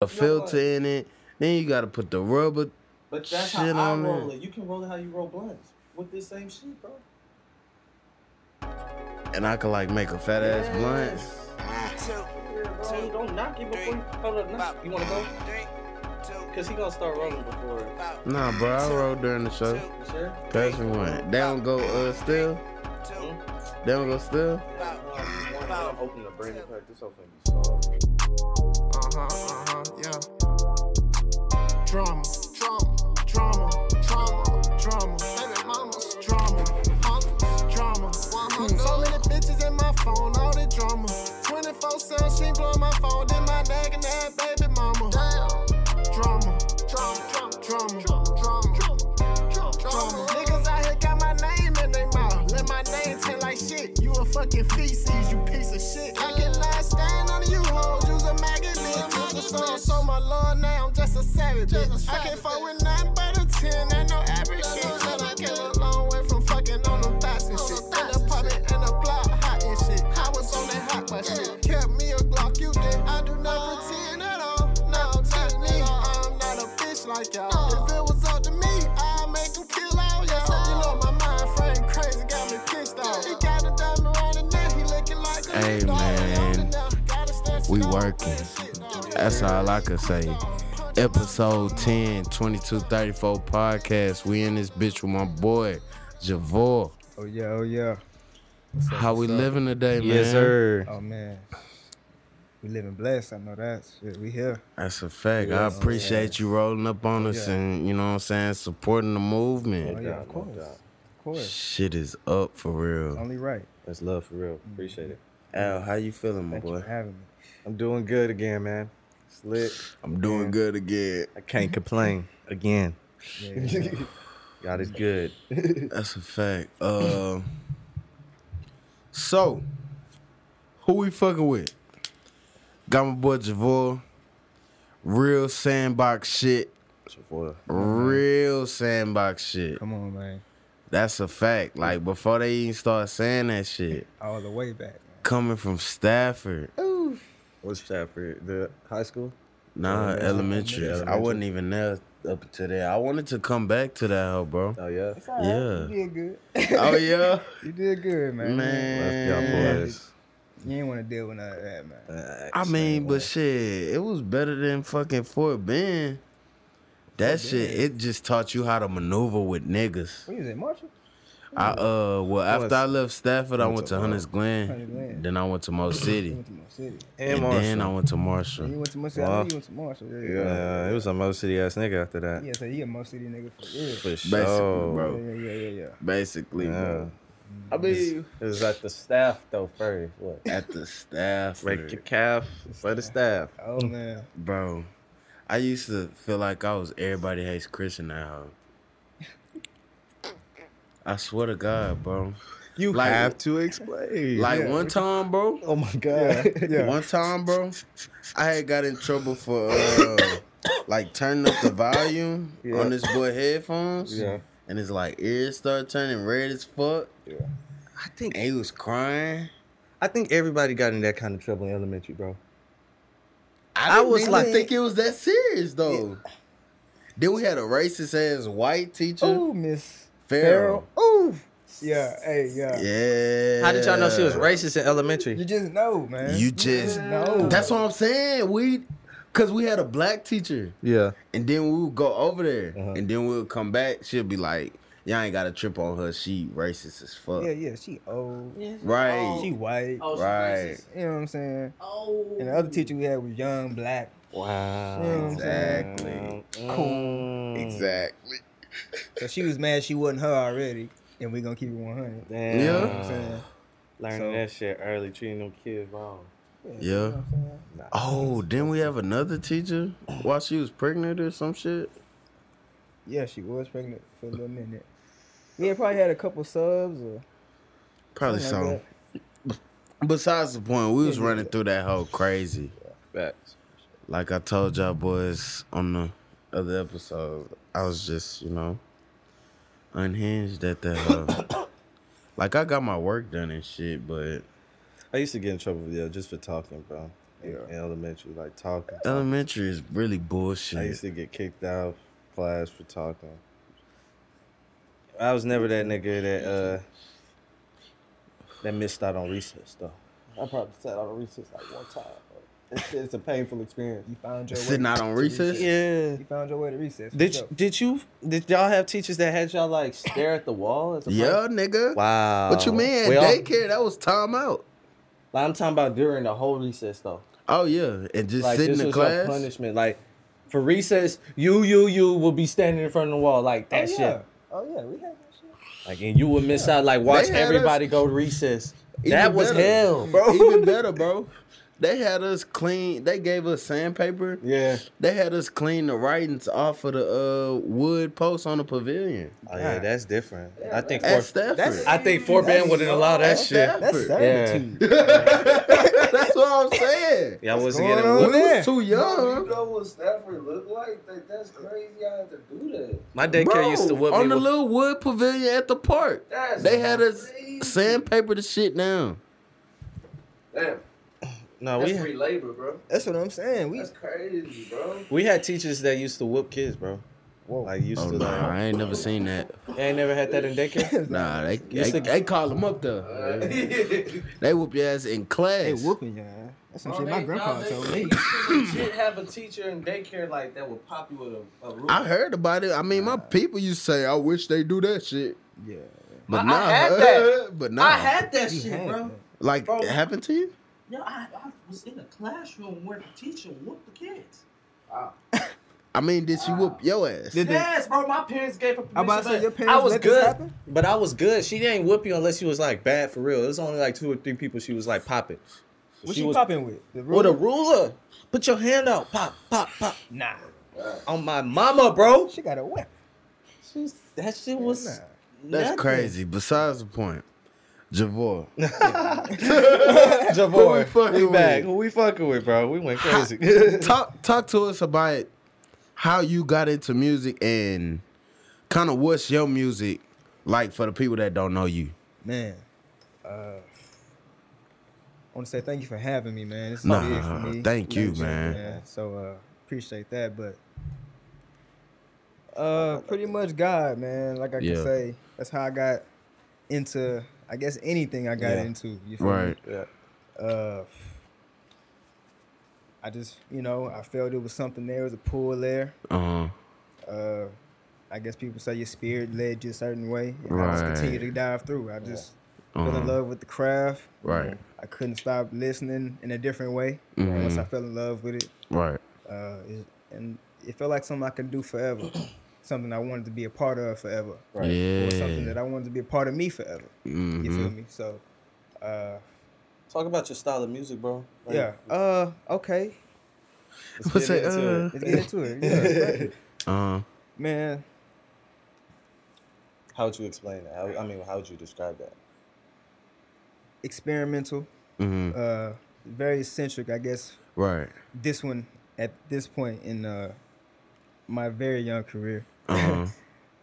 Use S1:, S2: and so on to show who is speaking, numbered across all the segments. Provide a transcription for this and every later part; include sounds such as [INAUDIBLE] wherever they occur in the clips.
S1: a filter in it. Then you gotta put the rubber.
S2: But that's
S1: Shit
S2: how I
S1: on
S2: roll
S1: it.
S2: it. You can roll it how you roll blunts with this same shit, bro.
S1: And I could like make a fat ass blunt.
S3: Two,
S2: Yeah, bro.
S3: Two,
S2: Don't knock it before
S3: three,
S2: you hold up. Knock.
S3: pop.
S2: You wanna go?
S3: three, two,
S2: Cause he gonna start rolling before. it.
S3: pop.
S1: Nah, bro, I rode during the show.
S3: Two,
S2: You sure?
S1: That's the one. They don't go uh still.
S3: two,
S1: They don't go still.
S3: pop.
S2: No, you want it, I'm hoping to bring it back. This whole thing be
S4: Oh,
S2: soft.
S5: Uh-huh, uh-huh, yeah. Drama, drama, drama, drama, drama, baby mama's drama, huh? Drama. Hmm, So many bitches in my phone, all the drama. 24-7, she blowin' my phone, then my dad and that baby mama. Drama, drama, drama, drama, drama, drama. Niggas out here got my name in their mouth. Let my name tell like shit. You a fucking feces, you piece of shit. I can lie, stand on you hoes. Use a maggot, bitch. Use a song, so my lord now. I'm just a savage. Bitch. I can't fuck with nothing but a 10. Ain't no average shit. And I came a long way from fucking on them thoughts and shit. In the apartment, in the block, hot and shit. I was on that hot my shit. Kept me a Glock, you did. I do not pretend at all. No, not me. I'm not a bitch like y'all. If it was up to me, I'd make them kill all y'all. You know my mind frame crazy, got me pissed off. He got a diamond around the neck, he looking like a
S1: Hey,
S5: dog.
S1: man.
S5: Older now, gotta stand
S1: We
S5: strong.
S1: working. That's all I could say. Episode 10, 2234 podcast. We in this bitch with my boy Javor.
S4: Oh yeah, oh yeah.
S1: How we living today, man?
S6: Yes, sir.
S4: Oh man. We living blessed, I know that. Shit, we here.
S1: That's a fact. I appreciate you rolling up on us
S4: Oh, yeah.
S1: and you know what I'm saying, supporting the
S4: Oh
S1: movement.
S4: yeah, of course. Of course.
S1: Shit is up for real.
S4: Only right.
S6: That's love for real. Appreciate it.
S1: Al, how you feeling, my
S4: Thank you
S1: boy?
S4: for having me.
S6: I'm doing good again, man. It's lit.
S1: I'm doing good again.
S6: I can't [LAUGHS] complain again.
S4: Yeah, yeah, yeah.
S6: God is good.
S1: That's a fact. [CLEARS THROAT] Uh, so, who we fucking with? Got my boy Javor. Real sandbox shit.
S6: Chavoya.
S1: Real sandbox shit.
S4: Mm-hmm. Come on, man.
S1: That's a fact. Like before they even start saying that shit,
S4: All the way back.
S1: coming from Stafford,
S6: What's that for the high school?
S1: nah, elementary.
S6: Elementary.
S1: I
S6: Elementary.
S1: wasn't even there up to there. I wanted to come back to that, hoe, bro.
S6: Oh yeah.
S4: [LAUGHS]
S1: Yeah.
S4: You did good.
S1: Oh yeah,
S4: You did good, man.
S6: Left y'all
S1: man.
S6: boys.
S4: You ain't wanna deal with none of that,
S6: Uh,
S4: man.
S1: I mean, but shit, it was better than fucking Fort Bend. That shit, it just taught you how to maneuver with niggas.
S4: What is it, Marshall?
S1: I uh, well, after I left Stafford, I
S6: went
S1: went
S6: to
S1: to Hunters
S4: Hunters
S1: Glen,
S4: Glen.
S1: then I went to Mo
S4: You
S1: City,
S4: went to Mo City.
S1: and then I went to Marshall.
S4: You went to Mo City. I
S6: Wow.
S4: know you went to Marshall. Yeah,
S6: Yeah,
S4: yeah.
S6: it was a most city ass nigga after that.
S4: Yeah, so you a Mo City nigga for
S6: For
S4: real.
S6: sure.
S1: bro.
S4: Yeah, yeah, yeah, yeah.
S1: Basically, bro. I mean,
S6: It was at the staff though first. What?
S1: at the staff,
S6: Break your calf for the staff.
S4: Oh man.
S1: bro. I used to feel like I was everybody hates Chris in that house. I swear to God, bro.
S6: You
S1: Like-
S6: have to explain.
S1: Like one time, bro.
S6: oh my god.
S4: [LAUGHS] Yeah.
S1: One time, bro, I had got in trouble for uh, like turning up the volume
S6: Yeah.
S1: on this boy headphones.
S6: Yeah.
S1: And his like ears started turning red as fuck.
S6: I think
S1: And he was crying.
S6: I think everybody got in that kind of trouble in elementary, bro.
S1: I,
S6: I
S1: didn't
S6: was
S1: even
S6: like-
S1: think it was that serious though. Then we had a racist ass white teacher,
S4: Oh, Miss
S1: Farrell.
S4: Ooh. Yeah, hey, yeah.
S1: Yeah.
S6: How did y'all know she was racist in elementary?
S4: You just know, man.
S1: You just
S4: know.
S1: That's what I'm saying. We, cause we had a black teacher,
S6: Yeah.
S1: and then we would go over there,
S6: Uh-huh.
S1: and then we'll come back. She'll be like, "Y'all ain't got to trip on her. She racist as fuck."
S4: Yeah, yeah. She old.
S1: Right.
S4: She white.
S2: Oh, she's
S1: Right.
S2: racist.
S4: You know what I'm saying?
S2: Oh.
S4: And the other teacher we had was young, black.
S6: Wow.
S4: You know what I'm saying?
S1: Exactly.
S6: Cool.
S1: Exactly.
S4: So she was mad she wasn't her already. And we gonna keep it 100.
S6: Damn.
S1: Yeah.
S4: You know what I'm saying?
S6: Learning
S4: So-
S6: that shit early, treating them kids wrong.
S4: You know
S1: Yeah.
S4: what I'm saying?
S1: Oh, didn't we have another teacher while she was pregnant or some shit?
S4: Yeah, she was pregnant for a little minute. We had probably had a couple subs or
S1: Probably
S4: something
S1: so.
S4: like
S1: Besides the point, we was
S4: Yeah, yeah,
S1: running through that whole crazy.
S6: Facts.
S1: Like I told y'all boys on the other episode, I was just, you know, unhinged at that. [COUGHS] hoe. like I got my work done and shit, but
S6: I used to get in trouble, yeah, just for talking, bro. in
S4: Yeah.
S6: elementary, like talking.
S1: Elementary is really
S6: I used
S1: bullshit.
S6: to get kicked out of class for talking. I was never that nigga that uh that missed out on recess though. I probably sat out on recess like one time. but It's, it's a painful experience.
S4: You found your way
S1: Sitting out on
S4: to
S1: recess?
S6: Yeah.
S4: You found your way to recess. for
S6: Did
S4: sure.
S6: you, did you did y'all have teachers that had y'all like stare at the wall? As a
S1: Yeah,
S6: punishment?
S1: nigga.
S6: Wow.
S1: What you mean? At
S6: We all-
S1: daycare, that was time out.
S6: Like, I'm talking about during the whole recess though.
S1: Oh yeah, and just
S6: Like
S1: sit in
S6: this
S1: the
S6: was your
S1: class.
S6: punishment. Like for recess, you you you will be standing in front of the wall like
S4: Oh,
S6: that shit.
S4: yeah. Oh yeah, we had that shit.
S6: Like and you would miss out. Like watch
S1: They had
S6: everybody
S1: us-
S6: go to recess.
S1: Even
S6: that was
S1: better.
S6: hell, bro.
S1: Even better, bro.
S6: [LAUGHS]
S1: They had us clean. They gave us sandpaper.
S6: Yeah.
S1: They had us clean the writings off of the uh, wood posts on the pavilion
S6: Oh yeah, that's different. I think
S1: at
S6: four.
S1: Stafford. [LAUGHS]
S4: that's-
S6: I think four band wouldn't allow that
S1: That's
S6: shit.
S1: that.
S4: That's
S1: Effort.
S4: servitude.
S1: That's what I'm saying.
S6: Y'all wasn't
S4: going
S6: getting
S4: on?
S1: We
S6: wood.
S4: Yeah.
S1: was too
S2: Yo, you
S1: young.
S2: know what Stafford looked like? Like, that's crazy. I had to do that.
S6: My daycare
S1: Bro,
S6: used to whip me.
S1: on the
S6: with-
S1: little wood pavilion at the park.
S2: That's
S1: They had us
S2: crazy.
S1: sandpaper the shit down.
S2: Damn,
S4: Oh,
S6: no,
S2: that's
S6: we
S2: free labor, bro.
S4: That's what I'm saying. We
S2: That's crazy,
S6: [LAUGHS]
S2: bro.
S6: we had teachers that used to whoop kids, bro.
S4: whoa.
S6: Like used
S1: Oh
S6: to
S1: no,
S6: like.
S1: I ain't never seen that.
S6: They ain't never had that in daycare.
S1: Nah, they they,
S6: Used to-
S1: they call them up though. They whoop your ass in class.
S4: they whooping your ass. That's some
S2: Oh,
S4: shit
S2: they-
S4: my grandpa
S2: y'all, they-
S4: told
S2: they
S4: me.
S2: used to legit have a teacher in daycare like that would pop you with a, a ruler.
S1: I heard about it. I mean, my people used to say, "I wish they do that shit,"
S4: Yeah.
S1: but
S2: I- I
S1: nah,
S2: had
S1: [LAUGHS]
S2: that.
S1: but nah,
S2: I had that
S4: You
S2: shit,
S4: had
S2: bro.
S4: that.
S1: like
S2: Bro.
S1: it happened to you.
S2: No, I, I was in a classroom where the teacher whooped the kids.
S1: I mean, did she whoop your ass?
S4: Did they-
S2: yes, bro. My parents gave her permission.
S4: I'm about to say
S2: but
S4: your parents
S6: I was
S4: let
S6: good,
S4: this happen.
S6: but I was good. She didn't whip you unless you was like bad for real. It was only like two or three people she was like popping.
S4: What
S6: She
S4: she,
S6: was-
S4: popping with? The
S6: With
S4: ruler?
S6: a ruler, put your hand out, pop, pop, pop. Nah, on my mama, bro.
S4: She got a whip.
S6: She's, that shit was.
S4: What's
S1: That's
S6: nothing.
S1: crazy. Besides the point, Javor.
S6: [LAUGHS]
S1: Who we
S6: Javor,
S1: fucking
S6: we,
S1: with?
S6: back. Who we fucking with, bro? We
S4: [LAUGHS]
S6: went crazy.
S1: talk talk to us about how you got into music and kind of what's your music like for the people that don't know you.
S4: Man, uh, I want to say thank you for having me, man. This is
S1: Nah,
S4: big for me.
S1: thank you,
S4: know what I'm saying,
S1: man.
S4: So uh, appreciate that, but uh, pretty much God, man. Like I
S1: Yeah.
S4: can say, that's how I got into, I guess anything I got
S6: Yeah.
S4: into. You feel me?
S1: Right.
S6: [LAUGHS] yeah.
S4: Uh, I just, you know, I felt it was something there. It was a pull there.
S1: Uh huh.
S4: uh, I guess people say your spirit led you a certain way. And I just continue
S1: Right.
S4: to dive through. I just fell
S1: Uh-huh.
S4: in love with the craft.
S1: Right.
S4: I couldn't stop listening in a different way
S1: Mm-hmm.
S4: once I fell in love with it.
S1: Right.
S4: Uh, it- and it felt like something I could do forever,
S1: [CLEARS THROAT]
S4: something I wanted to be a part of forever,
S6: Right.
S4: or something
S1: Yeah.
S4: that I wanted to be a part of me forever. You feel
S1: Mhm.
S4: me? So, uh,
S6: Talk about your style of music, bro. Like,
S4: yeah. Uh, okay. [LAUGHS]
S6: let's
S1: What's
S6: get
S1: that,
S6: into
S1: uh,
S4: Let's get into it.
S1: [LAUGHS]
S4: Yeah, right.
S1: Uh-huh.
S4: man.
S6: How would you explain it? How, I mean, how would you describe that?
S4: Experimental.
S1: Mhm.
S4: Uh, very eccentric, I guess, [LAUGHS]
S1: Right.
S4: this one at this point in uh, my very young career.
S1: Uh-huh.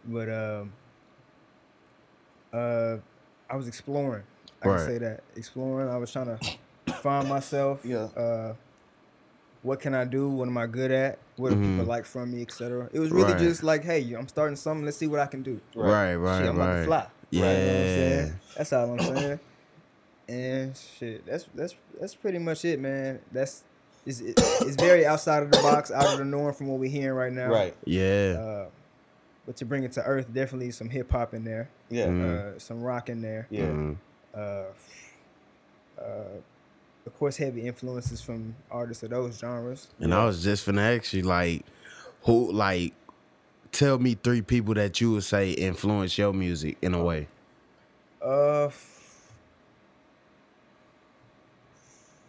S4: But um, uh, I was exploring. I
S1: Right.
S4: can say that exploring. I was trying to find myself.
S6: Yeah.
S4: Uh, what can I do? What am I good at? What do people like from me, etc. It was really
S1: Mm-hmm. Right.
S4: just like, hey, I'm starting something. Let's see what I can do.
S1: Right, right,
S4: Shit, I'm about
S1: right.
S4: to fly. You know what I'm
S1: Yeah.
S4: saying? That's all I'm saying. and shit, that's that's that's pretty much it, man. That's it's, it- it's very outside of the box, out of the norm from what we're hearing right now.
S6: Right.
S1: Yeah.
S4: Uh, but to bring it to earth, definitely some hip hop in there,
S6: Yeah.
S1: Mm-hmm.
S4: uh, some rock in there.
S6: Yeah.
S1: Mhm.
S4: Uh, uh, of course, heavy influences from artists of those genres.
S1: And I was just finna ask you, like, who, like, tell me three people that you would say influence your music in a way.
S4: Uh, f-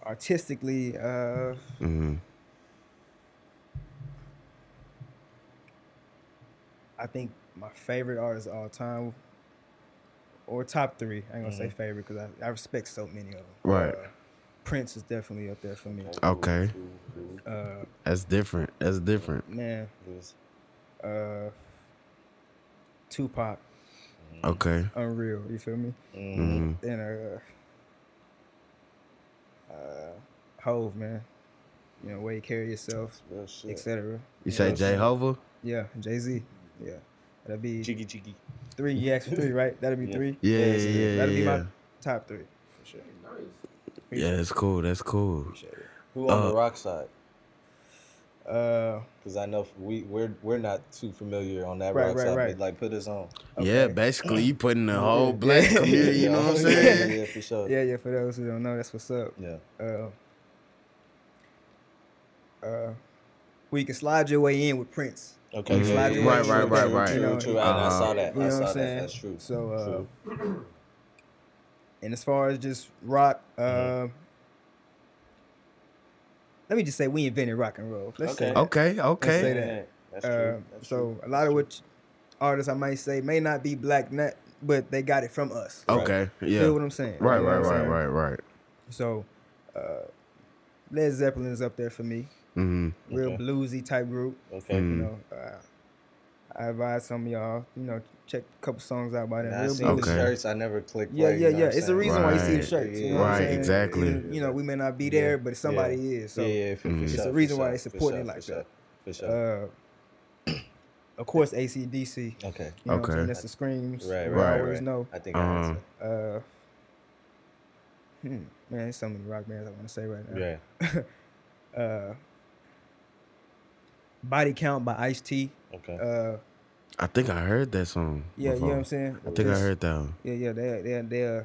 S4: artistically, uh,
S1: Mm-hmm.
S4: I think my favorite artist of all time, or top three. I ain't gonna say favorite because I, I respect so many of them.
S1: Right.
S4: Prince is definitely up there for me.
S1: Okay,
S4: Uh,
S1: that's different. That's different.
S4: man,
S6: Yes.
S4: uh, Tupac, Mm-hmm.
S1: Okay.
S4: Unreal. You feel me?
S1: Mm-hmm.
S4: Then uh, uh, Hove, man. you know, way you carry yourself,
S6: Real Oh, shit.
S4: etc.
S1: You say
S6: Yeah.
S1: Jehovah?
S4: Yeah, Jay Z. Yeah, that'd be
S6: Jiggy jiggy.
S4: three. You asked for three, right? That'd be
S6: Yeah.
S4: three.
S1: Yeah,
S4: that's
S1: yeah,
S4: three.
S1: yeah,
S4: That'd be
S1: yeah.
S4: my top three for sure.
S1: Yeah, that's cool. That's cool.
S4: Appreciate it.
S6: Who on
S1: Uh,
S6: the rock side?
S4: Uh,
S6: Because I know we we're we're not too familiar on that
S4: Right,
S6: rock
S4: right,
S6: side.
S4: right.
S6: but, Like put us on.
S1: Yeah,
S4: okay.
S1: basically you putting the whole
S4: [LAUGHS] Yeah.
S1: black
S4: Yeah.
S1: community, you know what I'm
S6: Yeah,
S1: saying?
S6: [LAUGHS] Yeah, for sure.
S4: yeah, yeah. For those who don't know, that's what's up.
S6: Yeah.
S4: Uh, uh, where you can slide your way in with Prince.
S6: Okay.
S1: Mhm.
S6: yeah, yeah,
S1: Right,
S6: true,
S1: right, right,
S6: true,
S1: right.
S6: True,
S4: You
S6: true.
S4: know,
S6: I, I saw
S1: uh,
S6: that.
S4: you know
S6: I
S4: what I'm
S6: saw that.
S4: saying?
S6: That's true.
S4: So, uh,
S6: true.
S4: And as far as just rock, uh, let me just say we invented rock and roll. Let's say
S6: Okay.
S4: that.
S1: Okay,
S4: Let's say
S1: okay.
S4: that.
S6: That's
S4: Uh,
S6: true. That's
S4: so
S6: true.
S4: a lot of what artists I might say may not be black nut, but they got it from us.
S6: Right.
S1: Okay.
S4: You
S1: Oh, Yeah.
S4: Feel what I'm saying?
S1: Right,
S4: You know
S1: right,
S4: what I'm
S1: right,
S4: saying?
S1: right, right.
S4: So uh, Led Zeppelin is up there for me.
S1: Mhm.
S4: Real
S6: Okay.
S4: bluesy type group.
S6: Okay.
S1: Mm.
S4: You know, uh, I advise some of y'all, you know, check a couple songs out by them.
S6: Nah, I
S4: Real
S6: seen
S4: bluesy.
S6: the
S1: Okay.
S6: shirts. I never clicked.
S4: Yeah,
S6: like, you
S4: yeah,
S6: know
S4: yeah.
S6: what I'm
S4: It's the
S6: saying?
S4: reason why you see the
S1: Right.
S4: shirts. You know
S1: Right,
S4: what I'm saying?
S1: exactly.
S4: Even, you know, we may not be
S6: Yeah.
S4: there, but somebody is. So
S6: yeah, yeah, for, for
S1: Mhm.
S6: sure,
S4: It's the
S6: for
S4: reason why
S6: sure,
S4: they
S6: for
S4: supporting
S6: sure,
S4: it like
S6: for sure, For sure.
S4: uh, of course ACDC. You know
S6: okay.
S4: what I'm saying?
S1: Okay.
S4: That's the screams.
S6: Right,
S4: we
S6: right,
S4: always
S6: right.
S4: know.
S6: I think I
S1: Uh-huh.
S6: answered.
S4: Uh, hmm, man, there's so many rock bands I want to say right now.
S6: Yeah.
S4: Uh, Body Count by Ice T.
S6: Okay.
S4: Uh,
S1: I think I heard that song.
S4: yeah, you know
S1: before.
S4: what I'm saying.
S1: I think I heard that one.
S4: Yeah, yeah, they, they, they. Uh,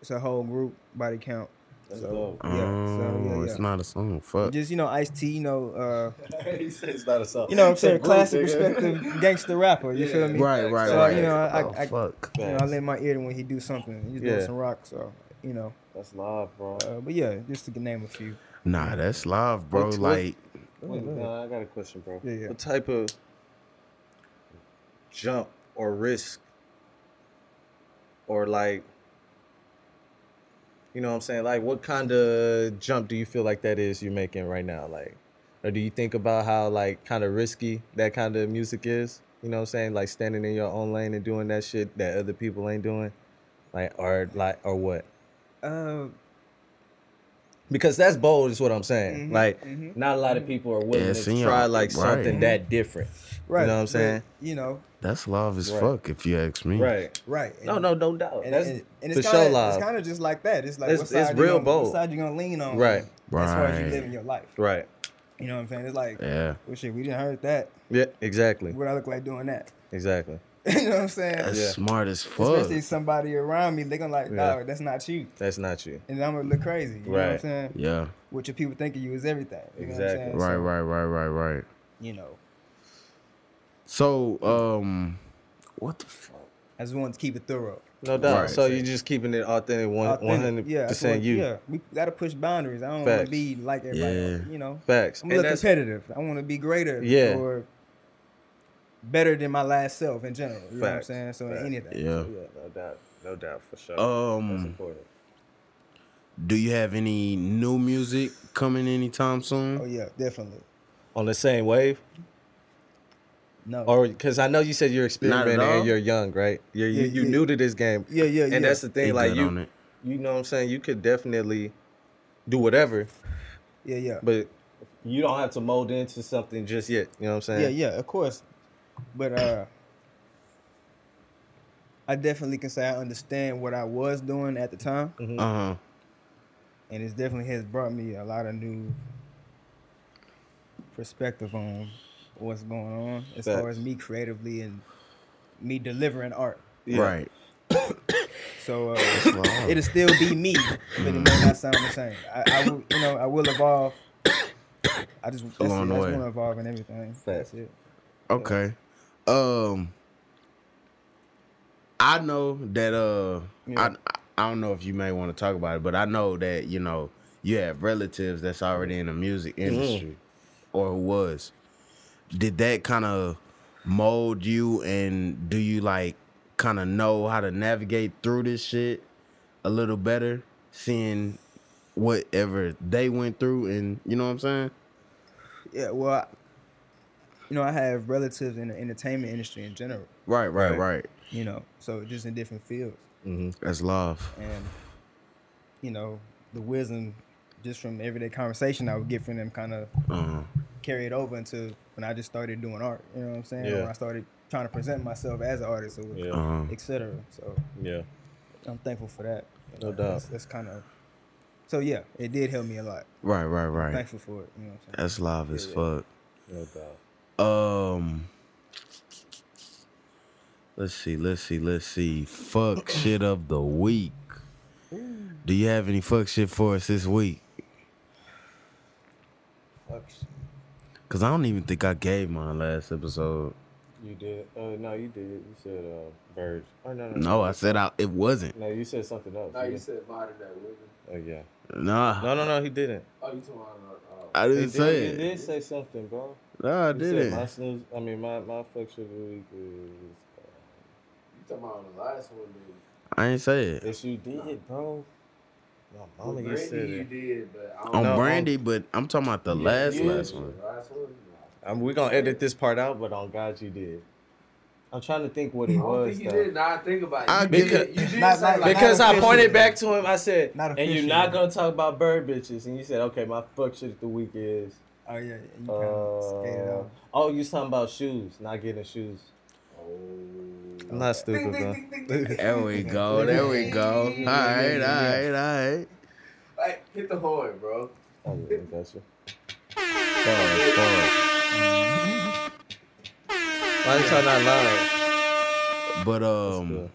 S4: it's a whole group. Body Count.
S6: That's
S4: so-
S6: dope.
S4: Yeah, so, yeah,
S1: Oh,
S4: yeah.
S1: it's not a song. Fuck.
S4: Just you know, Ice T. You know, uh,
S6: [LAUGHS] he said it's not a song.
S4: you know what I'm saying?
S6: It's a group,
S4: Classic
S6: nigga.
S4: perspective
S6: [LAUGHS]
S4: gangster rapper, you feel me?
S1: Right, right,
S4: So,
S1: right.
S4: you know, I-
S1: oh,
S4: I-
S1: fuck.
S4: You know, I lend my ear when he do something. He's doing
S6: Yeah.
S4: some rock, so you know.
S6: That's live, bro.
S4: Uh, but yeah, just to name a few.
S1: Nah, that's live, bro.
S6: What's- what-
S1: like,
S6: Wait, no, I got a question, bro.
S4: Yeah, yeah.
S6: What type of jump or risk or like you know what I'm saying? Like what kind of jump do you feel like that is you're making right now? Like or do you think about how like kind of risky that kind of music is? You know what I'm saying? Like standing in your own lane and doing that shit that other people ain't doing? Like or like or what?
S4: Uh,
S6: because that's bold is what i'm saying
S4: Mhm,
S6: like
S4: mhm.
S6: not a lot of people are willing
S1: Yeah,
S6: to
S1: see,
S6: try
S1: I'm-
S6: like
S1: right.
S6: something that different
S4: right.
S6: you know what i'm
S4: but,
S6: saying
S4: You know,
S1: that's live as
S6: Right.
S1: fuck, if you ask me.
S6: right
S4: right. And,
S6: no no no doubt
S4: And,
S6: that's
S4: and, and
S6: for
S4: it's
S6: sure
S4: kind of
S6: live
S4: it's kind of just like that. It's like
S6: It's-
S4: what side
S6: it's
S4: you
S6: real
S4: gonna-
S6: bold.
S4: What side you gonna lean on?
S6: Right.
S4: As far as you
S1: Right.
S4: living your life.
S6: right
S4: You know what I'm saying? It's like,
S1: Yeah.
S4: well, shit, we didn't heard that.
S6: yeah exactly
S4: What I look like doing that? [LAUGHS]
S6: exactly
S4: you know what I'm saying?
S1: That's
S6: Yeah.
S1: smart as fuck.
S4: Especially somebody around me, they gonna like,
S6: Yeah.
S4: oh, that's not you,
S6: that's not you
S4: and I'm gonna look crazy. You know what I'm
S6: Right.
S4: saying?
S1: Yeah.
S4: What your people think of you is everything. You
S6: Exactly.
S4: Know what I'm saying?
S1: Right,
S4: So,
S1: right, right, right, right.
S4: You know,
S1: So, um, what the fuck?
S4: I just wanted to keep it thorough.
S6: no doubt
S1: Right.
S6: so you're just keeping it authentic Oh, one-
S4: authentic. Yeah, that's
S6: 100%
S4: what-
S6: you
S4: Yeah, we gotta push boundaries. I don't want
S6: Facts.
S4: to be like everybody.
S1: Yeah.
S4: You know,
S6: facts
S4: I'm a
S6: And
S4: little
S6: that's-
S4: competitive. I want to be greater.
S6: Yeah.
S4: Or better than my last self in general. You know what I'm
S6: Facts.
S4: saying? So in
S6: Facts.
S4: anything.
S1: Yeah.
S6: yeah no doubt no doubt for sure that's
S1: Um,
S6: important
S1: do you have any new music coming anytime soon?
S4: Oh yeah, definitely.
S6: on the same wave
S4: No.
S6: or because i know you said you're experimenting
S1: all.
S6: and you're young right you're, you
S4: Yeah,
S6: you
S4: yeah.
S6: new to this game
S4: yeah, yeah, yeah.
S6: and that's the
S1: They
S6: thing like
S1: good
S6: you
S1: on it.
S6: you know what I'm saying? You could definitely do whatever,
S4: yeah, yeah,
S6: but you don't have to mold into something just yet. You know what I'm saying?
S4: yeah, yeah. Of course, but uh. I definitely can say I understand what I was doing at the time,
S1: Uh huh.
S4: and it's definitely has brought me a lot of new perspective on what's going on as far
S6: Facts.
S4: as me creatively and me delivering art.
S6: Yeah.
S1: Right.
S4: So uh,
S1: Wow.
S4: it'll still be me, but it may not sound the same. I, I will, you know, I will evolve. I just, that's it. I
S1: Along
S4: just
S1: the
S4: want
S1: way.
S4: to evolve in everything.
S6: Facts.
S4: That's it.
S1: Okay. Um I know that uh
S4: Yeah.
S1: I I don't know if you may want to talk about it, but I know that, you know, you have relatives that's already in the music industry or who was. Did that kind of mold you and do you like kind of know how to navigate through this shit a little better seeing whatever they went through and you know what I'm saying?
S4: Yeah. Well, I, you know, I have relatives in the entertainment industry in general.
S1: Right, right, right.
S6: Right.
S4: You know, so just in different fields,
S1: That's love.
S4: and you know, the wisdom just from everyday conversation I would get from them kind of
S1: Uh-huh.
S4: carried over into when I just started doing art. You know what I'm saying?
S6: Yeah.
S4: When I started trying to present myself as an artist, or
S6: Yeah.
S1: Uh-huh.
S4: et cetera. So
S6: Yeah.
S4: I'm thankful for that.
S6: No doubt.
S4: That's, that's kind of. So yeah, it did help me a lot.
S1: Right, right, right.
S4: Thankful for it. You know what I'm saying?
S1: That's live as fuck.
S6: No doubt.
S1: Um, let's see, let's see, let's see. Fuck shit of the week. Do you have any fuck shit for us this week? Cause I don't even think I gave mine last episode.
S6: You did. Uh, no, you did. You said uh, birds. Oh no, no,
S1: No, I said I, it wasn't.
S6: No, you said something else.
S2: No, you
S6: oh, Yeah.
S2: said modern day women.
S6: Oh yeah.
S1: Nah,
S6: No, no, no. He didn't.
S2: Oh, you talking about? Uh,
S1: I
S6: He
S1: didn't say
S6: You
S1: it.
S6: did say something, bro.
S1: No, I
S6: You said My
S1: didn't.
S6: snooze. I mean, my my fuck shit of the week is. uh,
S2: you talking about the last one, dude?
S1: I ain't say it.
S6: Yes, you did, bro. My mama
S2: With
S6: you said
S2: Brandy, you
S6: it.
S2: did, but I don't
S1: On
S6: No,
S2: know.
S6: on-
S1: Brandy, but I'm talking about the last
S6: yeah.
S1: last one.
S2: Last one.
S6: Um, we're gonna edit this part out, but on God, you did. I'm trying to think what it
S2: I don't
S6: was.
S2: think you
S6: though.
S2: did. Now I think about it.
S1: I
S2: You
S1: give
S2: did,
S6: it-
S2: you did
S4: Not-
S2: say
S4: not-
S2: like,
S6: Because I
S4: officially.
S6: pointed back to him, I said,
S4: Not
S6: and you're
S4: officially.
S6: not gonna talk about bird bitches. And you said, okay, my fuck shit of the week is.
S4: Oh yeah, you kind of skated
S6: Uh,
S4: off.
S6: oh, you was talking about shoes, not getting shoes.
S2: Oh.
S6: I'm not stupid, bro.
S1: There we go. There we
S6: [LAUGHS]
S1: go. All right, all right, all right.
S2: like hit the horn, bro.
S6: oh, yeah, I got you.
S1: Pause, pause.
S6: Why did y'all not lie?
S1: But um,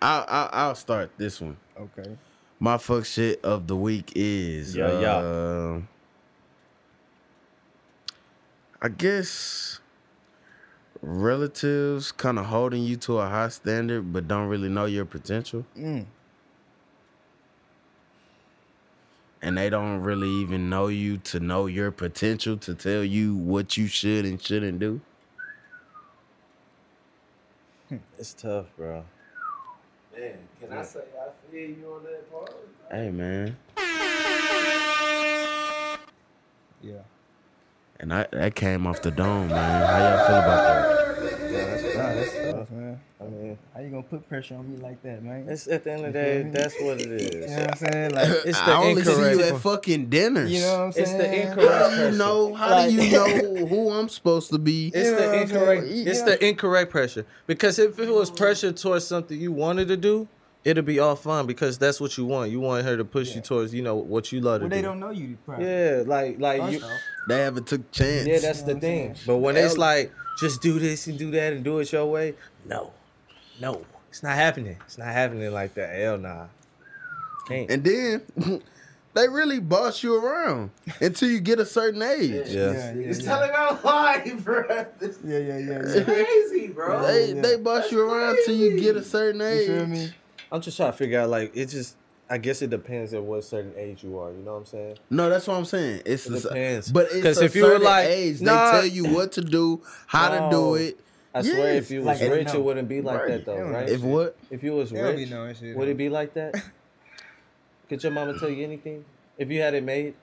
S1: I'll, I'll I'll start this one.
S4: Okay.
S1: My fuck shit of the week is
S6: Yeah, yeah.
S1: um, I guess relatives kind of holding you to a high standard, but don't really know your potential,
S4: Mm.
S1: and they don't really even know you to know your potential to tell you what you should and shouldn't do.
S6: It's tough, bro.
S2: Man, can I say I feel you on that part?
S1: Hey man,
S4: Yeah.
S1: and I that came off the dome, man. How y'all feel about that?
S4: Nah, that's tough, man.
S6: I mean,
S4: How you gonna put pressure on me like that, man?
S6: it's at the end of the day, that's what it
S4: you
S6: is.
S4: know what I'm saying? [LAUGHS] Like,
S6: [COUGHS] It's the
S1: I only see you
S6: incorrect
S1: at
S6: one.
S1: fucking dinners.
S4: you know what I'm saying?
S6: It's the
S1: How
S6: incorrect
S1: do you
S6: pressure.
S1: know? How do
S4: Like-
S1: you
S6: [LAUGHS]
S1: know who I'm supposed to be?
S6: It's
S4: You know what
S6: the
S4: I'm
S6: incorrect.
S4: saying?
S6: It's
S4: Yeah.
S6: the incorrect pressure because if it was pressure towards something you wanted to do, it'll be all fine because that's what you want. You want her to push you towards you know what you love to
S4: Well, they
S6: do.
S4: don't know you. Probably.
S6: Yeah, like like you.
S4: First off.
S1: They haven't took chance.
S6: Yeah, that's the
S4: I'm
S6: thing.
S4: saying?
S6: But when it's
S1: Hell-
S6: like just do this and do that and do it your way, no, no, it's not happening. It's not happening like that. Hell nah. Can't.
S1: and then [LAUGHS] they really boss you around until you get a certain age.
S4: Yeah, yeah,
S2: It's
S4: yeah.
S2: telling out
S6: [LAUGHS]
S2: live, bro. This
S4: Yeah, yeah, yeah,
S2: is
S4: yeah.
S2: crazy,
S6: Oh,
S2: bro.
S1: They
S4: Yeah.
S1: they boss you around until you get a certain age.
S4: You feel me?
S6: I'm just trying to figure out like it just. I guess it depends at what certain age you are. You know what I'm saying?
S1: No, that's what I'm saying. It's
S6: It
S1: the-
S6: depends.
S1: but it's
S6: 'Cause
S1: a
S6: if you were
S1: certain
S6: like,
S1: age,
S6: nah.
S1: they tell you what to do, how to
S6: No.
S1: do it.
S6: I swear,
S1: Yes.
S6: if you was
S4: Like,
S6: rich,
S4: no.
S6: it wouldn't be like that
S1: Right.
S6: though,
S4: Yeah.
S6: right?
S1: If what?
S6: If you was
S4: They don't be
S6: rich,
S4: knowing shit.
S6: would it be
S4: [LAUGHS]
S6: like that? Could your mama tell you anything? If you had it made?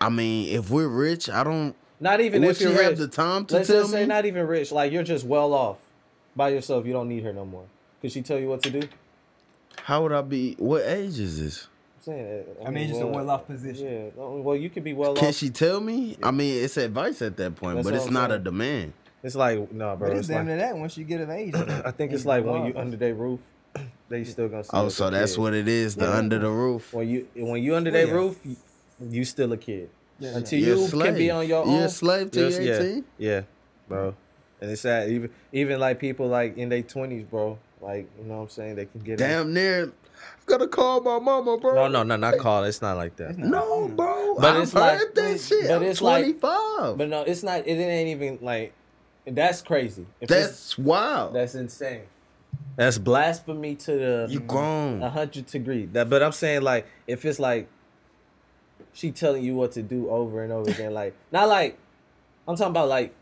S1: I mean, if we're rich, I don't.
S6: Not even
S1: would
S6: if
S1: she
S6: you're
S1: have
S6: rich.
S1: the time to
S6: Let's
S1: tell
S6: just say
S1: me?
S6: not even rich. Like you're just well off by yourself. You don't need her no more. Could she tell you what to do? I'm
S1: How would I be? What age is this?
S6: saying. uh,
S4: I mean, it's just a well-off position.
S6: Yeah. no, Well, you could be well
S1: Can
S6: off.
S1: she tell me? I mean, it's advice at that point,
S6: That's
S1: but
S6: what
S1: it's
S6: I'm
S1: not a
S6: saying.
S1: demand.
S6: It's like no, bro.
S4: But it's
S6: It's
S4: damn
S6: like,
S4: near that once you get of age.
S6: [CLEARS THROAT] I think it's
S4: Hey,
S6: like when you
S4: boss.
S6: under their roof, they still gonna. See you
S1: Oh,
S6: as a
S1: so that's
S6: kid.
S1: what it is. The under the roof.
S6: When you when you under
S4: Well,
S6: their
S4: yeah.
S6: roof, you, you still a kid.
S4: Yeah.
S6: Until
S1: You're
S6: you can be
S1: slave.
S6: on your own.
S1: You're a slave till
S6: Yes,
S1: you're 18?
S6: Yeah, yeah, bro. And it's sad. Even even like people like in their twenties, bro. Like you know what I'm saying? They can get on-
S1: Damn near. Gotta call my mama, bro.
S6: No, no, no, not call. It's not like that.
S1: No, bro.
S6: But
S1: I've
S6: it's
S1: heard
S6: like-
S1: that shit.
S6: but
S1: I'm
S6: it's like-
S1: 25.
S6: But no, it's not. It ain't even like. That's crazy. If it's-
S1: that's wild.
S6: that's insane. That's blasphemy to the
S1: you grown.
S6: a hundred degree. That, but I'm saying like if it's like she telling you what to do over and over again, like not like I'm talking about like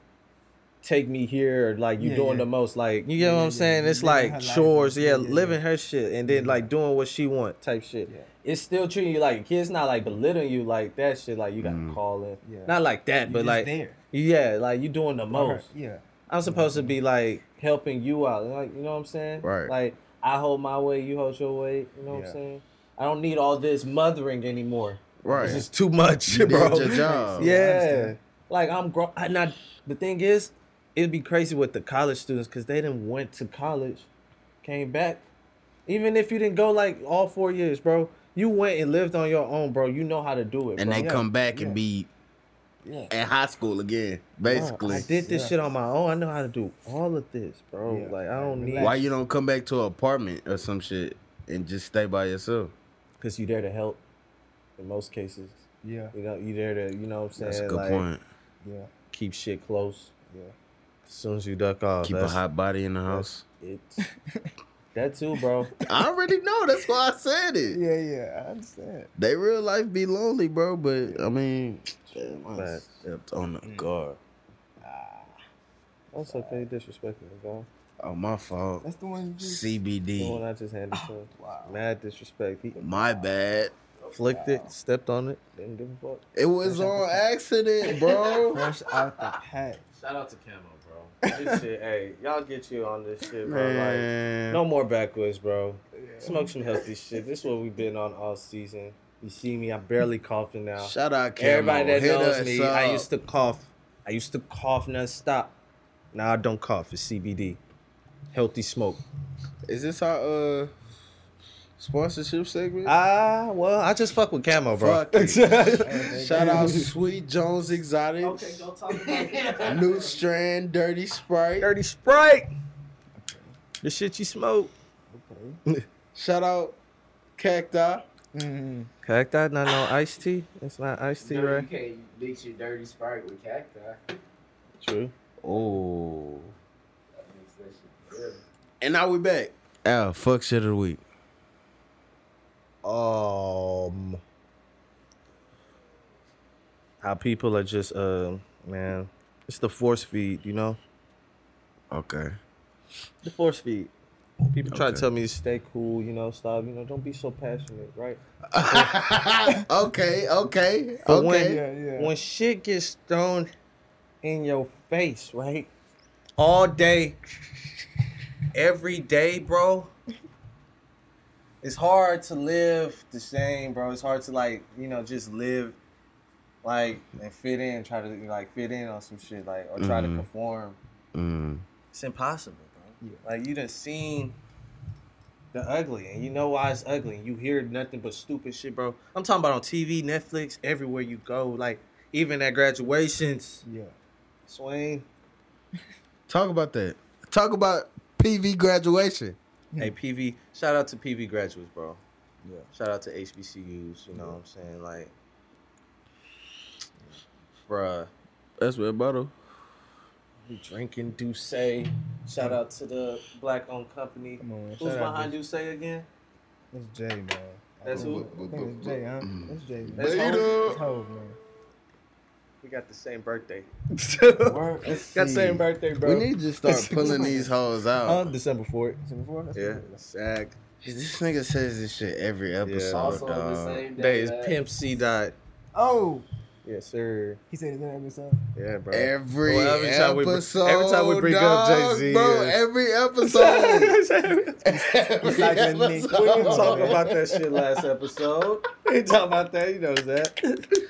S6: take me here or like you
S4: Yeah,
S6: doing
S4: yeah.
S6: the most, like you
S4: Yeah,
S6: know what
S4: yeah,
S6: I'm
S4: yeah.
S6: saying. It's
S4: Living her
S6: like
S4: life.
S6: chores, yeah,
S4: Yeah, yeah,
S6: living her shit, and then like doing what she want type shit.
S4: Yeah.
S6: It's still treating you like a kid. It's not like belittling you like that shit. Like you got to call in,
S4: Mm. Yeah.
S6: not like that,
S4: You
S6: but
S4: just
S6: like oh.
S4: there.
S6: yeah, like you doing the most.
S4: Yeah.
S6: I'm supposed to be like helping you out, like you know what I'm saying?
S1: Right.
S6: Like I hold my way, you hold your way. You know what
S4: Yeah.
S6: I'm saying? I don't need all this mothering anymore.
S1: Right.
S6: It's just too much,
S1: You did
S6: bro.
S1: your job.
S6: [LAUGHS] Yeah. Like I'm grown. And I, the thing is, it'd be crazy with the college students because they didn't went to college, came back. Even if you didn't go like all four years, bro, you went and lived on your own, bro. You know how to do it.
S1: And
S6: bro.
S1: they come back and be
S6: Yeah.
S1: at high school again, basically.
S6: Bro, I did this shit on my own. I know how to do all of this, bro.
S4: Yeah.
S6: Like I don't need
S1: Why you don't come back to an apartment or some shit and just stay by yourself?
S6: because you there to help. In most cases,
S4: Yeah,
S6: you know you there to you know what I'm saying.
S1: That's a good
S6: like,
S1: point.
S4: yeah,
S6: Keep shit close.
S4: yeah.
S6: As soon as you duck off,
S1: Keep a
S6: that's
S1: hot body in the house.
S6: it. that too, bro.
S1: I already know. That's why I said it.
S4: Yeah, yeah, I understand.
S1: They real life be lonely, bro. But I mean, damn, I
S6: Facts.
S1: stepped on the
S6: Mm.
S1: guard.
S6: That's okay. Disrespecting the guy.
S1: Oh, my fault.
S4: That's the one you do.
S6: The one
S1: CBD.
S6: I just handed to him.
S4: Wow.
S6: Mad disrespect. He
S1: My bad.
S6: flicked it, stepped on it, didn't give a fuck.
S1: It was on accident, bro.
S4: Fresh out the pack.
S2: Shout out to Camo, bro.
S6: This shit, hey, y'all get you on this shit, bro. Like,
S1: Man.
S6: no more backwards, bro. Smoke some healthy shit. This is what we've been on all season. You see me, I'm barely coughing now.
S1: Shout out, Camo.
S6: Everybody that
S1: Hit
S6: knows
S1: us
S6: me,
S1: up.
S6: I used to cough. I used to cough nonstop. Now I don't cough. It's CBD. Healthy smoke.
S1: Is this our uh sponsorship segment?
S6: Ah, well, I just fuck with camo, bro.
S1: Fuck it. [LAUGHS] Shout out Sweet Jones Exotic,
S2: Okay, go talk
S6: [LAUGHS]
S2: about it.
S1: New Strand, Dirty Sprite.
S6: Dirty Sprite. The shit you smoke.
S1: Shout out Cacti.
S4: Mm.
S6: Cacti, not no iced tea. It's not iced tea,
S2: No, you
S6: right?
S2: can't mix your dirty sprite with cacti. That
S6: True.
S1: Oh.
S2: makes that shit good.
S1: And now we back. Oh, fuck shit of the week.
S6: Um, how people are just, uh, man, it's the force feed, you know?
S1: Okay.
S6: The force feed. People try
S1: Okay.
S6: to tell me to stay cool, you know, stop, you know, don't be so passionate, right?
S1: [LAUGHS] okay, okay,
S6: But
S1: okay.
S6: when
S4: Yeah, yeah.
S6: when shit gets thrown in your face, right? All day, every day, bro. It's hard to live the same, bro. It's hard to like, you know, just live like and fit in, try to like fit in on some shit, like or try
S1: Mhm.
S6: to conform.
S1: Mm.
S6: It's impossible, bro. Like you done seen the ugly, and you know why it's ugly. You hear nothing but stupid shit, bro. I'm talking about on TV, Netflix, everywhere you go. Like even at graduations,
S4: Yeah.
S6: Swain.
S1: Talk about that. Talk about PV graduation.
S6: Hey PV, shout out to PV graduates, bro.
S4: Hmm. Yeah.
S6: Shout out to HBCUs. You know what I'm saying? Like, bruh.
S1: That's red bottle.
S6: We drinking Douce. Shout out to the black owned company.
S4: Come on,
S6: Who's
S4: shout out
S6: behind Douce again?
S4: That's Jay, man. I
S6: That's
S4: think
S6: who?
S4: it- I think it's Jay, huh?
S6: mm.
S4: That's Jay. Man.
S6: That's
S4: That's
S6: Hov.
S4: Hov, man.
S6: We got the same
S4: [LAUGHS]
S6: birthday.
S4: Word. That's
S6: Got the same birthday, bro.
S1: We need to start pulling these hoes
S6: On
S1: out.
S6: December 4th.
S4: before. That's
S6: Oh. Yeah, sag.
S1: This nigga says this shit every episode,
S6: Oh,
S2: Also on the
S1: dog.
S2: same day.
S6: That is
S2: that-
S6: Pimp C dot.
S4: Oh,
S6: Yes, sir.
S4: he said his name every song.
S6: Yeah, bro.
S1: Every,
S6: Well, every time we br-
S1: episode,
S6: every time we bring up
S1: dog,
S6: Jay-Z,
S1: bro.
S6: yeah.
S1: Every [LAUGHS] episode,
S6: we
S1: every
S4: Recycling me.
S6: didn't
S1: episode.
S6: talk about that shit last episode. We didn't talk about that. You know that.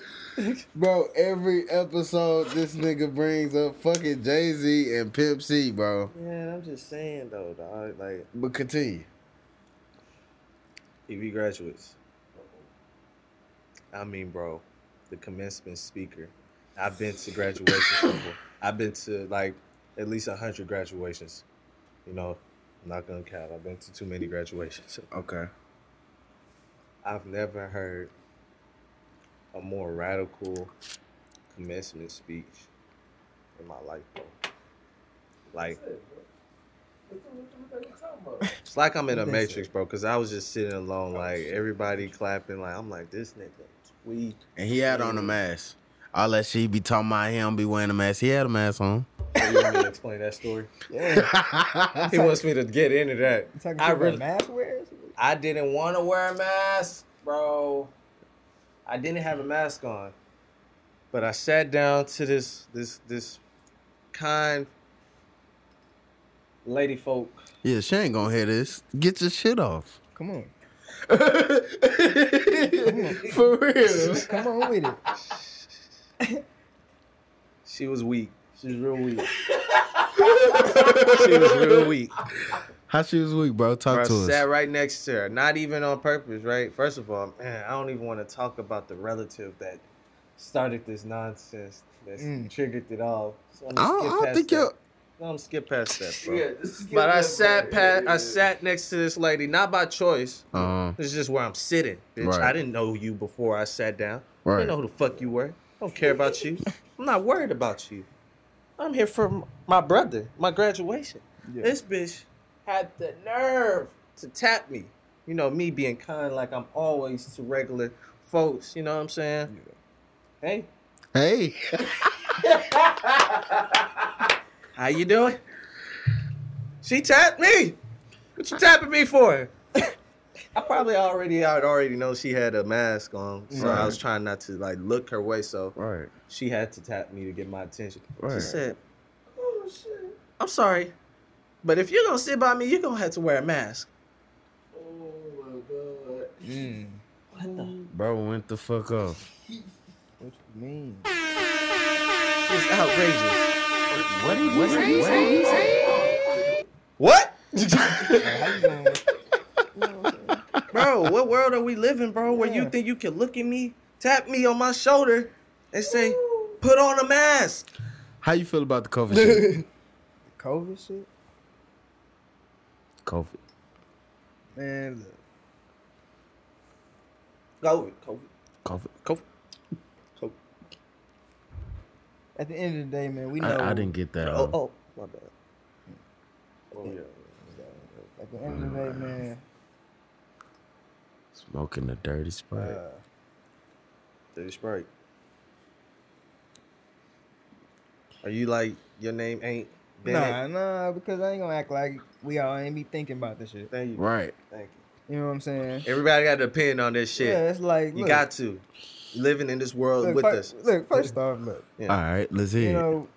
S1: Bro, every episode this nigga brings up fucking Jay Z and Pimp C, bro.
S6: Man, I'm just saying though, dog. Like
S1: But continue.
S6: EV graduates. I mean, bro, the commencement speaker. I've been to graduations. before. I've been to like at least hundred graduations. You know, I'm not gonna count. I've been to too many graduations. [LAUGHS]
S1: Okay.
S6: I've never heard a more radical commencement speech in my life, bro. Like, it's like I'm in a matrix, bro, because I was just sitting
S4: Oh,
S6: alone, like, everybody clapping. Like, I'm like, this nigga tweet.
S1: And he had on a mask. All that she be talking about him be wearing a mask. He had a mask on.
S6: You want me to explain
S4: [LAUGHS]
S6: that story?
S4: Yeah.
S6: He wants me to get into that.
S4: You talking
S6: I
S4: about
S6: really,
S4: math wears?
S6: I didn't want to wear a mask, bro. I didn't have a mask on. But I sat down to this this this kind lady folk.
S1: [LAUGHS] yeah, she ain't gonna hear this. Get your shit off.
S6: [LAUGHS]
S4: Come on.
S1: For real.
S4: Come on with it.
S6: She was weak. She was real
S4: [LAUGHS]
S6: weak. she was real weak.
S1: How she was weak, bro. Talk
S6: Bro, I
S1: to us.
S6: sat right next to her, not even on purpose, right? First of all, man, I don't even want to talk about the relative that started this nonsense that
S4: Mm.
S6: triggered it all. So I'm
S1: I
S6: gonna
S1: don't, I
S6: skip
S1: don't
S6: past
S1: think
S6: that.
S1: you're.
S6: No, I'm gonna skip past that, bro.
S2: Yeah, this is
S6: But I
S2: getting
S6: sat
S2: better.
S6: past,
S2: Yeah,
S6: I sat next to this lady, not by choice.
S1: Uh,
S6: It's just where I'm sitting, bitch.
S1: Right.
S6: I didn't know you before I sat down. I
S1: Right.
S6: didn't know who the fuck you were. I don't care
S1: [LAUGHS]
S6: about you. I'm not worried about you. I'm here for m- my brother, my graduation. This bitch had the nerve to tap me. You know, me being kind like I'm always to regular folks. You know what I'm saying? Hey,
S1: hey.
S6: how you doing? She tapped me. What you tapping me for? [COUGHS] I probably already I already know she had a mask on, so I was trying not to like look her way. So
S1: Right.
S6: she had to tap me to get my attention. She
S1: Right.
S6: said, "Oh shit, I'm sorry, but if you're gonna sit by me, you're gonna have to wear a mask."
S4: Mm,
S1: Bro went the fuck up.
S4: what you mean?
S6: It's outrageous.
S1: What did he say? What did he say? [LAUGHS]
S6: What,
S4: How you gonna-
S6: bro? What world are we living, bro? Where you think you can look at me, tap me on my shoulder, and say, "Put on a mask"?
S1: How you feel about the COVID shit?
S4: COVID shit?
S1: COVID.
S4: Man, look.
S6: COVID, COVID,
S1: COVID.
S6: COVID.
S4: At the end of the day, man, we know.
S1: I, I didn't get that.
S6: Oh,
S1: Oh,
S6: oh, my bad.
S4: At the end of the day, man.
S1: Smoking the dirty spot.
S4: Uh,
S6: Dirty Sprite. Are you like your name ain't
S4: nah,
S6: Bennett?
S4: nah, because I ain't gonna act like we all ain't be thinking about this shit.
S6: Thank you.
S1: right.
S6: Thank
S4: You know what I'm saying?
S6: you. Everybody got to depend on this shit.
S4: Yeah, it's like
S6: you
S4: look,
S6: got to. You living in this world
S4: look,
S6: with
S4: fir-
S6: us.
S4: Look, first off, look,
S6: Yeah.
S1: All right. Let's hear
S4: you
S1: it.
S4: know,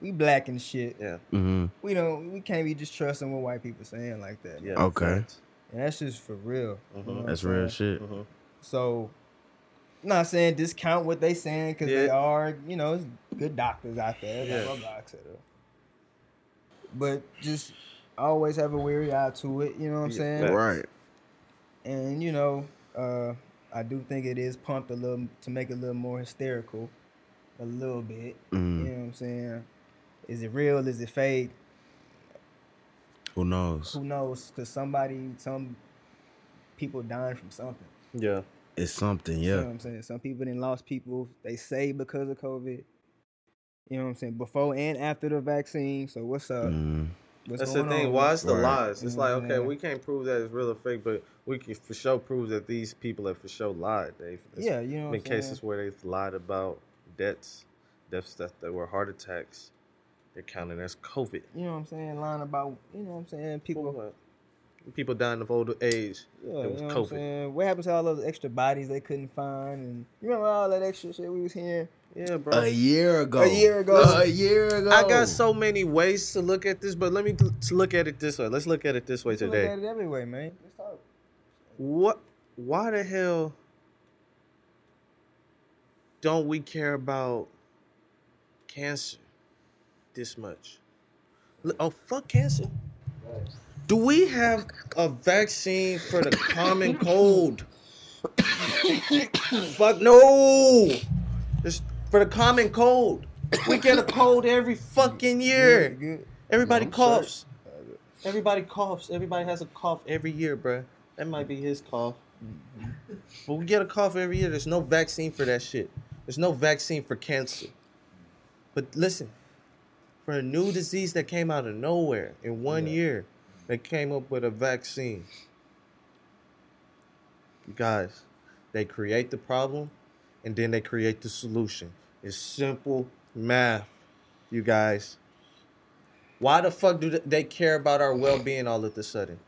S4: we black and shit.
S6: Yeah.
S1: mm-hmm.
S4: We don't, we can't be just trusting what white people saying like that.
S6: Yeah. Mm-hmm.
S1: Okay.
S6: facts.
S4: and that's just for real. you know what I'm
S1: That's real
S4: saying?
S1: shit.
S6: Mhm.
S4: So, not saying discount what they saying because they
S6: Yeah.
S4: are, you know, it's good doctors out there, blah,
S6: Yeah.
S4: blah, blah, et cetera. But just always have a weary eye to it, you know what I'm
S6: Yeah,
S4: saying?
S6: facts.
S1: Right.
S4: And you know, uh, I do think it is pumped a little to make it a little more hysterical, a little bit.
S6: Mm-hmm.
S1: Mm.
S4: You know what I'm saying? Is it real? Is it fake?
S1: Who knows?
S4: Who knows? Because somebody, some people dying from something.
S6: Yeah.
S1: It's something.
S4: You know
S1: Yeah.
S4: what I'm saying? Some people didn't lost people, they say because of COVID. You know what I'm saying? Before and after the vaccine. So what's up?
S1: Mm.
S4: What's
S6: That's the
S4: going
S6: thing.
S4: on?
S6: Why it's the
S1: Right.
S6: lies? It's like, okay,
S4: Yeah.
S6: we can't prove that it's real or fake, but we can for sure prove that these people have for sure lied. They've it's
S4: Yeah, you know what
S6: been
S4: I'm saying?
S6: cases where they've lied about deaths, deaths that that were heart attacks. They're counting as COVID.
S4: You know what I'm saying? Lying about, you know what I'm saying? People,
S6: What? People dying of older age.
S4: yeah,
S6: it was
S4: you know what I'm
S6: COVID.
S4: saying? What happened to all those extra bodies they couldn't find? And you remember all that extra shit we was hearing?
S6: Yeah, bro.
S1: A year ago.
S4: A year ago.
S1: [LAUGHS] A year ago.
S6: I got so many ways to look at this, but let me t- to look at it this way. Let's look at it this way
S4: You Look at
S6: today.
S4: it every way, man. Let's talk.
S6: What? Why the hell don't we care about cancer this much? L- Oh fuck cancer! Do we have a vaccine for the common cold? [COUGHS] fuck no! It's for the common cold. We get a cold every fucking year.
S4: You Good.
S6: Everybody coughs. Everybody coughs. Everybody has a cough every year, bruh. That might be his cough. But we get a cough every year. There's no vaccine for that shit. There's no vaccine for cancer. But listen, for a new disease that came out of nowhere in one year, they came up with a vaccine. You guys, they create the problem and then they create the solution. It's simple math, you guys. Why the fuck do th- they care about our well being all of a sudden?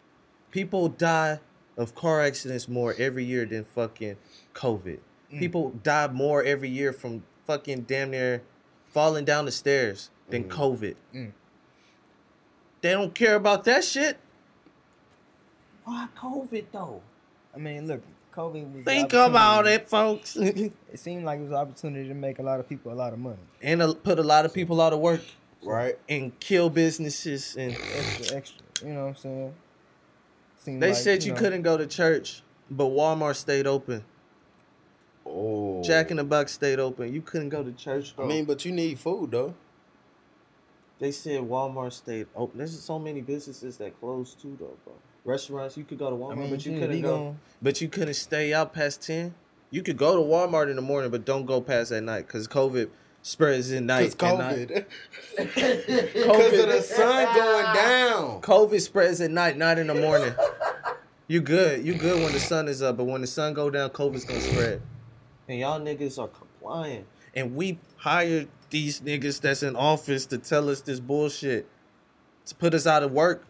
S6: People die of car accidents more every year than fucking COVID. People die more every year from fucking damn near falling down the stairs than COVID. They don't care about that shit. Why COVID though?
S4: I mean, look, COVID was. the
S6: Think about
S4: opportunity-
S6: it, folks. and
S4: It seemed like it was an opportunity to make a lot of people a lot of money.
S6: uh, put a lot of people out of work
S1: Right.
S6: and kill businesses. And
S4: Extra, extra. You know what I'm saying? Seemed
S6: they
S4: like,
S6: said you
S4: know,
S6: couldn't go to church, but Walmart stayed open.
S1: Oh.
S6: Jack in the Box stayed open. You couldn't go to church.
S1: I
S6: Though.
S1: mean, but you need food though.
S6: They said Walmart stayed open. There's so many businesses that closed too, though, bro. Restaurants, you could go to Walmart,
S4: I mean,
S6: but you
S4: shit,
S6: couldn't
S4: we
S6: go.
S4: gon-
S6: But you couldn't stay out past ten. You could go to Walmart in the morning, but don't go past at night because COVID spreads at night.
S1: Cause
S6: and night-
S1: COVID.
S6: [LAUGHS]
S1: Cause of the
S6: COVID,
S1: sun going down.
S6: COVID spreads at night, not in the morning. You good. You good when the sun is up, but when the sun go down, COVID's gonna spread. And y'all niggas are complying. And we hired these niggas that's in office to tell us this bullshit. To put us out of work.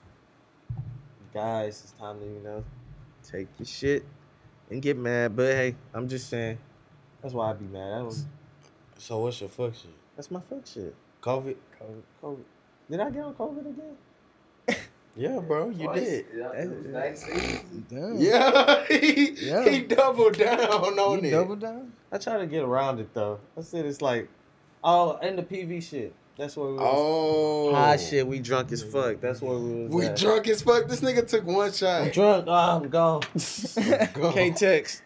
S6: Guys, it's time to, you know, take your shit and get mad. But hey, I'm just saying. That's why I be mad. That was,
S1: So what's your fuck shit?
S6: that's my fuck shit.
S1: COVID.
S6: COVID. Did I get on COVID again?
S1: Yeah, bro, you
S2: Twice.
S1: did.
S2: Yeah, it was vaccines.
S4: Damn.
S1: Yeah, he,
S4: Yeah.
S1: he doubled down on
S4: You
S1: it.
S4: double down?
S6: I try to get around it though. I said it's like, oh, and the PV shit. That's where we was.
S1: Oh,
S6: high shit. We drunk as fuck. That's where we was.
S1: We
S6: at.
S1: drunk as fuck. This nigga took one shot.
S6: Drunk. Oh, I'm gone.
S1: Go.
S6: Can't text.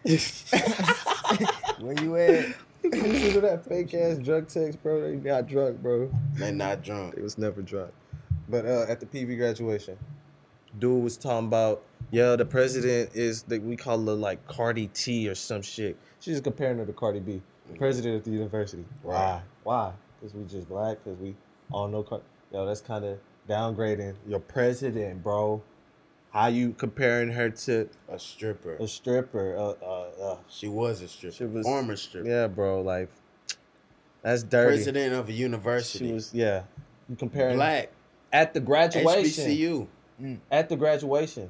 S4: Where you at?
S6: Consider that fake ass drug text, bro. They got drunk, bro.
S1: They not drunk.
S6: They was never drunk. But uh, at the PV graduation, dude was talking about, yeah, the president is that we call her like Cardi T or some shit. She's comparing her to Cardi B, president of the university.
S1: Right.
S6: Why? Because we just black. Because we all know. Car- Yo, that's kind of downgrading your president, bro. How you comparing her to
S1: A stripper.
S6: a stripper? Uh, uh, uh.
S1: She was a stripper.
S6: She was-
S1: Former stripper.
S6: Yeah, bro. Like, that's dirty.
S1: President of a
S6: She
S1: university.
S6: was yeah. You comparing
S1: black.
S6: at the graduation.
S1: HBCU.
S6: at the graduation,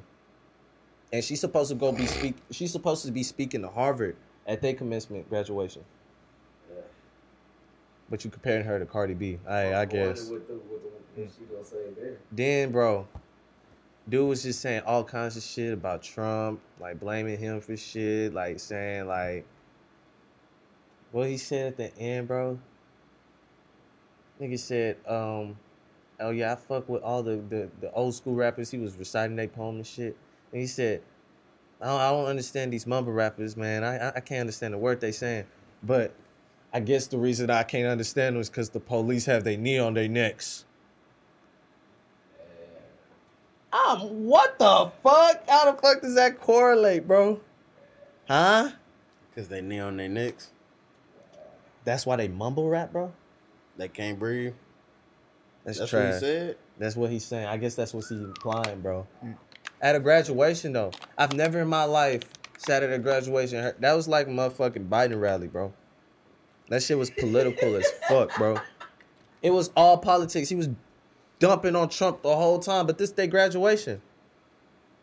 S6: and she's supposed to go be speak. She's supposed to be speaking to Harvard at their commencement graduation. But you comparing her to Cardi B? I I guess. Hmm.
S2: What the, what the, what she gonna say there?
S6: Then bro, dude was just saying all kinds of shit about Trump, like blaming him for shit, like saying like what he said at the end, bro. Nigga said, um, oh yeah, I fuck with all the, the, the old school rappers. He was reciting their poem and shit. And he said, I don't, I don't understand these mumble rappers, man. I, I, I can't understand the word they saying. But I guess the reason I can't understand them is because the police have their knee on their necks. Um, what the fuck? How the fuck does that correlate, bro? Huh?
S1: Cause they knee on their necks.
S6: That's why they mumble rap, bro.
S1: They can't breathe.
S6: That's,
S1: That's what
S6: trash.
S1: he said.
S6: That's what he's saying. I guess that's what he's implying, bro. At a graduation, though, I've never in my life sat at a graduation. heard- That was like a motherfucking Biden rally, bro. That shit was political as fuck, bro. It was all politics. He was dumping on Trump the whole time, but this day graduation.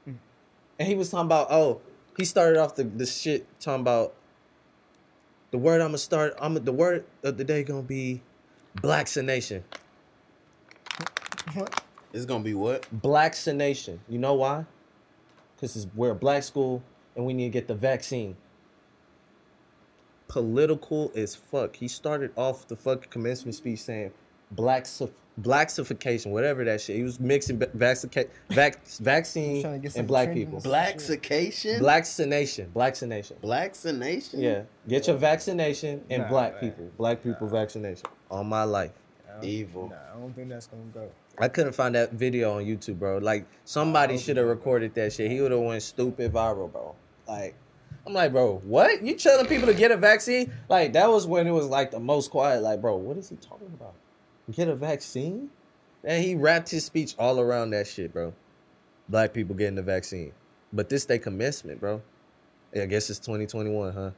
S6: And he was talking about, oh, he started off the, the shit talking about the word I'ma start, I'm the word of the day gonna be blacksination.
S1: It's gonna be what?
S6: Blacksination. You know why? Because we're a black school and we need to get the vaccine. Political as fuck. He started off the fucking commencement speech saying blacks blacksification, whatever that shit. He was mixing va- vaccica- vac- vaccine
S4: Trying to get some
S6: and black
S4: trending
S6: people.
S4: stuff.
S1: Blacksication.
S6: Blacksination. Blacksination.
S1: Blacksination.
S6: Yeah. Get your vaccination and
S4: Nah,
S6: black
S4: man.
S6: people. Black people vaccination. All my life.
S4: I don't-
S1: Evil.
S4: Nah, I don't think that's gonna go.
S6: I couldn't find that video on YouTube, bro. Like
S1: Oh,
S6: somebody should have recorded that shit. He would have went stupid viral, bro. Like I'm like, bro, what? You telling people to get a vaccine? Like that was when it was like the most quiet. Like, bro, what is he talking about? Get a vaccine? And he wrapped his speech all around that shit, bro. Black people getting the vaccine, but this they commencement, bro. Yeah, I guess it's 2021, huh?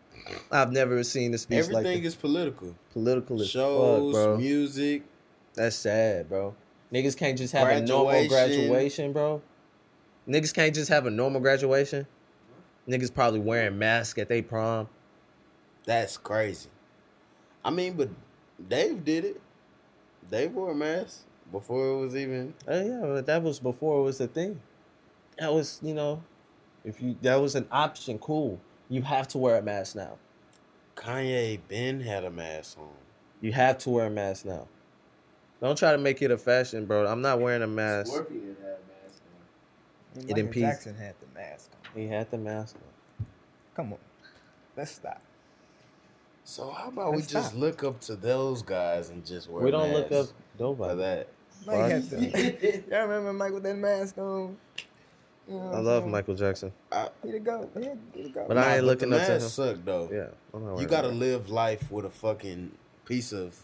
S6: I've never seen a speech
S1: Everything
S6: like this.
S1: is political.
S6: political as fuck,
S1: Shows,
S6: bro.
S1: music.
S6: That's sad, bro. Niggas can't just have a normal
S1: Graduation.
S6: graduation, bro. Niggas can't just have a normal graduation. Niggas probably wearing masks at they prom.
S1: That's crazy. I mean, but Dave did it. Dave wore a mask before it was even.
S6: Uh, Oh yeah, but that was before it was a thing. That was, you know, If you that was an option, cool. You have to wear a mask now.
S1: Kanye Ben had a mask on.
S6: You have to wear a mask now. Don't try to make it a fashion, bro. I'm not wearing a mask.
S2: Scorpion had a mask on.
S4: And
S6: It
S4: Michael
S6: impedes-
S4: Jackson had the mask on.
S6: He had the mask on.
S4: Come on, let's stop.
S1: So how about we
S4: Let's
S1: just
S4: stop.
S1: look up to those guys and just wear
S6: we don't look up
S1: masks for
S6: nobody.
S1: that.
S4: Mike had
S6: Fuck. [LAUGHS]
S4: the, y'all remember Mike with that mask on? You know what
S6: I
S4: I'm
S6: love
S4: saying?
S6: Michael Jackson.
S4: He the goat. He, he the goat.
S6: But I ain't
S1: the
S6: looking up to
S1: mask
S6: him.
S1: Suck though.
S6: Yeah, I'm not
S1: You
S6: wearing
S1: gotta
S6: that.
S1: live life with a fucking piece of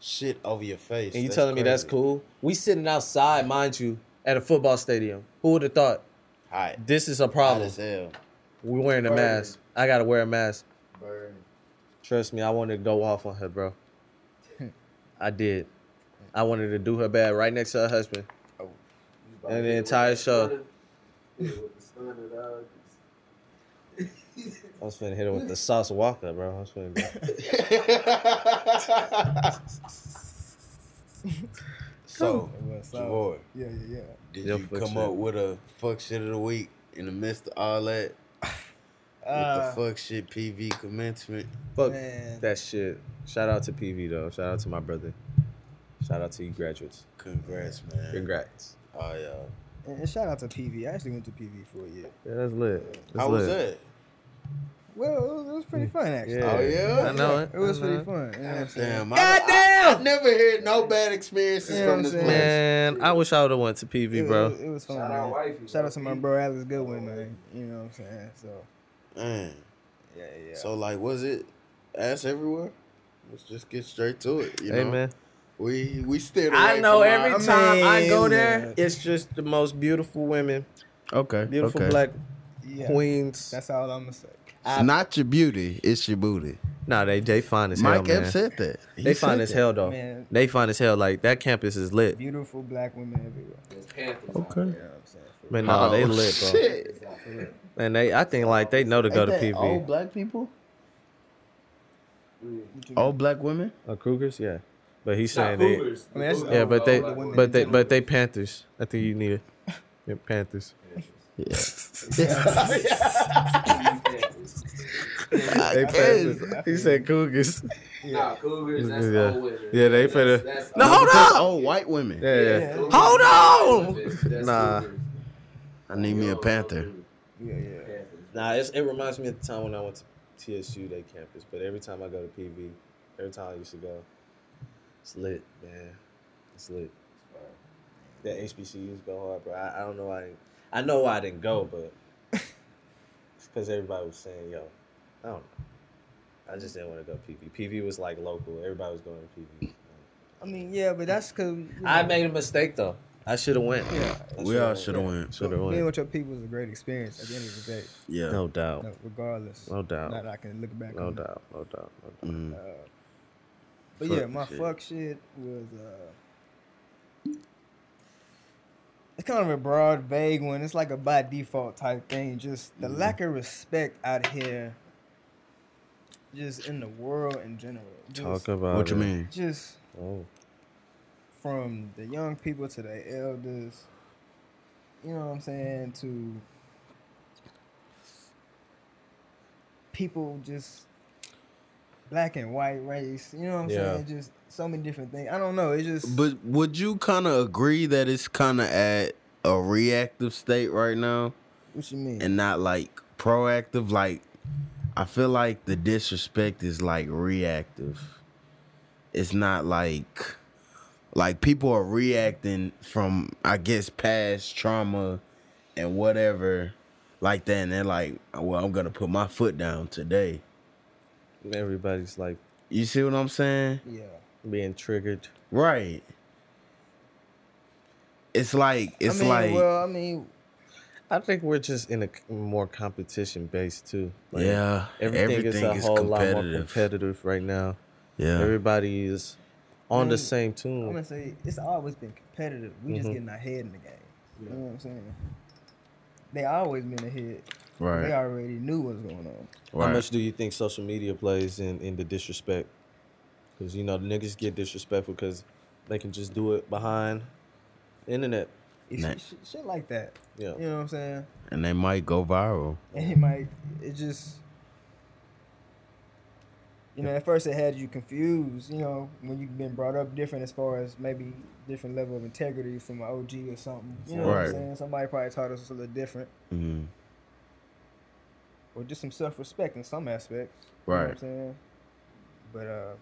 S1: shit over your face.
S6: And you telling me that's
S1: crazy.
S6: cool? We sitting outside, mind you, at a football stadium. Who would have thought
S1: Hot.
S6: this is a
S1: Hot
S6: problem?
S1: as hell.
S6: We wearing a mask. I gotta wear a mask.
S2: Burn.
S6: Trust me, I wanted to go off on her, bro.
S1: [LAUGHS]
S6: I did. I wanted to do her bad right next to her husband.
S1: Oh,
S6: And the entire show. [LAUGHS] I was finna hit her with the sauce walker, bro. I
S1: [LAUGHS]
S6: was finna go.
S1: [LAUGHS]
S6: Oh,
S1: so,
S4: It was so-
S1: Javor,
S4: Yeah, yeah, yeah.
S1: did
S6: Yo,
S1: you
S6: fuck
S1: come
S6: shit.
S1: up with a fuck shit of the week in the midst of all that?
S4: Uh,
S1: with the fuck shit PV commencement.
S6: Fuck
S4: Man.
S6: that shit. Shout out to PV though. Shout out to my brother. Shout out to you graduates.
S1: Congrats, man.
S6: Congrats.
S1: Oh, y'all.
S4: And, and shout out to PV. I actually went to PV for a year.
S6: Yeah, that's lit. That's
S1: How was
S6: lit.
S1: that?
S4: Well, it was, it was pretty fun actually.
S6: Yeah. Uh-huh.
S1: Oh, yeah?
S6: I know it.
S4: It was
S6: I know
S4: pretty
S6: it.
S4: fun. You know what I'm saying?
S1: Damn, I, I, I never hear no bad experiences
S4: You know
S1: from this
S4: what I'm saying?
S1: place.
S6: Man, I wish I would have went to
S4: It
S6: PV,
S4: was-
S6: bro.
S4: It, was fun.
S2: Shout out
S4: man.
S2: wifey,
S4: Shout out to
S2: bro.
S4: my bro Alex Goodwin, man. You know what I'm saying? So
S1: Man.
S4: yeah, yeah.
S1: So like, was it ass everywhere? Let's just get straight to it. You
S6: Hey
S1: know?
S6: man,
S1: we we still.
S6: I know every
S4: I
S6: time I
S4: mean,
S6: go there,
S4: yeah.
S6: it's just the most beautiful women,
S1: Okay,
S6: beautiful black
S4: yeah.
S6: queens.
S4: That's all I'm gonna say.
S1: It's not your beauty, it's your booty.
S6: nah, they they fine as
S1: Mike
S6: hell,
S1: F
S6: man.
S1: said that. He
S6: They
S1: said
S6: fine as
S1: that.
S6: hell though.
S4: Man.
S6: They fine as hell. Like that campus is lit.
S4: Beautiful black women everywhere.
S1: Okay.
S4: You know what I'm saying? For
S6: Man, no,
S1: Oh,
S6: they lit, bro.
S1: shit.
S6: And they, I think like they know to go to PV.
S1: black people.
S4: what you mean?
S1: Old black women.
S6: Uh, Cougars, yeah. But he's saying they,
S4: I mean, that's just
S6: yeah, but they,
S4: black women
S6: but
S4: in
S6: they,
S4: general.
S6: but they Panthers. I think you need it. Yeah, Panthers.
S1: [LAUGHS]
S6: They
S1: Panthers.
S6: He said Cougars.
S2: Nah, Cougars, that's
S6: Yeah.
S2: old women.
S6: Yeah, they
S2: That's-
S6: finna-
S2: that's
S6: No,
S2: old-
S6: hold
S1: Because
S6: up!
S1: Old white women.
S6: Yeah, yeah.
S4: Yeah.
S2: old
S6: Hold
S2: women.
S6: on!
S2: That's- that's
S6: Nah.
S2: Cougars.
S1: I need me a panther.
S4: Yeah, yeah.
S2: Panthers.
S6: Nah, it's, it reminds me of the time when I went to TSU day campus. But every time I go to PV, every time I used to go, it's lit, man. It's lit. That HBCUs go hard, bro. I, I don't know why. I, didn't- I know why I didn't go, but it's because everybody was saying, "Yo, I don't know." I just didn't want to go PV. PV was like local. Everybody was going to PV.
S4: I mean, yeah, but that's because you know,
S6: I made a mistake though. I should have went.
S4: Yeah.
S1: We all should have went.
S6: Should have
S4: being
S6: went.
S4: with your people is a great experience. At the end of the day,
S1: Yeah.
S6: No doubt.
S4: no, regardless.
S6: No doubt.
S4: Not that I can look back.
S6: No
S4: on it. uh,
S6: doubt. No doubt. No doubt.
S1: Mm.
S4: But
S1: Fuck
S4: yeah, my
S1: shit.
S4: fuck shit was uh it's kind of a broad, vague one. It's like a by default type thing. Just
S6: Mm-hmm.
S4: the lack of respect out here, just in the world in general. Just,
S6: Talk about
S1: What you
S6: it.
S1: mean?
S4: just
S6: Oh.
S4: from the young people to the elders. You know what I'm saying? To people just black and white race. You know what I'm
S6: Yeah.
S4: saying? Just so many different things. I don't know. It's just
S1: But would you kind of agree that it's kind of at a reactive state right now?
S4: what you mean?
S1: and not like proactive. Like I feel like the disrespect is like reactive. It's not like like people are reacting from I guess past trauma and whatever like that, and they're like, well, I'm gonna put my foot down today.
S6: Everybody's like
S1: You see what I'm saying?
S4: yeah.
S6: being triggered.
S1: Right. It's like it's
S4: I mean,
S1: like
S4: well, I mean,
S6: I think we're just in a c- more competition based too. Like,
S1: yeah,
S6: everything, is a whole lot more competitive right now.
S1: Yeah,
S6: Everybody is on
S4: I mean,
S6: the same
S4: I'm
S6: tune.
S4: gonna say it's always been competitive. We just
S6: Mhm.
S1: Mm-hmm.
S4: getting our head in the game. You know what I'm saying? They always been ahead. They
S1: right,
S4: already knew what was going on.
S1: right.
S6: How much do you think social media plays in, in the disrespect? Because you know the niggas get disrespectful because they can just do it behind the internet.
S4: It's
S1: Nah.
S4: shit, shit- shit like that.
S6: Yeah.
S4: You know what I'm saying?
S1: and they might go viral.
S4: And it might, it just, you know, at first it had you confused, you know, when you've been brought up different as far as maybe different level of integrity from an OG or something. You know what
S1: Right.
S4: I'm saying? Somebody probably taught us a little different.
S1: hmm
S4: or just some self respect in some aspects.
S1: Right.
S4: You know what I'm saying? But uh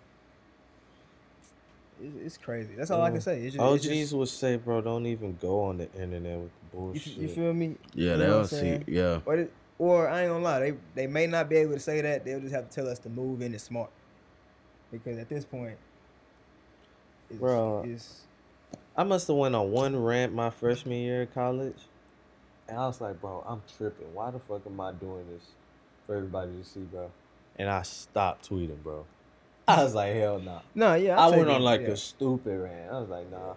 S4: it's, it's crazy. That's all I can say. It's just, it's
S6: OGs
S4: just-
S6: would say, bro, don't even go on the internet with the
S4: you,
S6: bullshit.
S4: f- you feel me?
S1: Yeah,
S4: You know what
S1: they'll
S4: I'm
S1: see.
S4: saying?
S1: Yeah,
S4: Or, it- or I ain't gonna lie, they they may not be able to say that. They'll just have to tell us to move in and smart. Because at this point, it's,
S6: Bro.
S4: it's
S6: I must have went on one rant my freshman year of college, and I was like, bro, I'm tripping. Why the fuck am I doing this for everybody to see, bro? And I stopped tweeting, bro. [LAUGHS] I was like, hell nah.
S4: no, yeah.
S6: I
S4: I've
S6: went
S4: taken-
S6: on like
S4: yeah.
S6: a stupid rant. I was like, nah,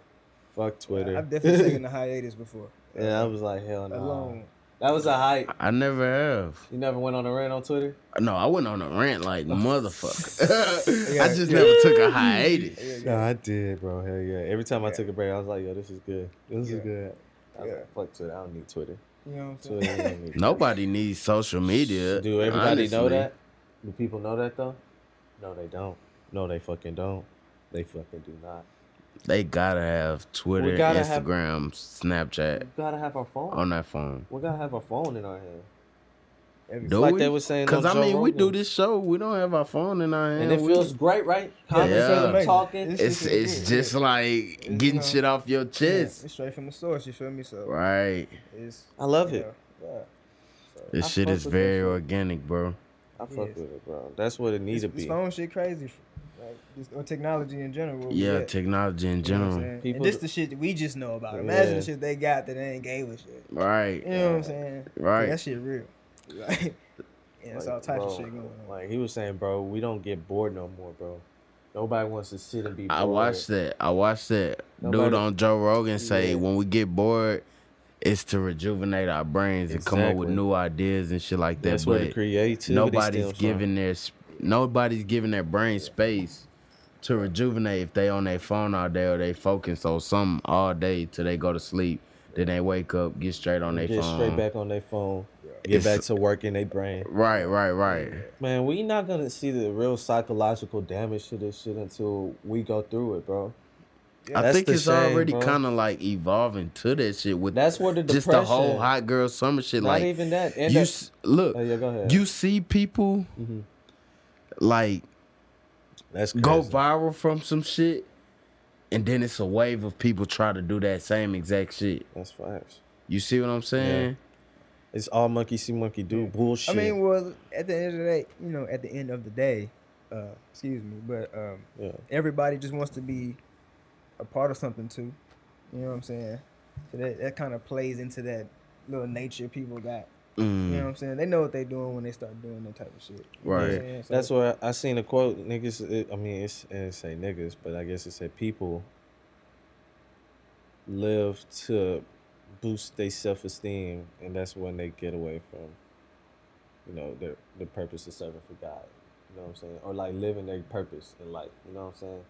S6: fuck Twitter.
S4: I've
S6: [LAUGHS]
S4: definitely taken a hiatus before.
S6: yeah, I was like, hell nah.
S4: Alone.
S6: That was a hype.
S1: I never have.
S6: You never went on a rant on Twitter?
S1: No, I went on a rant like
S6: [LAUGHS]
S1: motherfucker. [LAUGHS] I
S4: Yeah,
S1: just
S4: yeah.
S1: never took a hiatus.
S6: No, I did, bro. Hell yeah. Every time I
S4: Yeah.
S6: took a break, I was like, yo, this is good. This
S4: Yeah.
S6: is good. I was
S4: Yeah.
S6: like, fuck Twitter. I don't need Twitter.
S4: You know what I'm saying?
S6: [LAUGHS] Twitter. don't need
S1: Nobody needs social media.
S6: Do everybody know
S1: Uh, honestly.
S6: that? Do people know that though? No, they don't. No, they fucking don't. They fucking do not.
S1: They gotta have Twitter,
S6: gotta have-
S1: Instagram,
S6: We
S1: Snapchat
S6: gotta have our phone.
S1: on that phone.
S6: we gotta have our phone in our hand.
S4: Every-
S1: Do
S6: like
S1: we?
S6: they was saying
S1: Cause
S6: on
S1: I
S6: Joe
S1: mean, we do
S6: Rogan.
S1: this show. We don't have our phone in our hand.
S6: And it
S1: We-
S6: feels great, right? Conversating,
S1: Yeah.
S6: talking.
S4: It's-
S1: It's it's just like
S4: you
S1: getting
S4: know,
S1: shit off your
S4: yeah,
S1: chest,
S4: it's straight from the source, you feel me? So
S1: right?
S4: it's
S6: I love
S4: yeah,
S6: it.
S4: yeah.
S1: This
S6: I
S1: shit
S6: fuck
S1: is
S6: with that
S1: very
S6: shit.
S1: organic, bro.
S6: I fuck
S4: Yes.
S6: with it, bro. That's what it needs to
S4: This-
S6: be.
S4: This phone shit crazy, like just, or technology in general. where we
S1: Yeah,
S4: at,
S1: technology in
S4: you know what I'm
S1: general,
S4: saying?
S6: People-
S4: and this the shit that we just know about. Imagine
S6: Yeah.
S4: the shit they got that they ain't gave us shit. You
S1: right?
S4: know what I'm saying?
S1: Right.
S4: That shit real. [LAUGHS] Like, yeah, it's all types of
S6: bro,
S4: shit going on.
S6: Like he was saying, bro, we don't get bored no more, bro. Nobody wants to sit and be bored.
S1: I watched that. I watched that dude
S6: Nobody-
S1: on Joe Rogan say
S6: Yeah.
S1: when we get bored, it's to rejuvenate our brains and come up with
S6: Exactly.
S1: new ideas and shit like that.
S6: That's where the
S1: but
S6: creativity
S1: nobody's
S6: stems from.
S1: giving their s- nobody's giving their brain space to rejuvenate if they on their phone all day or they focus on something all day till they go to sleep. Then they wake up, get straight on their
S6: Get
S1: phone.
S6: straight back on their phone. Get
S1: It's-
S6: back to working their brain.
S1: Right, right, right.
S6: Man, we not gonna see the real psychological damage to this shit until we go through it, bro.
S1: I
S6: That's
S1: think
S6: the
S1: it's
S6: shame,
S1: already
S6: bro.
S1: kind of like evolving to that shit with
S6: That's where the
S1: just the whole
S6: depression-
S1: hot girl summer shit.
S6: Not
S1: like
S6: even that. And
S1: you
S6: that-
S1: s- look,
S6: Oh, yeah, go ahead. Mm-hmm.
S1: you see people like
S6: That's
S1: go
S6: crazy.
S1: viral from some shit, and then it's a wave of people try to do that same exact shit.
S6: That's facts.
S1: You see what I'm saying?
S6: It's all monkey see, monkey do
S4: I
S6: bullshit.
S4: mean, well, at the end of the day, you know, at the end of the day, uh, excuse me, but um,
S6: yeah,
S4: everybody just wants to be a part of something too. You know what I'm saying? So that, that kind of plays into that little nature people got.
S1: Mm,
S4: You know what I'm saying? They know what they're doing when they start doing that type of shit. You know what I'm
S1: Right.
S4: saying? So-
S6: that's where I seen a quote. Niggas, it, I mean, it's, it say niggas, but I guess it said people live to boost their self esteem, and that's when they get away from, you know, their the purpose of serving for God. You know what I'm saying? Or like living their purpose in life. You know what I'm saying?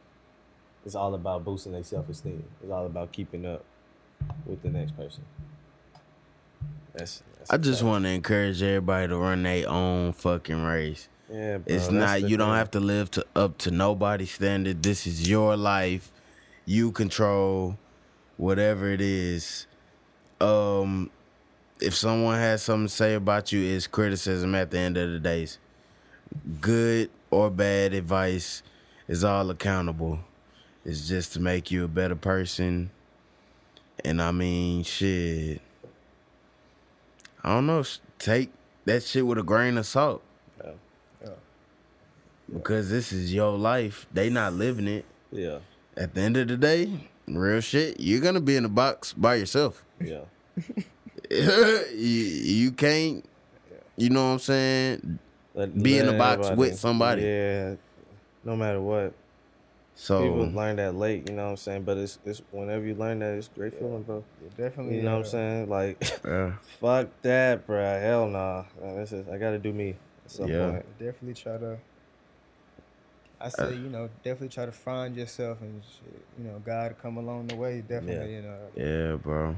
S6: It's all about boosting their self esteem. It's all about keeping up with the next person. That's. that's
S1: I
S6: a
S1: just
S6: fact.
S1: want to encourage everybody to run their own fucking race.
S6: Yeah, bro,
S1: It's
S6: that's
S1: not
S6: the
S1: you don't
S6: thing.
S1: have to live to up to nobody's standard. This is your life. You control whatever it is. Um if someone has something to say about you, it's criticism at the end of the day. Good or bad advice is all accountable. It's just to make you a better person. And I mean, shit. I don't know. s- Take that shit with a grain of salt because this is your life. They not living it.
S6: Yeah,
S1: At the end of the day, real shit, you're gonna be in a box by yourself. [LAUGHS]
S6: yeah.
S1: you, you can't. You know what I'm saying?
S6: Let-
S1: Be in
S6: let
S1: a box with
S6: everybody-
S1: somebody.
S6: Yeah, no matter what. People
S1: So
S6: learn that late, you know what I'm saying? But it's it's whenever you learn that, it's a great feeling, bro.
S4: Yeah, definitely.
S6: You know what
S4: uh,
S6: I'm saying? Like, [LAUGHS]
S1: uh,
S6: fuck that, bro. Hell nah. Uh, This is I gotta do me. At some
S1: Yeah.
S6: point.
S4: Definitely try to.
S6: Uh,
S4: I say, you know, definitely try to find yourself and shit. You know, God come along the way. Definitely, you know.
S1: yeah, bro.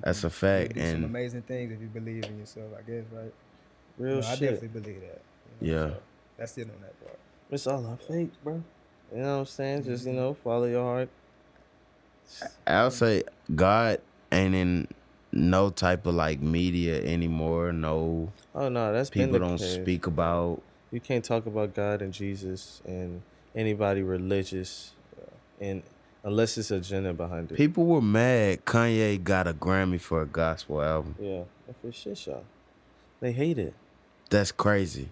S1: That's a
S4: You
S1: fact.
S4: do some
S1: And
S4: amazing things if you believe in yourself. I guess, right?
S6: Real
S4: No, I
S6: shit.
S4: definitely believe that. you know,
S1: yeah,
S4: so that's it on that part.
S6: It's all our faith, bro. You know what I'm saying? Just
S4: Mm-hmm.
S6: you know, follow your heart.
S1: I'll say God ain't in no type of like media anymore. No
S6: Oh no, that's been
S1: people
S6: the
S1: don't
S6: case.
S1: speak about.
S6: You can't talk about God and Jesus and anybody religious, uh, and unless it's agenda behind it.
S1: People were mad Kanye got a Grammy for a gospel album.
S6: yeah, that's for shit show. They hate it.
S1: That's crazy.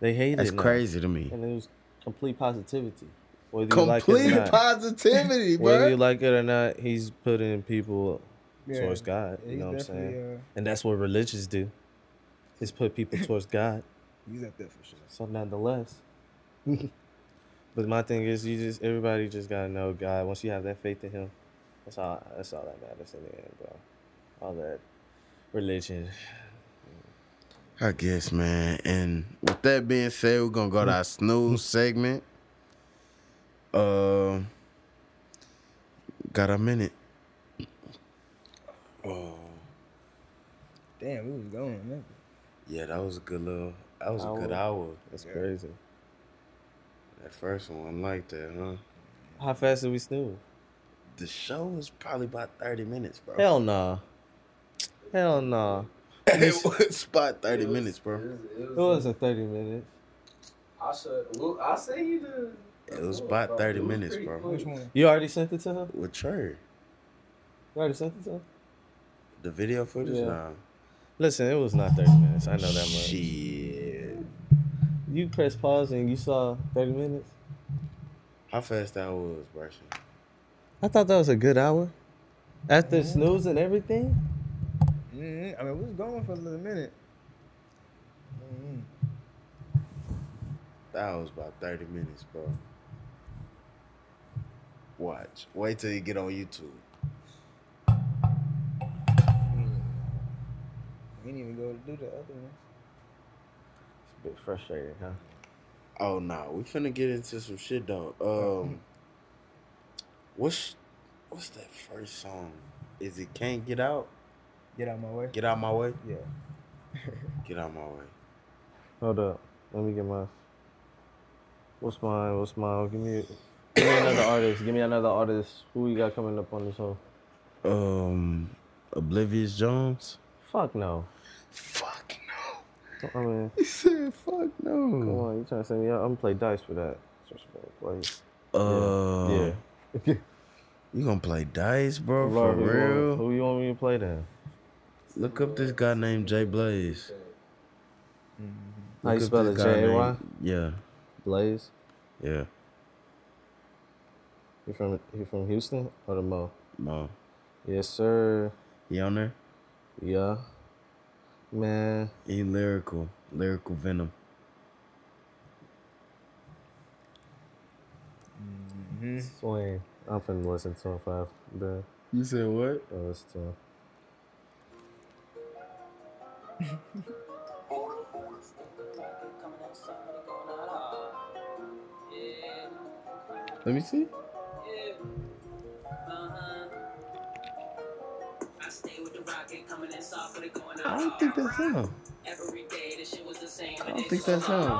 S6: They hate
S1: That's
S6: it. now.
S1: crazy to me.
S6: And it was complete positivity. Whether you like it or
S1: Complete
S6: not.
S1: positivity,
S6: [LAUGHS] Whether
S1: bro.
S6: you like it or not, he's putting people
S4: Yeah.
S6: towards God.
S4: Yeah,
S6: you
S4: he's
S6: know what I'm
S4: definitely,
S6: saying?
S4: uh,
S6: And that's what religions do. Is put people towards God.
S4: He's up there for sure.
S6: So
S4: [LAUGHS]
S6: nonetheless. but my thing is you just everybody just gotta know God. Once you have that faith in him, that's all that's all that matters in the end, bro. All that religion. [LAUGHS]
S1: I guess, man. And with that being said, we're gonna go to our
S6: [LAUGHS]
S1: snooze segment. Um, got a minute.
S4: Damn, we was going. Man.
S1: Yeah, that was a good little. That was a good hour.
S6: Hour. That's crazy.
S1: That first one like that, huh?
S6: How fast did we snooze?
S1: The show was probably about thirty minutes, bro.
S6: Hell nah. Hell nah.
S1: [LAUGHS] it was about thirty
S2: It was-
S1: minutes,
S2: It
S1: bro.
S2: was, it
S6: It
S2: was,
S6: was a thirty minutes.
S2: I should, well, I'll send you the.
S1: It was
S2: the
S1: about
S2: full, bro.
S1: 30
S2: It was
S1: minutes,
S2: pretty
S1: bro.
S2: quick.
S4: Which one?
S6: You already sent it to him?
S1: With Trey,
S6: You already sent it to him?
S1: the video footage.
S6: Yeah.
S1: Nah.
S6: Listen, it was not 30 minutes. I know that much.
S1: Shit.
S6: You pressed pause and you saw 30 minutes.
S1: How fast that was, bro?
S6: I thought that was a good hour. After snooze and everything?
S4: mm I mean, we was going for a little minute. Mhm.
S1: That was about 30 minutes, bro. Watch. Wait till you get on YouTube.
S4: We didn't even go to do the other one.
S6: It's a bit frustrating, huh?
S1: Oh nah, we finna get into some shit though. Um what's what's that first song? Is it Can't Get Out?
S4: Get out my way.
S1: Get out my way?
S4: Yeah.
S1: Get out my way.
S6: Hold up. Let me get my. What's mine? What's mine? Give me, give me another artist. Give me another artist. Who we got coming up on the show?
S1: Um Oblivious Jones?
S6: Fuck no.
S1: Fuck no.
S6: I mean,
S1: He said fuck
S6: come
S1: no.
S6: on. You trying to send me out? I'm going to play dice for that. Just for, Like,
S1: Uh
S6: yeah.
S1: You gonna play dice, bro? for
S6: Lord, who you want-
S1: real?
S6: Who you want me to play then?
S1: Look up this guy named Jay Blaze.
S6: How you
S1: Look up
S6: spell it?
S1: this guy
S6: J A Y?
S1: named- Yeah,
S6: Blaze?
S1: yeah.
S6: You from you from Houston or the Mo?
S1: Mo.
S6: Yes, sir.
S1: He on there?
S6: Yeah, man.
S1: He lyrical. Lyrical venom.
S6: Swing. I'm finna listen to him five. Oh, Bro,
S1: You said what?
S6: I listen to him.
S1: Let me see.
S7: Uh-huh.
S1: I don't think that's him.
S7: Every day the shit was the same.
S1: I don't think that's him.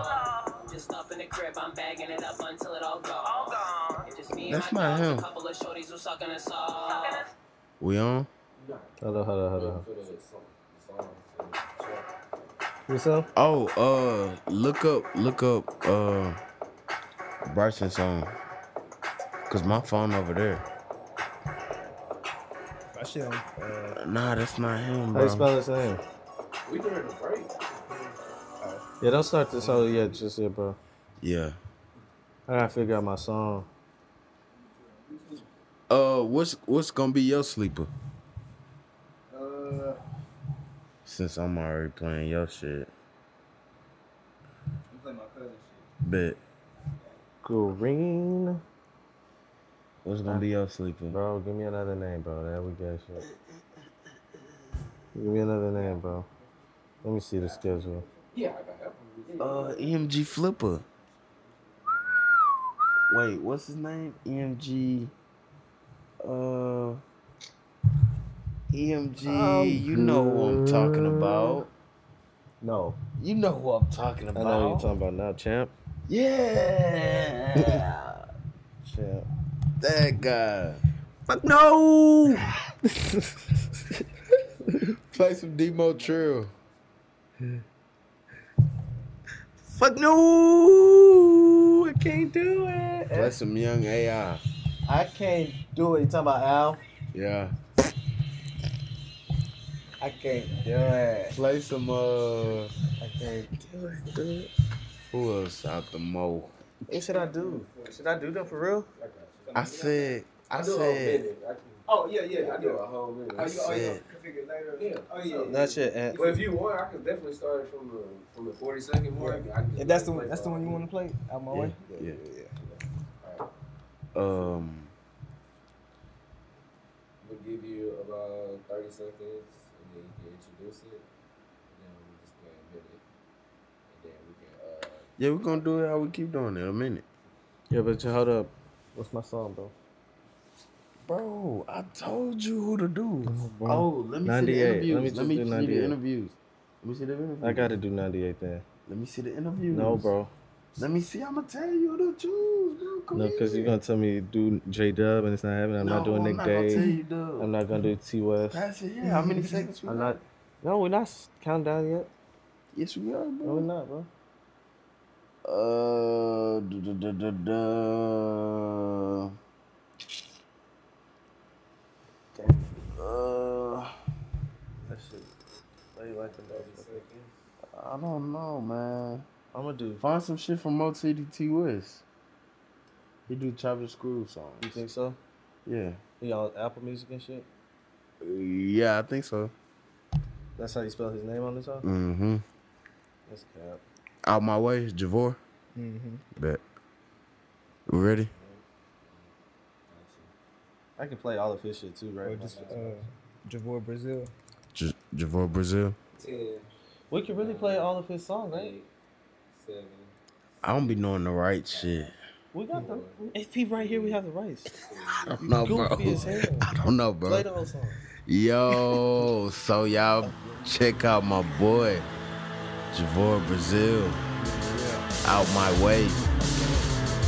S7: Just up in the crib, I'm bagging it up until it all gone. All gone. It's just me
S1: That's
S7: and my
S1: not
S7: dogs,
S1: him.
S7: a couple of shorties who sucking us off.
S1: We on?
S6: Hold on, hold on, hold on.
S2: For the song- the song for the track.
S6: What's up?
S1: Oh, uh, look up, look up, uh, Bryson's song. Cause my phone over there.
S4: I shit on. Uh,
S1: Nah, that's not him,
S6: How you
S1: bro.
S6: spell his name?
S2: We during the break.
S6: Yeah, don't start this whole yet. Just yet, bro.
S1: Yeah.
S6: I gotta figure out my song.
S1: Uh, what's what's gonna be your sleeper?
S4: uh,
S1: Since I'm already playing your shit,
S4: you play my cousin shit.
S1: bet.
S6: Green.
S1: What's gonna be your sleeper?
S6: Bro, give me another name, bro. There we go. Shit. Give me another name, bro. Let me see the schedule.
S1: Uh, EMG Flipper. Wait, E what's his name? EMG. Uh, EMG,
S6: Oh,
S1: you know who I'm talking about.
S6: No.
S1: You know who I'm talking
S6: I
S1: about.
S6: know what you're talking about now, champ.
S1: Yeah,
S6: [LAUGHS] Champ.
S1: that guy.
S6: Fuck no!
S1: [LAUGHS] Play some Demo Trill.
S6: Fuck no! I can't do it.
S1: Play some Young AI.
S6: I can't do it. You talking about Al?
S1: Yeah.
S6: I can't do it.
S1: Play some uh.
S6: I can't do it, dude.
S1: Who else out the mo?
S6: What should I do? Should I do that for real?
S1: I said. I said.
S2: Oh yeah, yeah, Oh, I do. a whole
S1: I said.
S4: Configure later.
S2: Yeah.
S4: Oh yeah.
S6: Not yet. Aunt.
S2: Well, if you want, I could definitely start it from the from the forty second mark. I can just
S4: If that's the
S2: play
S4: one, that's the
S2: for
S4: one you
S2: all-
S4: want to play. Out my way.
S1: Yeah. Um.
S2: We'll give you about thirty seconds, and then you can introduce it, and then we'll just play a minute, and then we can. Uh,
S1: Yeah, we're gonna do it how we keep doing it. A minute.
S6: Yeah, but hold up. What's my song, bro?
S1: Bro, I told you who to do.
S6: bro.
S1: Oh, let me see
S6: 98.
S1: the
S6: Let
S1: interviews.
S6: me
S1: Let me,
S6: just do
S1: see
S6: 98.
S1: the interviews. Let me see the interviews.
S6: I gotta do 98 then.
S1: Let me see the interviews.
S6: No, bro.
S1: Let me see. I'm gonna tell you who to choose, bro. Come
S6: No, because you're gonna tell me to do J Dub and it's not happening. I'm not doing Nick
S1: I'm not gonna tell
S6: Day.
S1: you, dude.
S6: I'm not gonna do T West.
S1: That's it. Yeah, how many seconds we
S6: I'm
S1: got?
S6: not. No, we're not s- counting down yet.
S1: Yes, we are,
S6: No, we're
S1: bro.
S6: not, bro.
S1: Uh, duh, duh, duh, duh, duh. Uh, I don't know, man.
S6: I'm gonna do.
S1: Find some shit from Mo City T West. He do Chopper Screw songs.
S6: You think so?
S1: Yeah.
S6: He on Apple Music and shit.
S1: Yeah, I think so.
S6: That's how you spell his name on the song.
S1: Mm-hmm.
S6: That's cap.
S1: Out my way, Javor.
S4: Mm-hmm.
S1: Bet. We ready?
S6: I can play all of his shit too,
S4: Or
S6: right?
S4: just uh, Javor Brazil.
S1: J- Javor Brazil.
S2: Ten,
S6: we can really play all of his songs, ain't
S2: eight, seven,
S1: I don't be knowing the right shit.
S6: we? We got the AP right here. We have the rights.
S1: I don't know, bro.
S6: Goofy as hell.
S1: [LAUGHS] I don't know,
S6: Play
S1: bro.
S6: the whole song.
S1: Yo, so y'all check out my boy, Javor Brazil. Out my way.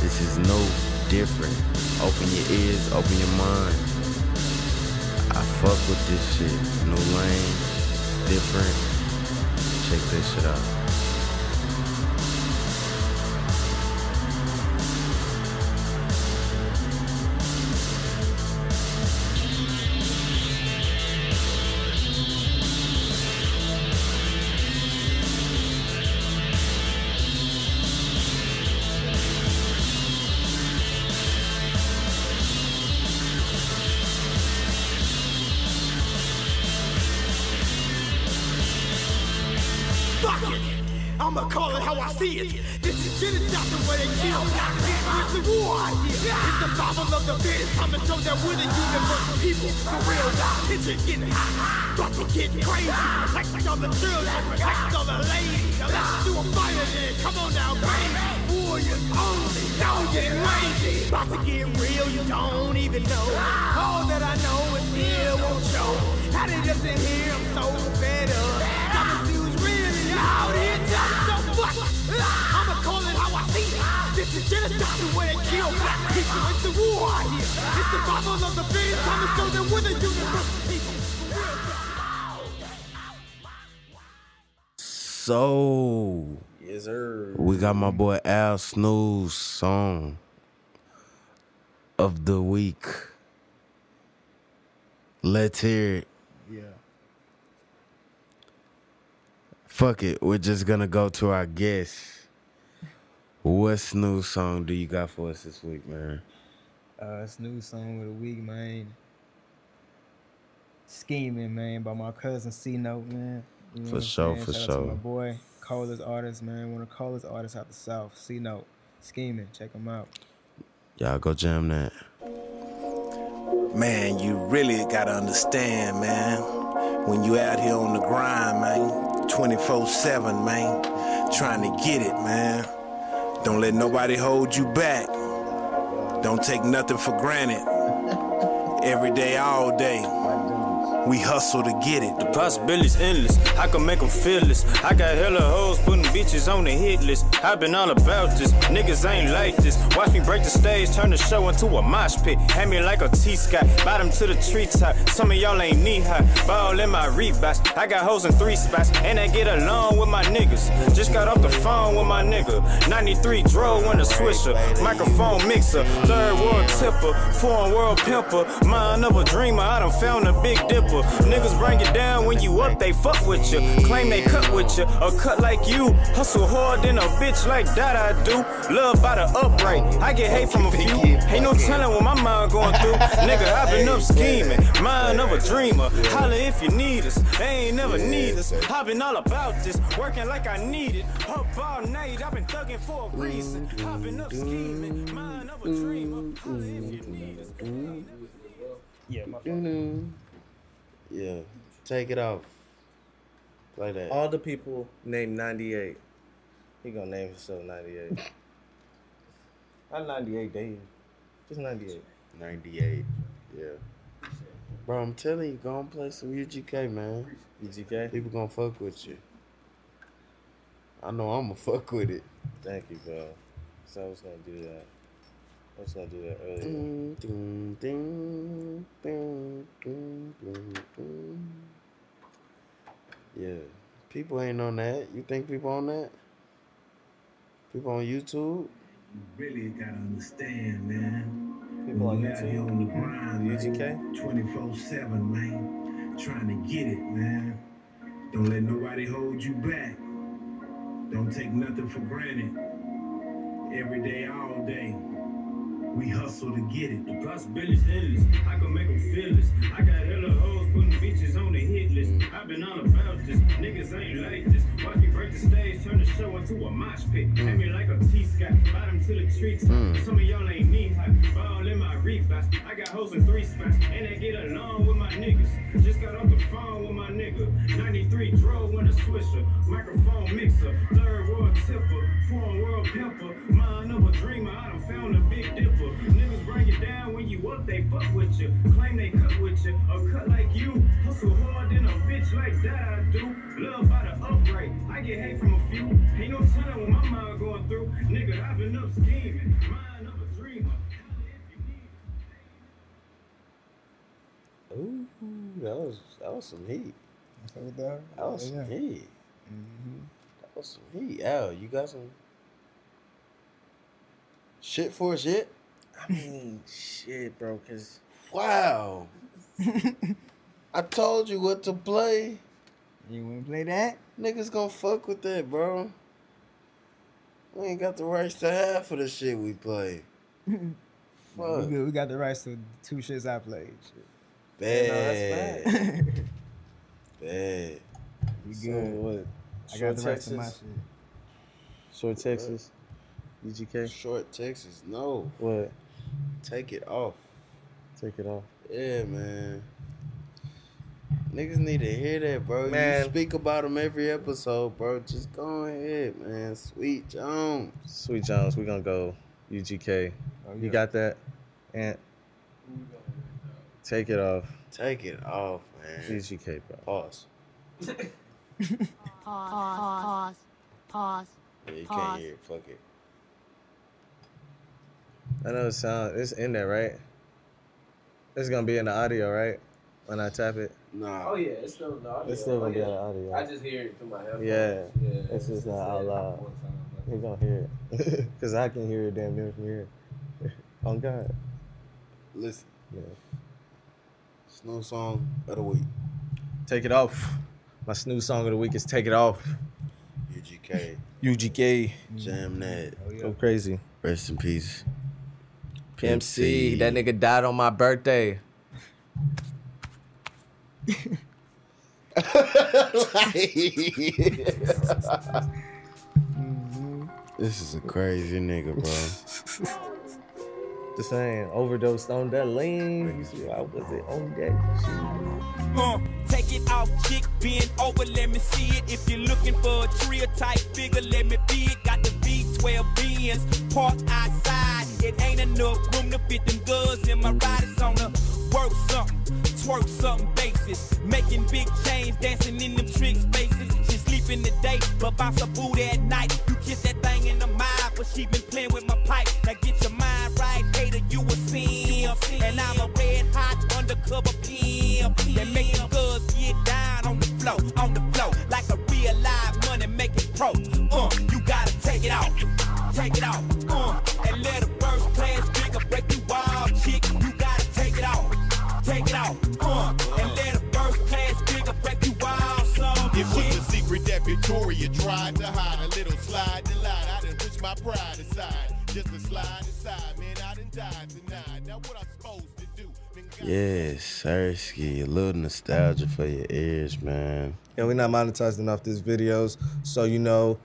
S1: This is no different. Open your ears, open your mind. I fuck with this shit. New lane, different. Check this shit out.
S8: Fuck it. I'ma call it how I see it. This is shit is not the way to kill. Not this. It's a war idea. It's the survival of the fittest. I'ma show that we're the universal people. For real, not kitchen getting hot. But to get crazy. Protect all the children. Protect all the ladies. Now let's do a fire then. Come on now, baby. Warriors only. Don't get lazy. About to get real. You don't even know. All that I know is still won't show. How they doesn't hear. I'm so fed up. Stop the dudes really out here just so fuck. I'ma call it how I see it. This is genocide the way they kill black people. It's the war I hear. It's the survival of the fittest. I'ma show them we're the universal people. Real
S1: So
S6: Yes, sir.
S1: we got my boy Al Snooze song of the week. Let's hear it.
S4: Yeah.
S1: Fuck it. We're just gonna go to our guest. What Snooze song do you got for us this week, man?
S4: Uh, it's new song of the week, man. Scheming, man, by my cousin C Note, man. You know
S1: For
S4: what I'm
S1: sure,
S4: saying?
S1: for
S4: Shout out to
S1: sure.
S4: my boy, Callers artist, man. One of Callers artists out the South, C Note. Scheming, check him out.
S1: Y'all go jam that.
S9: Man, you really gotta understand, man. When you out here on the grind, man, 24 7, man, trying to get it, man. Don't let nobody hold you back. [LAUGHS] Don't take nothing for granted. Every day, all day.
S10: We hustle to get it.
S8: The possibilities endless. I can make them feel this. I got hella hoes putting bitches on the hit list. i been all about this. Niggas ain't like this. Watch me break the stage, turn the show into a mosh pit. Hand me like a T Scott. Bottom to the treetop. Some of y'all ain't knee high. Ball in my Reeboks. I got hoes in three spots. And I get along with my niggas. Just got off the phone with my nigga. 93 drove on the swisher. Microphone mixer. Third world tipper. Foreign world pimper. Mind of a dreamer. I done found a big dipper. Niggas bring it down when you up, they fuck with you. Claim they cut with you, or cut like you. Hustle hard than a bitch like that I do. Love by the upright, I get hate from a few. Ain't no telling what my mind going through. Nigga, i been up scheming, mind of a dreamer. Holla if you need us, they ain't never need us. i been all about this, working like I need it. Up all night, i been thugging for a reason. i been up scheming, mind of a dreamer. Holla if you need us. They ain't never
S4: Yeah, my
S6: Yeah.
S1: Take it off.
S6: Play that. [LAUGHS] All the people named 98. He gonna name himself [LAUGHS] 98. Not 98 days. Just 98.
S1: 98. Yeah.
S6: Bro, I'm telling you, go and play some UGK, man. UGK? People gonna fuck with you.
S1: I know I'ma fuck with it.
S6: Thank you, bro. So I was gonna do that. I was gonna do that earlier.
S1: Ding, ding, ding, ding, ding, ding, ding.
S6: Yeah. People ain't on that. You think people on that? People on YouTube?
S11: Really gotta understand, man.
S6: People on
S11: You out here on the
S6: YouTube?
S11: grind,
S6: UGK?
S11: 24 7, man. Trying to get it, man. Don't let nobody hold you back. Don't take nothing for granted. Every day, all day. We hustle to get it. The
S8: possibilities endless. I can make them feel this. I got hella hoes putting bitches on the hit list. I've been all about this. Niggas ain't like this. Watch me break the stage, turn the show into a mosh pit. Hand me like a T Scott, bottom to the trees.
S12: Mm.
S8: Some of y'all ain't knee high. Ball in my Reeboks. I got hoes in three spots, and I get along with my niggas. Just got off the phone with my nigga. 93 drove on the swisher. Microphone mixer. Third world tipper. Foreign world pimper. Mind of a dreamer. I done found a big dipper. Niggas bring it down when you up, they fuck with you. Claim they cut with you. Or cut like you. Hustle hard than a bitch like that I do. Love by the upright. I get hate from a few. Ain't no telling what my mind going through. Nigga, I've been up scheming. Mind of a dreamer.
S6: Ooh, that was that was some heat.
S4: That
S6: That was
S4: yeah.
S6: some heat. Mm-hmm. That was some heat. Al, you got some shit for us yet? I mean, shit, bro. Cause [LAUGHS] wow, I told you what to play.
S4: You wanna play that?
S6: Niggas gonna fuck with that, bro. We ain't got the rights to half of the shit we play.
S4: We,
S6: Fuck.
S4: good. we got the rights to two shits I played. Shit.
S6: Bad.
S4: Bad.
S6: [LAUGHS] Bad.
S4: we
S6: So
S4: good.
S6: what?
S4: I
S6: Short
S4: got the rights to my shit.
S6: Texas? Short Texas. UGK. Short Texas. No. What? Take it off. Take it off. Yeah, man. Niggas need to hear that, bro. You
S1: Man.
S6: speak about them every episode, bro. Just go ahead, man. Sweet Jones. Sweet Jones, we're gonna go UGK. You got that? And take it off. Take it off, man. UGK, bro. Pause.
S13: Pause. Pause.
S6: Yeah, you can't
S13: Pause.
S6: hear it. Fuck it. I know it sound. It's in there, right? It's gonna be in the audio, right? When I tap it. Nah.
S2: Oh yeah, it's still in the audio.
S6: It's still
S2: oh,
S6: gonna be
S2: yeah.
S6: on the audio.
S2: I just hear it through my headphones.
S6: Yeah. It's
S2: it's
S6: just not out
S2: like
S6: loud.
S2: one time, like-
S6: You're gonna hear it. [LAUGHS] Cause I can hear it damn near from here. [LAUGHS] oh God.
S1: Listen,
S6: Yeah.
S1: Snow Song of the Week.
S6: Take it off. My snoo song of the week is "Take It Off." [LAUGHS]
S1: UGK.
S6: UGK.
S1: Jam that.
S6: Go crazy.
S1: Rest in peace.
S6: MC, that [LAUGHS] nigga died on my birthday. Mm-hmm.
S1: This is a crazy nigga,
S6: [LAUGHS]
S1: bro.
S6: Just saying, overdosed on that lean. I was it on that?
S14: Uh, take it off, chick, bend over, let me see it. If you're looking for a trio type figure, let me be it. Got the V12 bins parked outside. It ain't enough room to fit them guns in my ride. It's on the work something, twerk something, bake
S8: faces. Making big change, dancing in them trick spaces. She sleep in the day, but bounce a booty at night. You kiss that thing in the mouth, but she been playing with my pipe. Now get your mind right, hater, you a simp. And I'm a red hot undercover pimp. That make them girls get down on the floor, on the floor. Like a real live money making pro. Uh, you gotta take it off, take it off. Uh, and let a first class bigger break you wild, chick. You gotta take it off take it out. Uh, and let a first class bigger break you wild some.
S15: It was a secret that Victoria tried to hide. A little slide to lie. I done pushed my pride aside. Just a slide aside, man. I done died tonight. Now what I'm supposed to do?
S1: Yes, Sersky, a little nostalgia for your ears, man.
S6: Yeah, we're not monetizing enough these videos, so you know,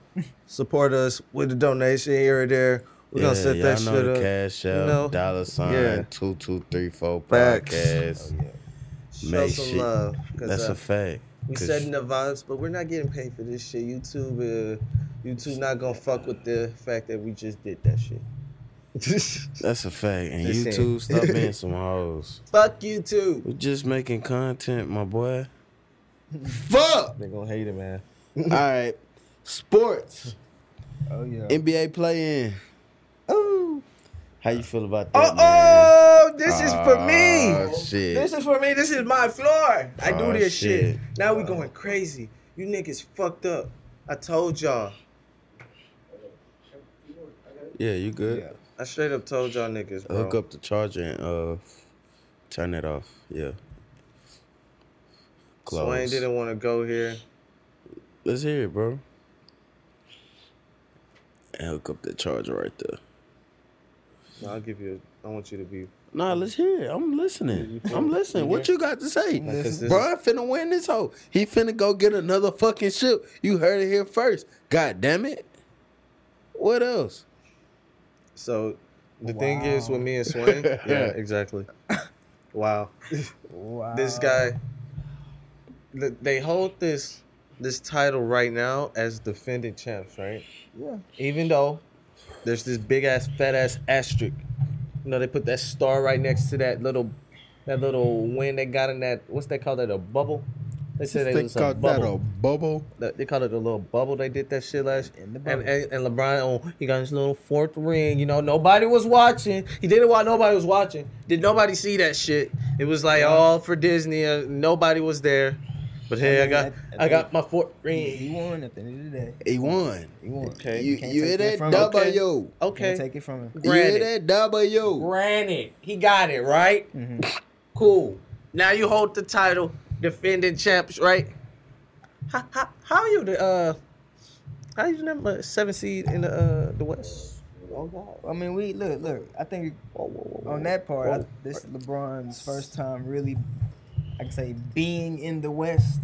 S6: support us with a donation here or there. We're gonna
S1: Yeah,
S6: set that
S1: y'all
S6: shit
S1: know the
S6: up.
S1: Cash
S6: you
S1: App,
S6: know?
S1: dollar sign,
S6: Yeah.
S1: two two three four
S6: Facts.
S1: podcast.
S6: Show
S1: Make
S6: some
S1: shit.
S6: love. 'cause,
S1: That's
S6: uh,
S1: a fact.
S6: We
S1: 'Cause
S6: setting the vibes, but we're not getting paid for this shit. YouTube, uh, YouTube not gonna fuck with the fact that we just did that [LAUGHS] shit.
S1: That's a fact. And
S6: Just
S1: YouTube,
S6: saying.
S1: stop
S6: [LAUGHS]
S1: being some hoes.
S6: Fuck YouTube.
S1: We're just making content, my boy.
S6: Fuck. They gonna hate it, man.
S1: All right, sports.
S4: Oh yeah.
S1: NBA play-in. Oh, how you feel about that?
S6: Oh, this is for me.
S1: Oh, shit.
S6: This is for me. This is my floor. I
S1: Oh,
S6: do this Ah, shit.
S1: shit.
S6: Now we going crazy. You niggas fucked up. I told y'all.
S1: Yeah, you good?
S6: I straight up told y'all niggas, bro.
S1: Hook up the charger and uh, turn it off. Yeah. Close.
S6: Swain didn't want to go here.
S1: Let's hear it, bro. And hook up the charger right there.
S6: No, I'll give you. A, I want you to be.
S1: Nah, let's hear it. I'm listening. I'm listening. What you got to say?
S6: Like, 'cause this
S1: Bro, I finna win this hoe. He finna go get another fucking ship. You heard it here first. God damn it. What else?
S6: So the thing is with me and Swain. yeah, exactly. Wow.
S4: Wow.
S6: This guy. th- They hold this this title right now as defending champs, right?
S4: Yeah.
S6: even though there's this big ass fat ass asterisk. You know, they put that star right next to that little that little win they got in that what's that called that a bubble? They said it
S1: They
S6: was a
S1: called that
S6: bubble.
S1: a bubble.
S6: That- They called it a little bubble. They did that shit last.
S4: In the
S6: and, and and LeBron, oh, he got his little fourth ring. You know, nobody was watching. He did it while nobody was watching. Did nobody see that shit? It was like all for Disney. uh, Nobody was there. But hey, I,
S4: mean,
S6: got
S4: at- at
S6: I
S4: the-
S6: got my fourth ring.
S4: He won at the end of the day.
S1: He won.
S4: He won.
S6: Okay.
S1: You-
S4: can't
S1: you
S4: take
S1: hear that
S4: from him.
S1: W.
S6: Okay.
S4: Can't take it from him.
S1: You hear that W.
S6: Granted, he got it right. Cool. Now you hold the title, defending champs, right? How how, how you the uh? How you number seven seed in the uh the West? Oh God.
S4: I mean, we look, look. I think on that part, I, this is LeBron's first time really, I can say, being in the West.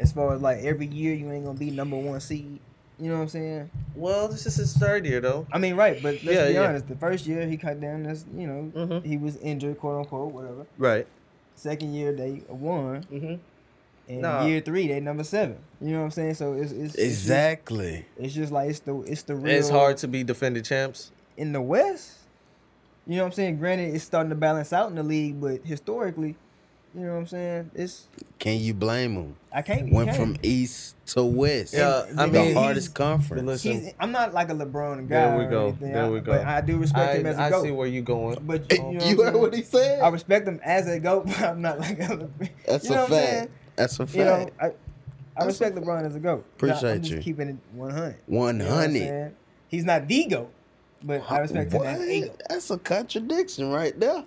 S4: As far as like every year, you ain't gonna be number one seed. You know what I'm saying?
S6: Well, this is his third year though.
S4: I mean, right? But let's
S6: Yeah,
S4: be
S6: yeah. Mm-hmm.
S4: honest. The first year he cut down. This, you know, he was injured, quote unquote, whatever.
S6: Right.
S4: Second year they won.
S6: Mm-hmm.
S4: And
S6: Nah.
S4: year three they number seven. You know what I'm saying? So it's, it's it's just-
S1: Exactly.
S4: It's just like it's the it's the real.
S6: It's hard to be defending champs.
S4: in the West. You know what I'm saying? Granted, it's starting to balance out in the league, but historically, you know what I'm saying? It's
S1: Can you blame him?
S4: I can't. you
S1: Went
S4: can't.
S1: from east to west.
S6: Yeah, Uh, I
S1: the
S6: mean,
S1: hardest conference.
S6: [LAUGHS]
S4: He's, I'm not like a LeBron guy.
S6: There we
S4: or
S6: go.
S4: anything,
S6: There
S4: I-
S6: we go.
S4: But I do respect him as a
S6: I
S4: goat.
S6: see where you going. [LAUGHS]
S4: But you, know
S1: You heard what he said?
S4: I respect him as a goat, [LAUGHS] but I'm not like a LeBron.
S1: That's
S4: you know
S1: a
S4: what I'm saying?
S1: fact. That's a fact.
S4: You know, I, I respect LeBron as a goat. Now, I'm
S1: Appreciate
S4: just
S1: you.
S4: keeping it 100.
S1: One
S4: You know what I'm
S1: hundred.
S4: saying? He's not the goat, but I respect him as a goat.
S1: What? That's a contradiction right there.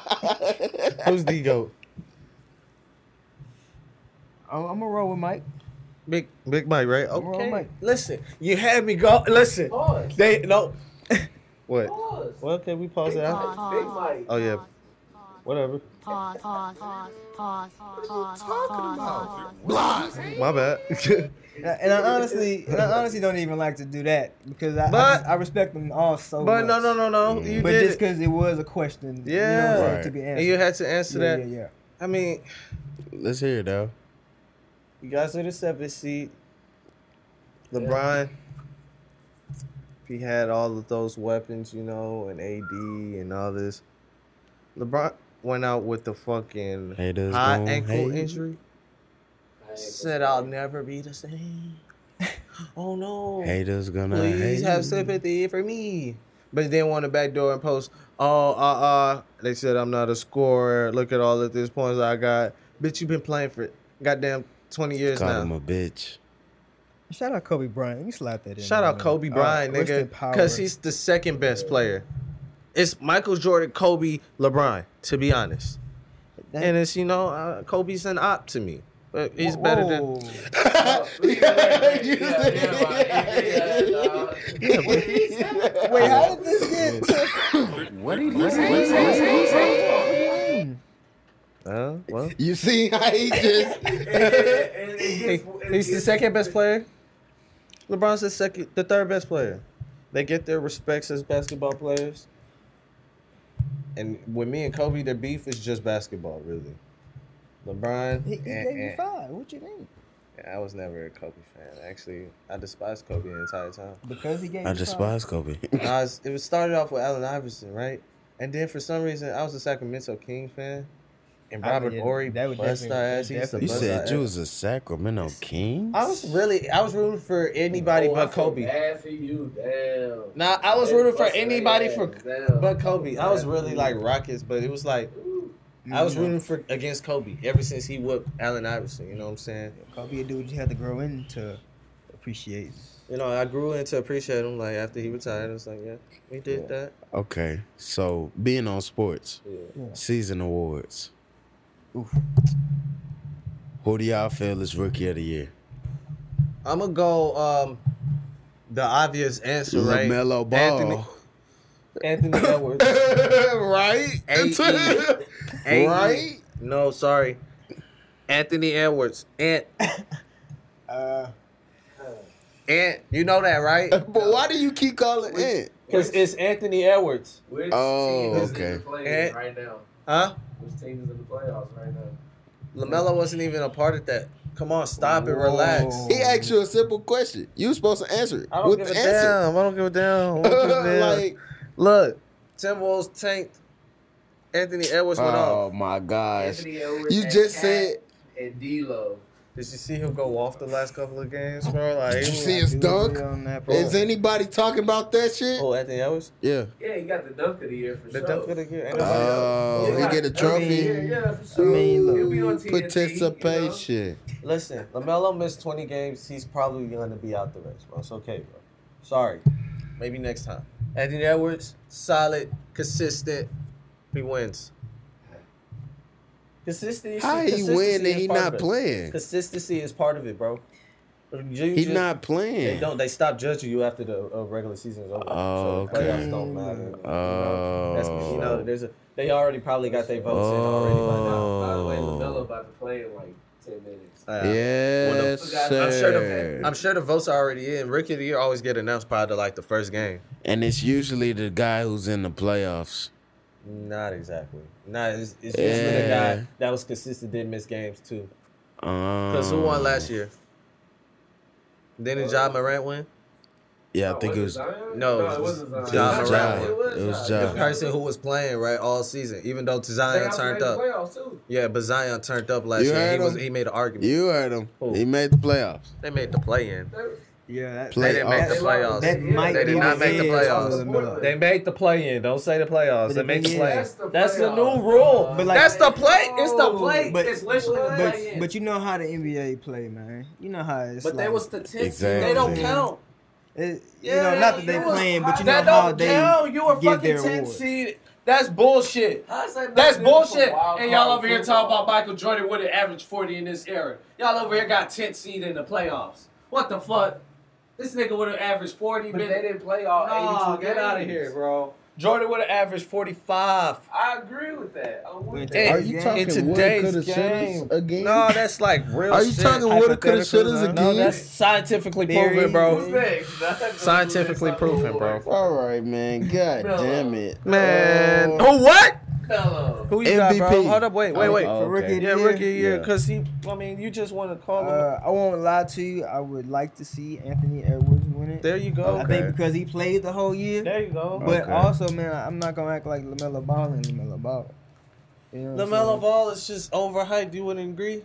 S1: [LAUGHS]
S6: Who's the goat?
S4: I'm, I'm gonna roll with Mike.
S6: Big Big Mike, right?
S4: I'm roll with
S6: Okay.
S4: Mike.
S6: Listen, you had me go. Listen,
S2: Pause.
S6: they no. What?
S2: Pause.
S6: Well, okay, we pause it out.
S2: Big Mike.
S6: Oh yeah. Whatever.
S5: Pause, pause, pause, pause, pause, pause, pause.
S6: My bad.
S4: And I honestly, and I honestly don't even like to do that because I, I
S6: But-
S4: just- I, respect them all so
S6: But
S4: much.
S6: no, no, no, no. You
S4: but
S6: did
S4: just
S6: it.
S4: because it was a question, you know what I'm
S6: Yeah.
S4: saying, to be answered.
S6: And you had to answer
S4: Yeah,
S6: that.
S4: Yeah, yeah.
S6: I mean,
S1: Let's hear it though.
S6: you guys are the seventh seed. LeBron, if he had all of those weapons, you know, and AD and all this, LeBron, went out with the fucking
S1: Haters
S6: high
S1: gon'
S6: ankle
S1: hate.
S6: injury. Said I'll never be the same. [GASPS] oh no.
S1: Haters gonna
S6: Please
S1: hate.
S6: have sympathy for me. But then want to backdoor and post, oh, uh, uh, they said I'm not a scorer. Look at all of these points I got. Bitch, you've been playing for goddamn 20 years
S1: Called
S6: now.
S1: him a
S6: [LAUGHS]
S1: bitch.
S4: Shout out Kobe Bryant. Let me slap that in.
S6: Shout
S4: there,
S6: out
S4: man.
S6: Kobe
S4: Uh,
S6: Bryant,
S4: rest in
S6: nigga,
S4: power.
S6: because he's the second best player. It's Michael Jordan, Kobe, LeBron, to be honest. and it's you know uh, Kobe's an op to me, but he's better than.
S4: [LAUGHS] Wait, how did this get?
S1: What did
S4: he say? What did he say?
S6: Uh, well,
S1: you see how he just.
S4: [LAUGHS]
S6: he's the second best player. LeBron's the second, the third best player. They get their respects as basketball players. And with me and Kobe, their beef is just basketball, really. LeBron.
S4: He, he
S6: and-
S4: gave you
S6: and-
S4: five. What you think?
S6: Yeah, I was never a Kobe fan. Actually, I despised Kobe the entire time.
S4: Because he gave
S1: I despise Kobe.
S6: I was, it was started off with Allen Iverson, right? And then for some reason, I was a Sacramento King fan. And
S4: I would-
S6: Robert
S4: yeah,
S6: Ory
S4: that would
S6: bust our
S4: definitely-
S6: ass. He used to
S1: You
S6: bust our
S1: said you
S6: ass.
S1: was a Sacramento King?
S6: I was really, I was rooting for anybody
S2: Oh, I
S6: but
S2: feel
S6: Kobe.
S2: Bad for you, damn.
S6: Nah, I was
S2: They
S6: rooting for
S2: busted their
S6: anybody
S2: ass,
S6: for
S2: damn.
S6: but Kobe. I was
S2: Bad for
S6: really
S2: you.
S6: like Rockets, but it was like I was rooting for against Kobe ever since he whooped Allen Iverson. You know what I'm saying?
S4: Kobe a dude you had to grow into, appreciate.
S6: You know, I grew into appreciate him like after he retired. I was like, yeah, we did that.
S1: Okay, so being on sports,
S6: Yeah.
S1: season awards. Who do y'all feel is rookie of the year?
S6: I'm gonna go um the obvious answer, right?
S1: LaMelo Ball.
S6: Anthony, Anthony E, Edwards.
S1: [LAUGHS] right?
S6: AE.
S1: [LAUGHS]
S6: AE.
S1: Right?
S6: No, sorry. Anthony Edwards. Ant.
S4: Uh,
S6: Ant. You know that, right?
S1: But why do you keep calling it?
S6: Because it's Anthony Edwards.
S2: Which
S1: Oh,
S2: team is
S1: okay.
S2: in the playoffs
S6: And-
S2: right now?
S6: Huh?
S2: Which team is in the playoffs right now?
S6: LaMelo wasn't even a part of that. Come on, stop it, relax.
S1: He asked you a simple question. You were supposed to answer it
S6: I don't
S1: with
S6: give
S1: the
S6: a
S1: answer.
S6: damn. I don't give a damn. I don't give
S1: [LAUGHS]
S6: [LAUGHS] a damn.
S1: Like-
S6: Look, Timberwolves tanked. Anthony Edwards went
S1: Oh
S6: off.
S1: my gosh!
S2: Anthony Edwards
S1: You
S2: and
S6: E.
S1: just
S2: Cat
S1: said.
S2: and D'Lo.
S6: Did you see him go off the last couple of games, bro? Like,
S1: Did you
S6: he was-
S1: see his dunk?
S4: on that, bro.
S1: Is anybody talking about that shit?
S6: Oh, Anthony Edwards.
S1: Yeah.
S2: Yeah, he got the dunk of the year for
S6: The
S2: sure.
S6: dunk of the year. Ain't nobody
S1: Oh,
S2: Yeah,
S1: he get a
S2: like, I mean,
S1: trophy.
S2: yeah, yeah, for
S1: Ooh,
S2: sure. He'll be on TNT,
S1: participation.
S6: Listen, Lamelo missed 20 games. He's probably gonna be out the race, bro. It's okay, bro. Sorry. Maybe next time. Anthony Edwards, solid, consistent. He wins. Consistency.
S1: How he
S6: consistency
S1: win and
S6: is
S1: he
S6: part
S1: not
S6: of it.
S1: playing?
S6: Consistency is part of it, bro. You
S1: He
S6: just-
S1: not
S6: They
S1: playing.
S6: don't. They stop judging you after the uh, regular season is over.
S1: Oh,
S6: so
S1: okay.
S6: Playoffs don't matter.
S1: Oh.
S6: That's, you know, there's a. They already probably got their votes in already by now.
S2: By the way,
S1: Oh.
S2: LaMelo about to play in like 10 minutes.
S6: Uh,
S1: Yes,
S6: I'm sure,
S1: sir.
S6: the, I'm sure the votes are already in. Rookie of the year always get announced prior to like the first game.
S1: And it's usually the guy who's in the playoffs.
S6: Not exactly. Not it's, it's usually the
S1: Yeah.
S6: guy that was consistent did miss games too. Because
S1: Because
S6: who won last year? Didn't Ja Morant win?
S1: Yeah, I think it was.
S6: No,
S2: No, Oh, it
S6: it was
S2: wasn't Zion.
S6: Ja
S1: It was
S6: Morant.
S1: Ja.
S6: won.
S1: It was
S6: The
S1: Ja.
S6: person who was playing right all season, even though
S2: They
S6: Zion
S2: got
S6: turned
S2: to make
S6: up.
S2: the playoffs, too.
S6: Yeah, but Zion turned up last
S1: You
S6: year.
S1: heard
S6: and He was
S1: him?
S6: he made an argument.
S1: You heard him. He made the playoffs.
S6: They made the play in.
S4: Yeah, that,
S6: They didn't make the
S4: Playoffs.
S6: playoffs.
S4: That might
S6: they
S4: be
S6: did not
S4: the
S6: make the
S4: edge for
S6: playoffs.
S4: LaMelo.
S6: They made the play in. Don't say the
S4: But
S6: playoffs. they
S4: the
S6: made the
S4: thing
S6: play.
S4: is-
S6: in. That's the new rule.
S4: But like-
S6: That's the play. It's the play.
S4: But-
S2: it's literally the
S4: But,
S2: play-in.
S4: but you know how the NBA play, man. You know how it's.
S2: But
S4: like,
S2: they was the 10th
S1: Exactly.
S2: They don't count.
S4: It,
S6: Yeah,
S4: you know, not that they
S6: you was-
S4: playing, but you know
S6: that
S4: how
S6: don't
S4: they
S6: count. You a
S4: give their
S6: fucking 10
S4: awards.
S6: seed. That's bullshit.
S2: How's that not
S6: That's
S2: good for
S6: bullshit.
S2: wild
S6: And y'all
S2: card
S6: over here
S2: football?
S6: talking about Michael Jordan would have averaged 40 in this era. Y'all over here got 10th seed in the playoffs. What the fuck? This nigga would have averaged 40
S2: But they
S6: minutes.
S2: didn't play all 82
S6: Nah, get
S2: games.
S6: out of here, bro. Jordan would have averaged 45.
S2: I agree with that. I want
S4: Hey,
S1: Are
S2: that.
S1: you
S4: in
S1: talking
S6: today's
S1: what coulda
S6: game-
S1: shouldas again?
S6: No, that's like real
S1: Are you
S6: shit.
S1: talking woulda, coulda, shouldas
S6: Hypotheticals, No,
S1: again?
S6: that's scientifically proven,
S4: Theories.
S2: Who's
S6: bro.
S2: next? [LAUGHS]
S6: Scientifically proven, [LAUGHS] bro.
S1: All right, man. God
S2: Bro.
S1: damn it,
S6: Man.
S1: Oh.
S6: Who what?
S2: Hello.
S6: Who you got, bro?
S1: MVP.
S6: Hold up, wait, wait, wait.
S1: Oh,
S4: For rookie
S1: okay.
S4: of the
S6: Yeah,
S4: year,
S6: rookie of the year,
S1: Yeah.
S6: because he, I mean, you just want to call him.
S4: Uh, I won't lie to you. I would like to see Anthony Edwards win it.
S6: [LAUGHS] there you go.
S4: I
S1: Okay.
S4: think because he played the whole year.
S6: There you go.
S4: But
S1: Okay.
S4: also, man, I'm not gonna act like Lamelo Ball and Lamelo Ball. You know what I'm
S6: LaMelo
S4: saying?
S6: Ball is just overhyped. You wouldn't agree?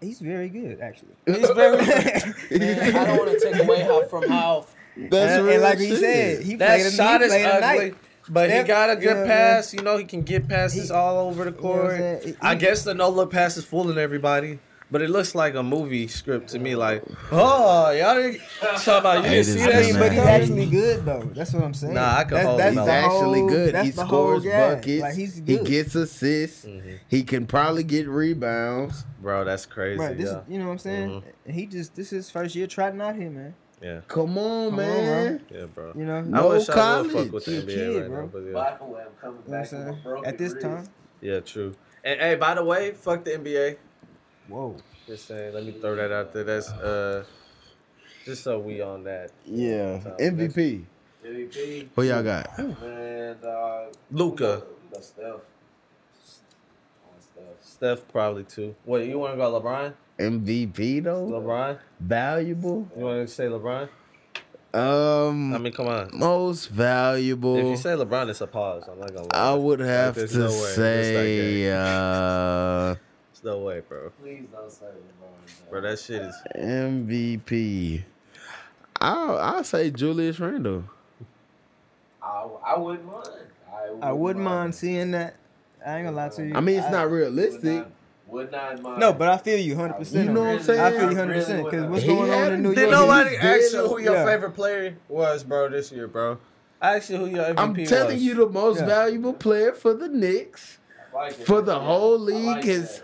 S4: He's very good, actually.
S6: He's
S4: [LAUGHS]
S6: very good. Man, I don't want to take away how,
S2: [LAUGHS]
S6: from how.
S4: That's And- and real like he shit. said, he
S6: that
S4: played a-
S6: shot
S4: he
S6: is
S4: played a
S6: ugly.
S4: night.
S6: But
S4: Steph-
S6: he got
S4: you
S6: a
S4: know
S6: good
S4: what I'm
S6: pass. You know, he can get passes all over the
S4: know what I'm
S6: court.
S4: saying? He-
S6: I guess the no look pass is fooling everybody. But it looks like a movie script to me. Like, oh, y'all [LAUGHS] didn't talk about you
S4: Hey,
S6: didn't
S4: this
S6: see
S4: is
S6: that.
S4: good,
S6: shit
S4: But he's
S6: coming?
S4: actually good though. That's what I'm saying.
S6: Nah, I can
S4: That's-
S6: hold
S4: that's
S6: him
S4: the
S6: out.
S1: He's actually
S4: whole-
S1: good.
S4: that's
S1: He
S4: the whole
S1: scores
S4: guy.
S1: buckets.
S4: Like, he's
S1: He
S4: good.
S1: gets assists.
S6: Mm-hmm.
S1: He can probably get rebounds.
S6: Bro, that's crazy.
S4: Right, this is, you know what I'm saying?
S1: Mhm.
S4: And He just this is his first year trotting out here, man.
S6: Yeah.
S1: Come on,
S4: Come on, bro.
S1: man.
S6: Yeah, bro.
S4: You know,
S1: No college.
S4: He a kid, bro.
S6: but yeah.
S4: You know what I'm saying? At this time,
S6: Yeah, true. And hey, by the way, fuck the NBA.
S4: Whoa.
S6: Just saying, let me throw that out there. That's uh just so we on that.
S1: Yeah.
S6: Top.
S1: MVP.
S2: MVP.
S1: Who y'all got?
S2: Man, uh,
S6: Luca.
S2: we got Steph.
S6: Steph probably too. Wait, you wanna go LeBron?
S1: MVP though.
S6: LeBron.
S1: Valuable.
S6: You wanna say LeBron?
S1: Um.
S6: I mean, come on.
S1: Most valuable.
S6: If you say LeBron, it's a pause. I'm not gonna lie.
S1: I would
S6: Like,
S1: have
S6: there's
S1: to
S6: no way. It's like
S1: say uh,
S6: that. There's no way, bro.
S2: Please don't say LeBron.
S6: Bro, that shit is
S1: MVP. I'll I'll say Julius Randle.
S2: I, I wouldn't mind. I,
S4: I wouldn't mind seeing that. I ain't gonna lie to you.
S1: I mean, it's not realistic.
S2: Would not mind.
S4: No, but I feel you 100. percent
S1: You know what I'm saying?
S4: I feel you 100 percent because what's
S1: He
S4: going on in
S1: hadn't
S4: New York?
S1: been
S6: Did
S1: Yo,
S6: nobody
S1: he's
S6: ask
S1: dead
S6: you who your
S4: Yeah.
S6: favorite player was, bro, this year, bro? I asked you who your MVP
S1: I'm
S6: was.
S1: telling you, the most valuable player for the Knicks, for the whole league, is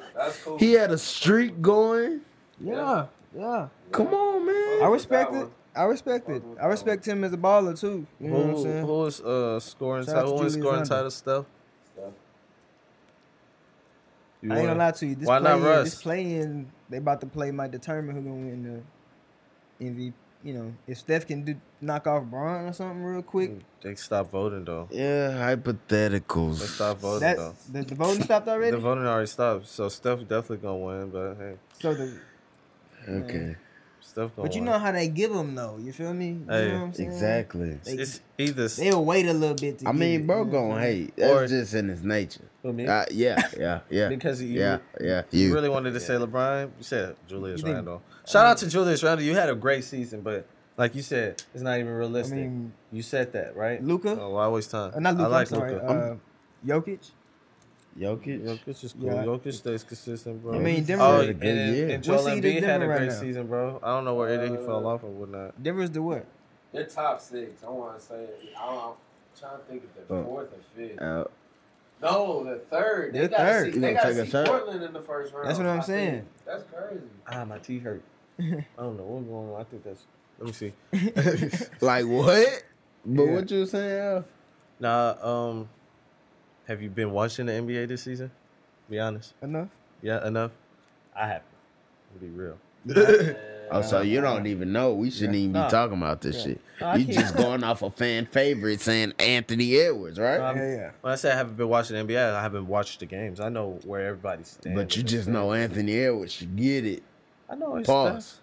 S1: he had a streak going.
S4: Yeah, yeah.
S1: Come on, man.
S4: I respect it. I respect it. I respect him as a baller too. You know what I'm
S6: Who-
S4: saying?
S6: Who is uh, scoring
S4: Shout out
S6: title?
S4: to
S6: Who is
S4: Julius
S6: scoring
S4: Randle.
S6: title stuff?
S4: I ain't gonna lie to you. This
S6: Why
S4: play
S6: not Russ?
S4: This play-in, they about to play might determine who gonna win the MVP. You know, if Steph can do knock off Braun or something real quick,
S6: They stopped voting though.
S1: Yeah, hypotheticals.
S6: They stopped voting
S4: that
S6: though.
S4: the, the voting stopped already.
S6: The voting already stopped, so Steph definitely gonna win. But hey,
S4: so the
S1: Okay.
S6: Steph gonna.
S4: but you
S6: win.
S4: know how they give them though. You feel me? You
S6: Hey,
S4: know what I'm saying?
S1: exactly.
S4: They,
S6: it's either
S4: they'll wait a little bit. To
S1: I
S4: give
S1: mean,
S4: it,
S1: bro,
S4: you know what I'm
S1: going
S4: saying?
S1: hate. That's
S6: Or-
S1: just in his nature.
S6: Who, me?
S1: Uh, yeah, [LAUGHS] yeah, yeah.
S6: because you,
S1: yeah, yeah.
S6: you,
S1: You
S6: really wanted to say LeBron. You said Julius
S4: You didn't-
S6: Randle. Shout out to Julius Randle. You had a great season, but like you said, it's not even realistic.
S4: mean,
S6: you said that right,
S4: Luka?
S6: Oh, I waste time.
S4: Uh, not Luka.
S6: I like
S4: I'm sorry.
S6: Luka.
S4: Uh, Jokic.
S1: Jokic.
S6: Jokic is cool.
S4: Yeah.
S6: Jokic stays consistent, bro.
S4: I mean, Denver-
S6: Oh,
S4: Had a
S6: and,
S4: good year.
S6: and
S4: What
S6: Joel
S4: seed is
S6: Embiid had
S4: Denver
S6: a
S4: right
S6: great
S4: now?
S6: season, bro. I don't know where either he fell off or whatnot.
S4: Denver's the
S6: [LAUGHS]
S4: what? [LAUGHS]
S2: They're top six. I want to say. I don't, I'm trying to think if they're
S1: Oh.
S2: fourth or fifth.
S1: Uh,
S2: No, the third. They
S4: They're
S2: gotta
S4: third.
S2: See,
S4: You
S2: they
S1: gonna
S2: got
S1: take
S2: to
S1: a
S2: see
S1: shot.
S2: Portland in the first round.
S4: That's what I'm
S2: I think.
S4: saying.
S2: That's crazy.
S6: Ah, my teeth hurt. [LAUGHS] I don't know what's going on. I think that's. Let me see.
S1: [LAUGHS] like what? But
S4: Yeah.
S1: what you saying? Al?
S6: Nah, um, have you been watching the NBA this season? Be honest.
S4: Enough.
S6: Yeah, enough. I haven't. To be real.
S1: Oh, so you don't even know. We shouldn't even be
S6: Nah.
S1: talking about this shit.
S6: Nah, I
S1: you
S6: can't.
S1: just going off a fan favorite saying Anthony Edwards, right?
S6: Um,
S4: Yeah, yeah.
S6: When I say I haven't been watching the NBA, I haven't watched the games. I know where everybody stands.
S1: but you just know Anthony Edwards should get it.
S6: I know it's
S1: Pause.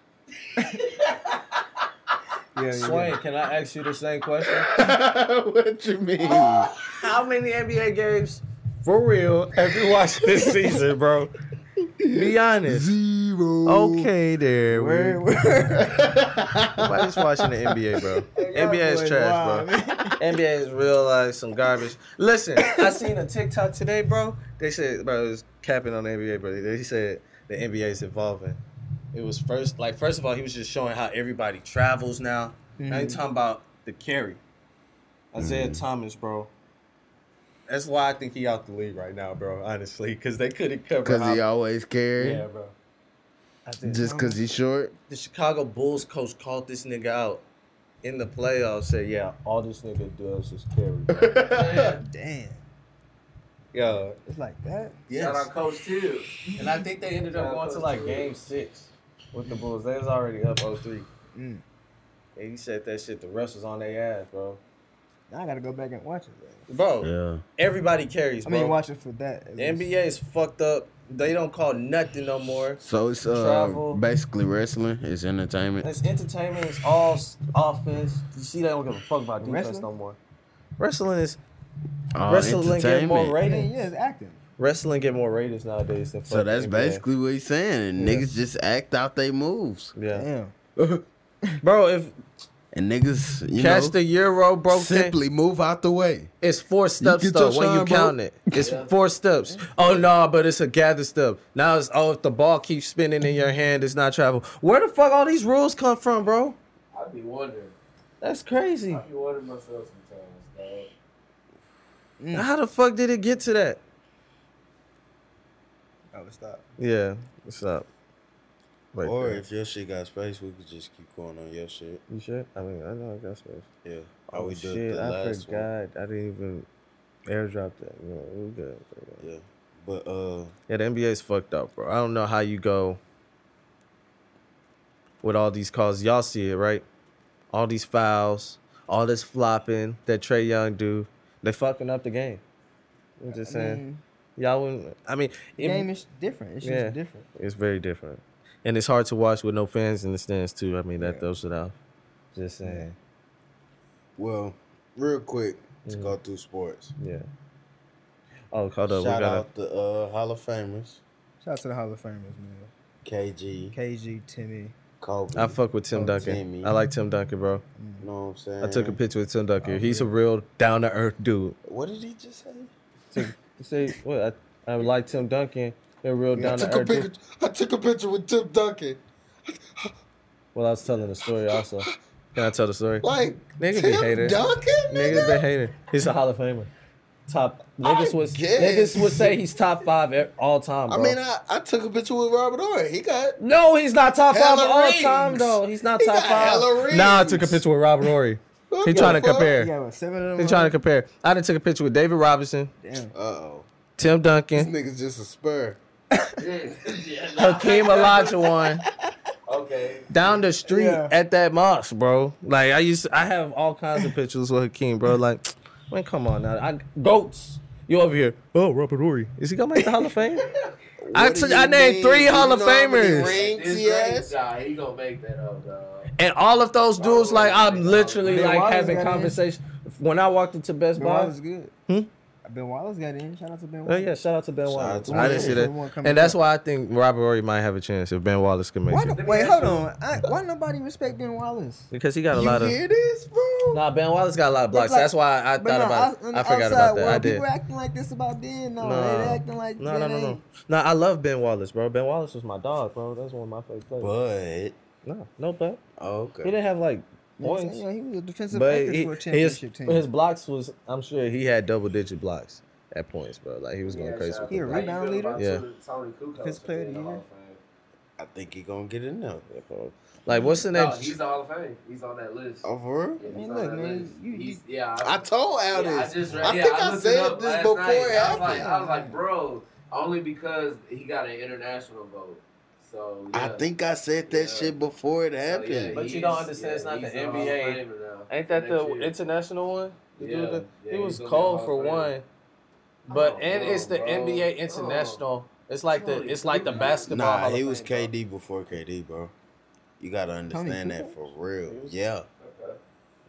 S4: Yeah, yeah,
S6: Swain, can I ask you the same question? [LAUGHS]
S1: what you mean?
S6: How many NBA games for real have you watched this season, bro? Be honest.
S1: Zero.
S6: Okay, there.
S4: Where,
S6: [LAUGHS] Where,
S4: where,
S6: Nobody's watching the NBA, [LAUGHS] bro.
S4: y'all
S6: NBA is
S4: boys
S6: trash,
S4: wild,
S6: bro. [LAUGHS] NBA is real like some garbage. Listen, I seen a TikTok today, bro. They said, bro, it was capping on the NBA, bro. They said the NBA is evolving. It was first, like, first of all, he was just showing how everybody travels now. I ain't talking about the carry. Isaiah Thomas, bro. That's why I think he out the league right now, bro. Honestly, because they couldn't cover.
S1: Because he
S6: how-
S1: always carry.
S6: yeah, bro. Isaiah
S1: Just
S6: Thomas
S1: because he's
S6: [LAUGHS]
S1: short.
S6: the Chicago Bulls coach called this nigga out in the playoffs. Said, "Yeah, all this nigga does is carry." bro."
S4: damn.
S6: Yo,
S4: It's like that.
S2: Shout out Coach Till.
S6: and I [LAUGHS] think they ended up going to like Game Six with the Bulls. They was already up 0-3.
S4: Mm.
S6: And he said that shit. The rest was on their ass, bro.
S4: Now I gotta go back and watch it. Bro.
S6: Bro,
S1: Yeah.
S6: everybody carries.
S4: I
S6: Bro.
S4: mean, watch it for that. at
S6: The
S4: least.
S6: NBA is fucked up. They don't call nothing no more.
S1: So it's uh,
S6: Travel.
S1: basically wrestling. It's entertainment.
S6: It's entertainment. It's all s- offense. You see, they don't give a fuck about defense
S4: Wrestling?
S6: no more. Wrestling is
S1: All
S6: wrestling get more
S1: Oh, entertainment.
S4: I
S6: rating.
S4: mean, yeah, it's acting.
S6: Wrestling get more ratings nowadays than
S1: So that's
S6: fucking NBA.
S1: basically what he's saying. And
S6: Yeah.
S1: niggas just act out they moves.
S6: Yeah.
S1: Damn.
S6: Bro, if
S1: and niggas you
S6: Catch
S1: know,
S6: the Euro, bro.
S1: Simply move out the way.
S6: It's four steps
S1: get
S6: though
S1: your
S6: when you
S1: shine, bro.
S6: count it. It's four steps. Oh no, but it's a gather step. Now it's oh if the ball keeps spinning in your hand, it's not travel. Where the fuck all these rules come from, bro?
S2: I be wondering.
S6: That's crazy.
S2: I be wondering myself sometimes, dog.
S6: How the fuck did it get to that?
S4: Oh, stop.
S6: Yeah, what's up? Right
S1: or
S6: there.
S1: if your shit got space, we could just keep going on your shit.
S6: You sure? I mean, I know I got space.
S1: Yeah. How
S6: Oh
S1: we did
S6: shit!
S1: the
S6: I
S1: last
S6: forgot.
S1: one.
S6: I didn't even airdrop that. You know, we good.
S1: Yeah, but uh,
S6: yeah, the NBA's fucked up, bro. I don't know how you go with all these calls. Y'all see it, right? All these fouls, all this flopping that Trey Young do. They fucking up the game. I'm just
S4: I
S6: saying.
S4: mean-
S6: y'all wouldn't. I mean,
S4: The game is different. It's just different.
S6: It's very different, and it's hard to watch with no fans in the stands too. I mean, that throws it out. Just saying.
S1: Well, real quick to
S6: Mm.
S1: go through sports.
S6: Yeah. Oh, hold
S1: Shout
S6: up. we gotta,
S1: out the uh, Hall of Famers,
S4: Shout out to the Hall of Famers, man.
S1: KG,
S4: KG, Timmy.
S1: Kobe.
S6: I fuck with Tim
S1: Oh,
S6: Duncan.
S1: Timmy.
S6: I like Tim Duncan, bro.
S1: You know what I'm saying?
S6: I took a picture with Tim Duncan. He's a real down to earth dude.
S1: What did he just say?
S6: See, what I, I like Tim Duncan. They're real
S1: I
S6: down
S1: took
S6: to
S1: a
S6: earth. dude.
S1: picture. I took a picture with Tim Duncan.
S6: Well, I was telling the story also. Can I tell the story?
S1: Like
S6: nigga
S1: Tim
S6: be hating.
S1: Duncan,
S6: nigga be hating. He's a Hall of Famer. Top niggas was
S1: guess.
S6: niggas would say he's top five e- all time.
S1: I
S6: Bro.
S1: mean, I, I took a picture with Robert Ory. He got
S6: no, he's not top five of all time though. He's not top
S1: got hella
S6: five.
S1: rings.
S6: Nah, I took a picture with Robert Ory. he trying to compare.
S4: Yeah, what, seven of them.
S6: He trying to compare. I done took a picture with David Robinson,
S4: Damn.
S1: Uh oh,
S6: Tim
S1: this
S6: Duncan,
S1: nigga's just a
S6: [LAUGHS]
S1: spur.
S6: Hakeem Olajuwon.
S2: Okay.
S6: down the street at that mosque, bro. Like I used, I have all kinds of pictures with Hakeem, bro. Like, man, come on now, I goats. You over here? Oh, Robert Ory. Is he gonna make the Hall of Fame?
S1: [LAUGHS]
S6: I
S1: What do
S6: took- I
S1: you
S6: named
S1: mean?
S6: three
S1: You
S6: Hall of
S1: know how many
S6: Famers.
S1: rings
S2: It's
S1: he has?
S2: rings, dog. He gonna make that up, dog.
S6: and all of those dudes, like I'm literally
S4: Man,
S6: like
S4: Wallace
S6: having
S4: got in.
S6: conversation. When I walked into Best
S4: Ben
S6: Buy,
S4: Wallace good.
S6: Hmm?
S4: Ben Wallace got in. Shout out to Ben
S6: oh
S4: Wallace.
S6: yeah, shout out to Ben Wallace.
S4: to
S6: I
S4: Ben
S6: didn't see
S4: Wallace. The one
S6: that,
S4: coming
S6: and that's
S4: up.
S6: why I think Robert Ory might have a chance if Ben Wallace can make
S4: Why
S6: it.
S4: do, wait, hold on. I, why nobody respect Ben Wallace?
S6: Because he got a
S4: You
S6: lot of.
S4: hear this, bro?
S6: Nah, Ben Wallace got a lot of blocks.
S4: It's like-
S6: That's why I
S4: but
S6: thought
S4: no,
S6: about.
S4: out- in
S6: it.
S4: the
S6: I forgot
S4: outside
S6: about that.
S4: world,
S6: I did.
S4: People acting like this about Ben. No,
S6: Nah.
S4: they acting like
S6: no,
S4: Ben
S6: no, no,
S4: ain't.
S6: no, no. I love Ben Wallace, bro. Ben Wallace was my dog, bro. That's one of my favorite players.
S1: But oh,
S6: no, no, but
S1: okay,
S6: he didn't have like
S4: That's-
S6: points,
S4: yeah, he was a defensive
S6: but
S4: anchor
S6: he,
S4: for a
S6: his,
S4: championship team.
S6: his blocks was. I'm sure he had double digit blocks at points, bro. Like he was going
S2: Yeah,
S6: crazy.
S2: shout out to
S6: with the
S2: Mike.
S6: blocks.
S4: rebound
S2: How you feel
S4: leader?
S2: about Tony Kukoc
S4: Defensive player of the
S2: being
S4: year?
S2: Hall of Fame?
S1: I think he gonna get in now.
S6: Like what's the name?
S2: No, he's the Hall of Fame. He's on that list.
S1: Oh, for real?
S2: Yeah, he's
S4: Man,
S2: on
S4: look,
S2: that
S4: man,
S2: list.
S4: you-
S2: He's- yeah,
S1: I told Al
S2: yeah,
S1: this.
S2: I, just read,
S1: I
S2: yeah,
S1: think I
S2: looked
S1: said
S2: it up
S1: this
S2: last
S1: before
S2: night.
S1: it
S2: I was, like,
S1: happened.
S2: I was like, bro, only because he got an international vote. So yeah.
S1: I think I said that shit before it happened.
S2: So, yeah,
S6: But
S2: he
S6: you don't
S2: is-
S6: understand, it's
S2: yeah,
S6: not the
S2: he's a Hall of
S6: NBA.
S2: Famer now.
S6: Ain't that
S2: Next
S6: the
S2: year.
S6: international one? The dude
S2: Yeah,
S6: that-
S2: yeah,
S6: he
S2: he's
S6: was
S2: gonna be
S6: cold
S2: Hall
S6: for
S2: of Fame.
S6: one, but
S2: Oh,
S6: and it's the
S2: bro.
S6: NBA international. It's like the it's like the basketball.
S1: Nah,
S6: Hall of
S1: he
S6: Fame,
S1: was
S6: bro.
S1: KD before KD, bro. You gotta understand that for real. yeah.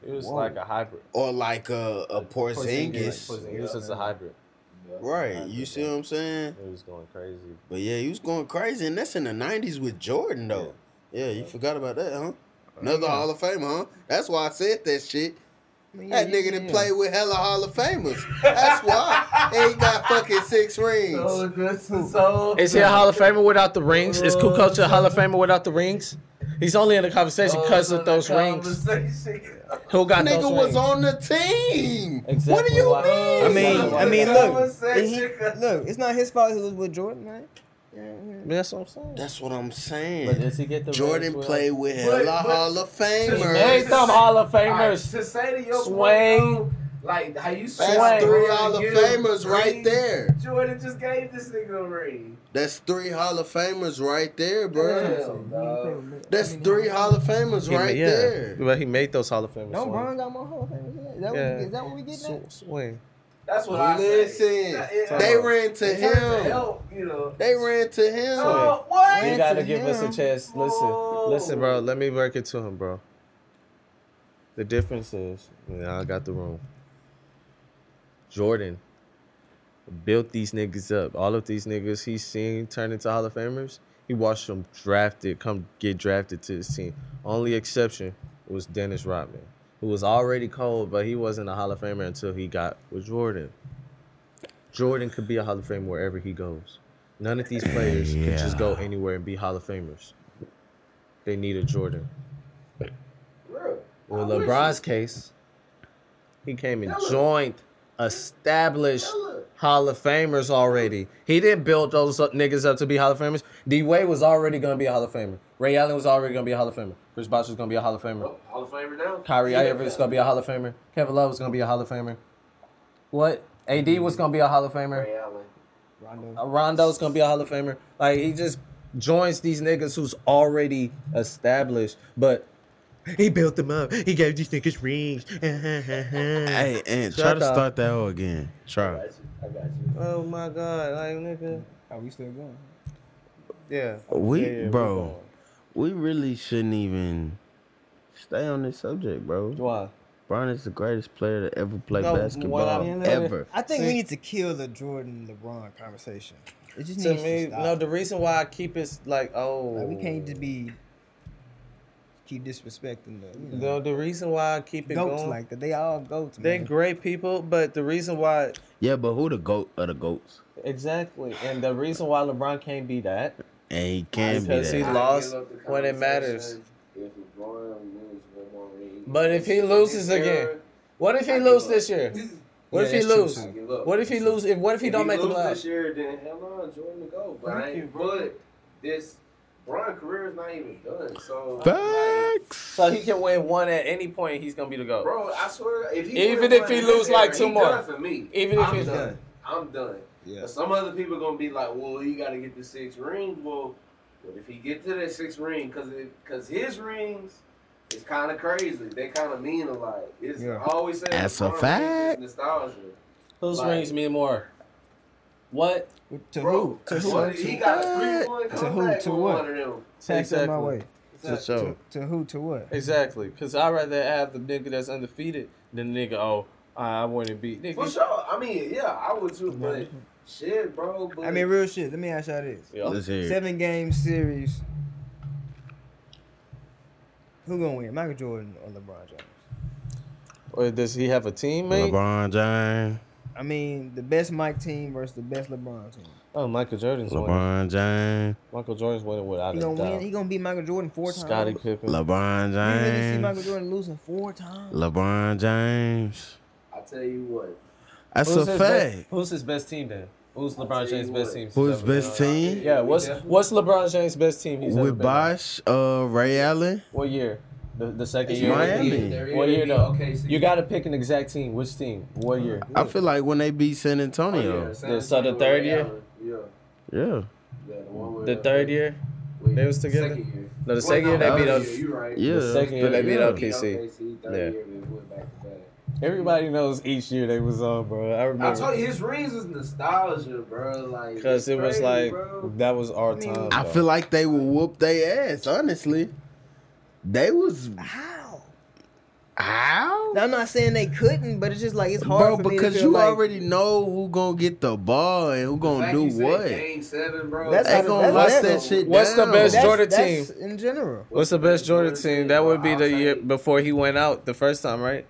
S6: It was
S1: Whoa.
S6: like a hybrid.
S1: Or like a, a Porzingis.
S6: Porzingis is a hybrid.
S1: Right. You see what I'm saying?
S6: It was going crazy.
S1: But yeah, he was going crazy. And that's in the 90s with Jordan, though. Yeah, Oh, you forgot about that, huh? Another Hall of Fame, huh? That's why I said that shit.
S4: yeah,
S1: That nigga didn't
S4: yeah.
S1: play with hella Hall of Famers. That's why. And he got fucking six rings.
S2: So good, so
S6: Is he a Hall of Famer without the rings? Is Kukoc a Hall of Famer without the rings? He's only in Oh, the conversation because of those rings. Who got
S1: Nigga
S6: those
S1: was
S6: rings?
S1: on the team.
S6: Exactly
S1: What do you
S6: why-
S1: mean?
S4: I mean, I mean, look,
S2: Conversation.
S4: he, look, it's not his fault. He was with Jordan, right? Yeah, yeah.
S6: That's what I'm saying.
S1: That's what I'm saying.
S6: But does he get the
S1: Jordan
S6: rings with-
S1: played with
S2: But-
S1: hella
S2: but-
S1: Hall of
S6: Made
S1: Famers.
S6: some Hall of
S2: Alright,
S6: Famers.
S2: to say to your
S6: Swain.
S2: point, though, like how you
S1: That's
S2: swung
S1: three
S2: around
S1: Hall
S2: and
S1: of
S2: get him
S1: Famers right
S2: rings.
S1: there.
S2: Jordan just gave this nigga a ring.
S1: That's three Hall of Famers right there, bro.
S2: Damn, dog.
S1: That's three Hall of Famers
S6: He ma-
S1: right
S6: yeah,
S1: there.
S6: But he made those Hall of Famers.
S4: No,
S6: so-
S4: Bron got more Hall of Fame. Is that,
S6: Yeah.
S4: what, is that what we getting
S6: so-
S4: at?
S6: swing.
S2: That's what I say.
S1: Listen,
S2: That- it-
S1: they
S2: it-
S1: ran to
S2: it hurts to
S1: him.
S2: help, you know.
S1: They ran to him.
S2: Oh, what?
S6: You gotta give us a chance. Listen, listen,
S2: Whoa.
S6: bro. Let me work it to him, bro. The difference is, yeah, I got the room. Jordan built these niggas up. All of these niggas he's seen turn into Hall of Famers. He watched them drafted, come get drafted to his team. Only exception was Dennis Rodman, who was already cold, but he wasn't a Hall of Famer until he got with Jordan. Jordan could be a Hall of Fame wherever he goes. None of these players can just go anywhere and be Hall of Famers. They need a Jordan. Well,
S16: I wish
S6: LeBron's case, he came and joined established Hall of Famers already. He didn't build those up, niggas up to be Hall of Famers. D Wade was already gonna be a Hall of Famer. Ray Allen was already gonna be a Hall of Famer. Chris Bosh was gonna be a Hall of Famer.
S2: Oh, Hall of Famer now.
S6: Kyrie Irving was gonna be a Hall of Famer. Kevin Love was gonna be a Hall of Famer. What? AD was gonna be a Hall of Famer. Mm-hmm. Ray Allen. Rondo. Rondo's gonna be a Hall of Famer. Like he just joins these niggas who's already established, but he built them up. He gave these niggas rings. [LAUGHS] hey,
S1: Hey, and try to start that all again. Try.
S2: I got
S6: Oh my god, like nigga.
S4: Are Oh, we still going?
S6: Yeah.
S1: We,
S6: Yeah, yeah, we
S1: bro, we really shouldn't even stay on this subject, bro.
S6: Why?
S1: Bron is the greatest player to ever play
S4: No,
S1: basketball ever.
S4: I think we need to kill the Jordan LeBron conversation. It just
S6: to
S4: needs
S6: me,
S4: to stop.
S6: no. The reason why I keep it's like, oh,
S4: Like, we can't just be keep disrespecting the you
S6: The,
S4: know,
S6: the reason why I keep it
S4: goats
S6: going,
S4: like that. They all goats.
S6: they're
S4: man.
S6: great people, but the reason why
S1: Yeah, but who the goat of the goats?
S6: exactly, and the reason why LeBron can't be that
S1: And he can be
S6: because
S1: that.
S6: he lost when it matters.
S2: If LeBron wins one more ring,
S6: But if he loses again, what if he loses this year? What
S2: Yeah,
S6: if he
S2: that's true,
S6: lose?
S2: too. I give up.
S6: What if he lose? If what if he don't make the
S2: lose
S6: playoffs?
S2: this year, then hell on, Jordan to go. But, I
S6: Thank you,
S2: ain't, but this Bron career is not even done. So
S6: So he can win one at any point. He's gonna be the goat.
S2: Bro, I swear, if he
S6: even
S2: win
S6: if
S2: one
S6: he
S2: in
S6: lose
S2: this
S6: like
S2: era,
S6: two
S2: he
S6: more,
S2: done for me.
S6: even if
S2: I'm
S6: he's
S2: done, I'm done.
S6: Yeah.
S2: But Some other people gonna be like, well, he got to get the six ring. Well, what if he get to that six ring? Because because his rings is kind of crazy. They kind of mean a lot. It's
S1: Yeah.
S2: I always say
S1: That's a
S2: LeBron rings is
S1: fact.
S2: Nostalgia.
S6: Whose
S2: Like-
S6: rings mean more? What?
S4: To
S6: who?
S4: To who?
S2: What? He got a three one
S4: To who?
S2: comeback
S4: To
S2: with
S4: what?
S2: one of them.
S4: Tax on my
S6: Exactly.
S4: way.
S6: To show.
S4: To, to who? To what?
S6: Exactly, because I'd rather have the nigga that's undefeated than the nigga, oh, I want to beat. Nigga.
S2: For sure. I mean, yeah, I would too, but shit, bro. But
S4: I mean, real shit. Let me ask y'all this:
S6: Yeah. Let's hear it.
S4: seven game series. Who gonna win, Michael Jordan or LeBron James?
S6: Or does he have a teammate?
S1: LeBron James.
S4: I mean, the best Mike team versus the best LeBron team.
S6: Oh, Michael Jordan's winning.
S1: LeBron James.
S6: Michael Jordan's winning without
S4: He
S6: a
S4: gonna win.
S6: doubt.
S4: He gonna beat Michael Jordan four times.
S6: Scottie Pippen.
S1: LeBron
S4: You really see
S1: James.
S4: Michael Jordan losing four times?
S1: LeBron James.
S2: I tell you what.
S1: That's
S6: Who's
S1: a fact.
S6: his best- who's his best team then? Who's LeBron James' best team?
S1: Who's his best team?
S6: Yeah, what's what's LeBron James' best team? He's ever
S1: With
S6: been on?
S1: Bosh, uh, Ray Allen.
S6: What year? The, the second
S1: It's
S6: year.
S1: Miami.
S6: What year though? you got to pick an exact team. Which team? What year?
S1: I feel like when they beat San Antonio.
S6: Oh, The- so the third year.
S2: Oh, Yeah.
S1: Yeah.
S6: The third year. They was together. No, the
S2: uh, Well,
S6: second
S2: no,
S6: year they
S2: that
S6: beat up.
S2: was- you're right.
S1: Yeah,
S6: The second year they
S1: third
S6: beat
S1: year.
S6: up KC.
S2: OKC, third
S6: Yeah.
S2: year, we went back to back.
S6: Everybody knows each year they was on, bro. I
S2: I
S6: remember.
S2: told you his rings is nostalgia, bro. Like, it's
S6: Cause it was
S2: crazy,
S6: like
S2: bro.
S6: that was our time.
S1: I
S6: bro.
S1: feel like they would whoop their ass, honestly. They was
S4: How?
S1: How?
S4: Now, I'm not saying they couldn't, but it's just like it's hard
S1: Bro,
S4: for me to
S1: because
S4: feel
S1: you
S4: like,
S1: already know who gonna get the ball and who gonna
S2: Fact
S1: do
S2: you said
S1: what.
S2: Game seven, bro.
S1: That's They gonna lock that shit
S6: What's the
S1: down.
S6: best
S1: That's-
S6: Jordan
S1: that's
S6: team?
S4: in general.
S6: What's the best Jordan team? That would be the year before he went out the first time, right?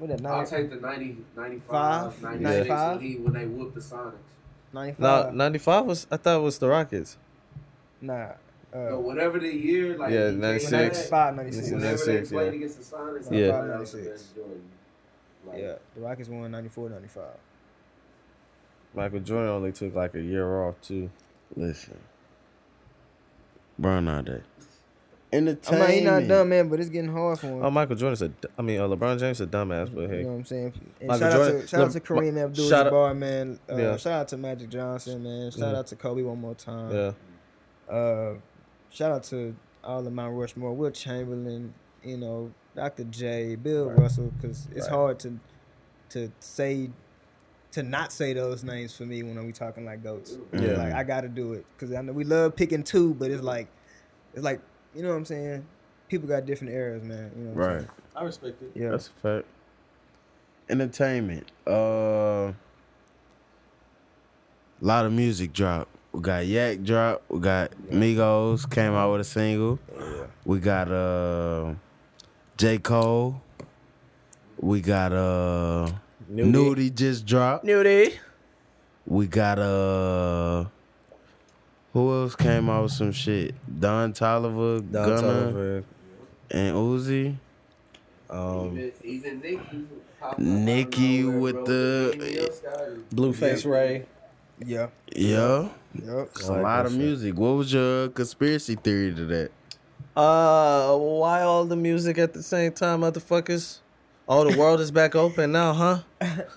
S4: What that
S2: I'll
S4: nine?
S2: take the 90, 95,
S4: Five?
S2: 96
S4: Ninety-five?
S2: lead when they whooped the Sonics.
S6: No,
S4: 95.
S6: ninety five was I thought it was the Rockets.
S4: Nah. Uh,
S2: So whatever the year, like
S6: Yeah,
S2: he came
S6: 96.
S2: back,
S4: 95, 96.
S2: Whenever they
S6: 96,
S2: played
S6: yeah.
S2: against the Sonics,
S6: Yeah.
S2: I thought that was the best Jordan. Like,
S4: yeah, the Rockets won 94 95.
S6: Michael Jordan only took like a year off too.
S1: Listen. Bro, not that.
S4: I'm not, he's not
S1: Entertainment.
S4: dumb, man, but it's getting hard for him.
S6: Oh, Michael Jordan's a. d- I mean, uh, LeBron James a dumbass, but hey,
S4: You know what I'm saying? And
S6: Michael
S4: shout, out
S6: Jordan-
S4: to, shout out to
S6: Le-
S4: Kareem
S6: Ma-
S4: Abdul
S6: shout out-
S4: Jabbar, man. Uh,
S6: Yeah.
S4: Shout out to Magic Johnson, man. Shout
S6: Mhm.
S4: out to Kobe one more time.
S6: Yeah.
S4: Uh, shout out to all of Mount Rushmore, Will Chamberlain, you know, Dr. J, Bill Russell, because it's
S6: Right.
S4: hard to to say to not say those names for me when we talking like goats. It's
S6: Yeah.
S4: like I got to do it because I know we love picking two, but it's like it's like you know what I'm saying. People got different eras, man. You know what I'm
S1: Right.
S4: saying?
S6: I respect it.
S4: Yeah.
S1: That's a fact. Entertainment. Uh A lot of music drop. We got Yak drop. We got Migos came out with a single. We got uh J Cole. We got uh
S6: Nudie.
S1: Nudie, just dropped.
S6: Nudie.
S1: We got uh who else came out with some shit? Don Tolliver,
S6: Don
S1: Gunna,
S6: Tolliver.
S1: and Uzi.
S6: Um,
S2: Even Nicki.
S1: Nikki with the
S6: Blueface Ray.
S4: Yeah.
S1: Yeah.
S4: Yep.
S1: It's a lot of music. What was your conspiracy theory to that?
S6: Uh, why all the music at the same time, motherfuckers? Oh, the world is back open now, huh?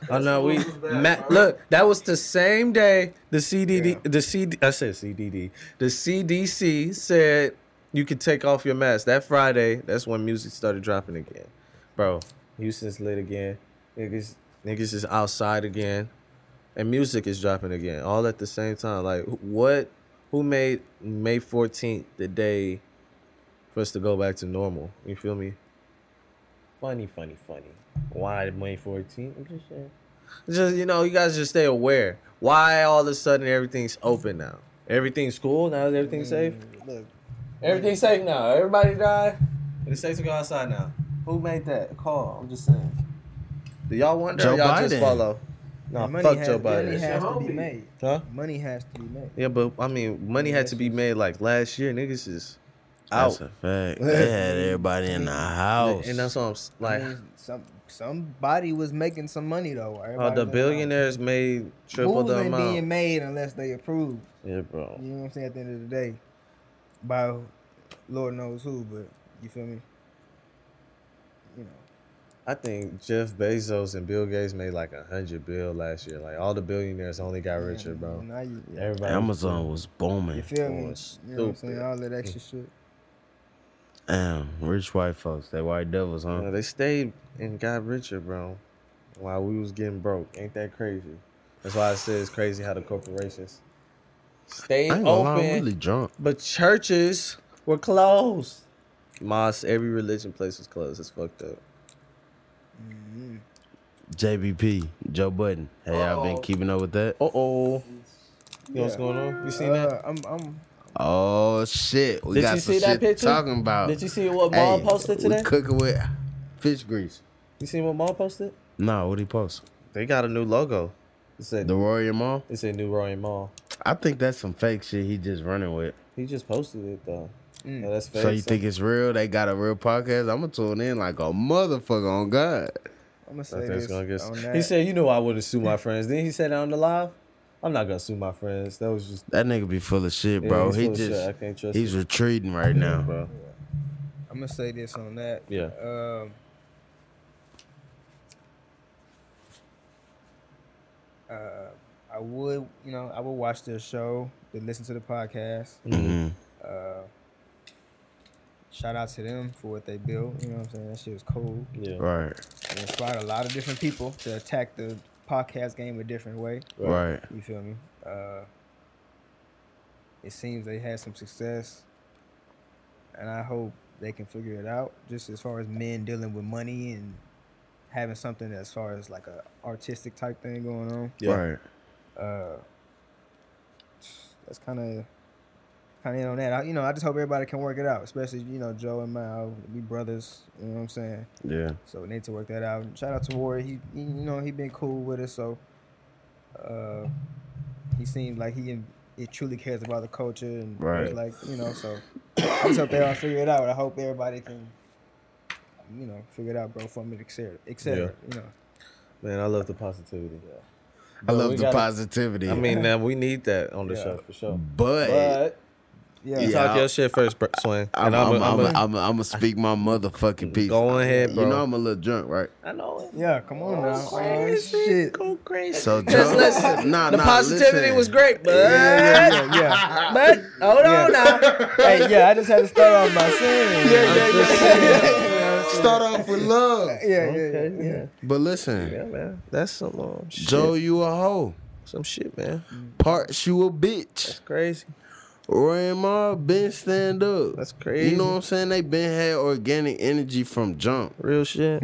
S6: Oh no, we Ma- look. That was the same day the CDD, the CD, I said CDD, the CDC said you could take off your mask. That Friday, that's when music started dropping again, bro. Houston's lit again. Niggas, niggas is outside again, and music is dropping again, all at the same time. Like what? Who made May fourteenth the day? for us to go back to normal. You feel me? Funny, funny, funny. Why May 14th? I'm just saying. Just you know, you guys just stay aware. Why all of a sudden everything's open now? Everything's cool now. Everything's safe.
S4: Look.
S6: Everything's safe now. Everybody died. And it's safe to go outside now. Who made that call? I'm just saying. Do y'all wonder? or
S4: Joe
S6: y'all
S4: Biden.
S6: just follow. Nah,
S4: And money
S6: fuck
S4: has-
S6: Joe Biden.
S4: Money has to be made.
S6: Huh?
S4: Money has to be made.
S6: Yeah, but I mean, money had to be made like last year. Niggas is out.
S1: That's a
S6: [LAUGHS]
S1: fact. They had everybody in the house.
S6: and that's what I'm s-
S4: I
S6: like.
S4: mean, some somebody was making some money though.
S6: Oh,
S4: Everybody
S6: the
S4: was-
S6: billionaires made triple
S4: moves
S6: the
S4: ain't
S6: amount.
S4: being made unless they approved.
S6: Yeah, bro.
S4: You know what I'm saying? At the end of the day, by Lord knows who, but you feel me? You know,
S6: I think Jeff Bezos and Bill Gates made like a hundred bill last year. Like all the billionaires only got richer, bro.
S4: now you-
S6: Everybody
S1: Amazon was booming.
S4: you feel me?
S6: Going
S4: You know what I'm
S6: stupid.
S4: saying? All that extra shit.
S1: Damn, rich white folks, they white devils, huh?
S6: Yeah, they stayed and got richer, bro. While we was getting broke, ain't that crazy? That's why I said it's crazy how the corporations stayed
S1: I ain't
S6: open,
S1: gonna lie, I'm really drunk.
S6: but churches were closed. Mosques, every religion place was closed. It's fucked up.
S1: JBP, Joe Budden. Hey, y'all been keeping up with that?
S6: Uh oh. You know what's
S4: Yeah.
S6: going on? You seen
S4: Uh,
S6: that?
S4: I'm, I'm
S1: Oh shit, we
S6: Did
S1: got
S6: you
S1: some
S6: see that
S1: shit
S6: picture?
S1: talking about.
S6: Did you see what Maul posted
S1: we
S6: today?
S1: Cooking with fish grease.
S6: You seen what Maul posted?
S1: Nah, what he post?
S6: They got a new logo. It said
S1: the Royal Mall.
S6: It said New Royal Mall.
S1: I think that's some fake shit. He just running with.
S6: He just posted it though. No, that's fake.
S1: Mm. So you think it's real? They got a real podcast? I'm gonna tune in like a motherfucker on God.
S4: I'm gonna
S6: I
S4: say
S6: think it's
S4: this
S6: gonna get-
S4: on
S6: He
S4: that.
S6: said, "You know, I wouldn't sue my friends." Then he said that on the live, "I'm not gonna sue my friends." That was just
S1: That nigga be full of shit,
S6: Yeah,
S1: bro.
S6: he's
S1: he
S6: full of shit.
S1: just
S6: I can't trust
S1: he's
S6: him.
S1: retreating right now,
S6: bro.
S4: I'm gonna say this on that.
S6: Yeah.
S4: Um. Uh, I would, you know, I would watch their show, but listen to the podcast.
S1: Mhm.
S4: Uh, shout out to them for what they built. You know what I'm saying? That shit was cool.
S6: Yeah.
S1: Right.
S4: It inspired a lot of different people to attack the podcast game a different way.
S1: Right.
S4: You feel me? Uh, it seems they had some success, and I hope they can figure it out. Just as far as men dealing with money and having something as far as like a artistic type thing going on.
S1: Right.
S4: Uh, that's kind of kind of it on that. I, you know, I just hope everybody can work it out, especially you know Joe and Mal, we brothers. You know what I'm saying?
S1: Yeah.
S4: So we need to work that out. Shout out to Warrior. He, he- you know, he been cool with us. So, uh, he seems like he it truly cares about the culture and
S1: Right.
S4: things like you know. So I just hope they all figure it out. I hope everybody can, you know, figure it out, grow from it, etc. etc. You know.
S6: Man, I love the positivity.
S1: I
S6: But
S1: love
S6: we
S1: the positivity.
S6: I mean, man, we need that on the
S1: Yeah.
S6: show for sure.
S1: But-
S4: yeah,
S6: you talk your shit first, bro, Swain.
S1: I'm,
S6: and I'ma-
S1: I'm, I'm,
S6: I'ma-
S1: I'm, I'm, gonna speak my motherfucking piece.
S6: Go ahead, bro.
S1: You know I'm a little drunk, right?
S6: I know it.
S4: Yeah, come on now. Oh,
S6: crazy.
S4: shit.
S6: Go crazy.
S1: So
S6: [LAUGHS] Just
S1: Joe-
S6: listen.
S1: [LAUGHS] Nah,
S6: the
S1: nah,
S6: positivity
S1: listen.
S6: was great, but
S4: Yeah, yeah, yeah, yeah.
S6: but hold on
S4: Yeah.
S6: now.
S4: hey, yeah, I just had to start off by saying. Yeah, yeah,
S6: [LAUGHS]
S1: Start off with love.
S4: Yeah, yeah, yeah.
S1: But listen, yeah,
S6: man, that's some um, shit.
S1: Joe, you a hoe.
S6: Some shit, man.
S1: Parts, you a bitch. That's
S6: crazy.
S1: Roy and Ma been stand up.
S6: That's crazy.
S1: You know what I'm saying? They been had organic energy from jump.
S6: Real shit.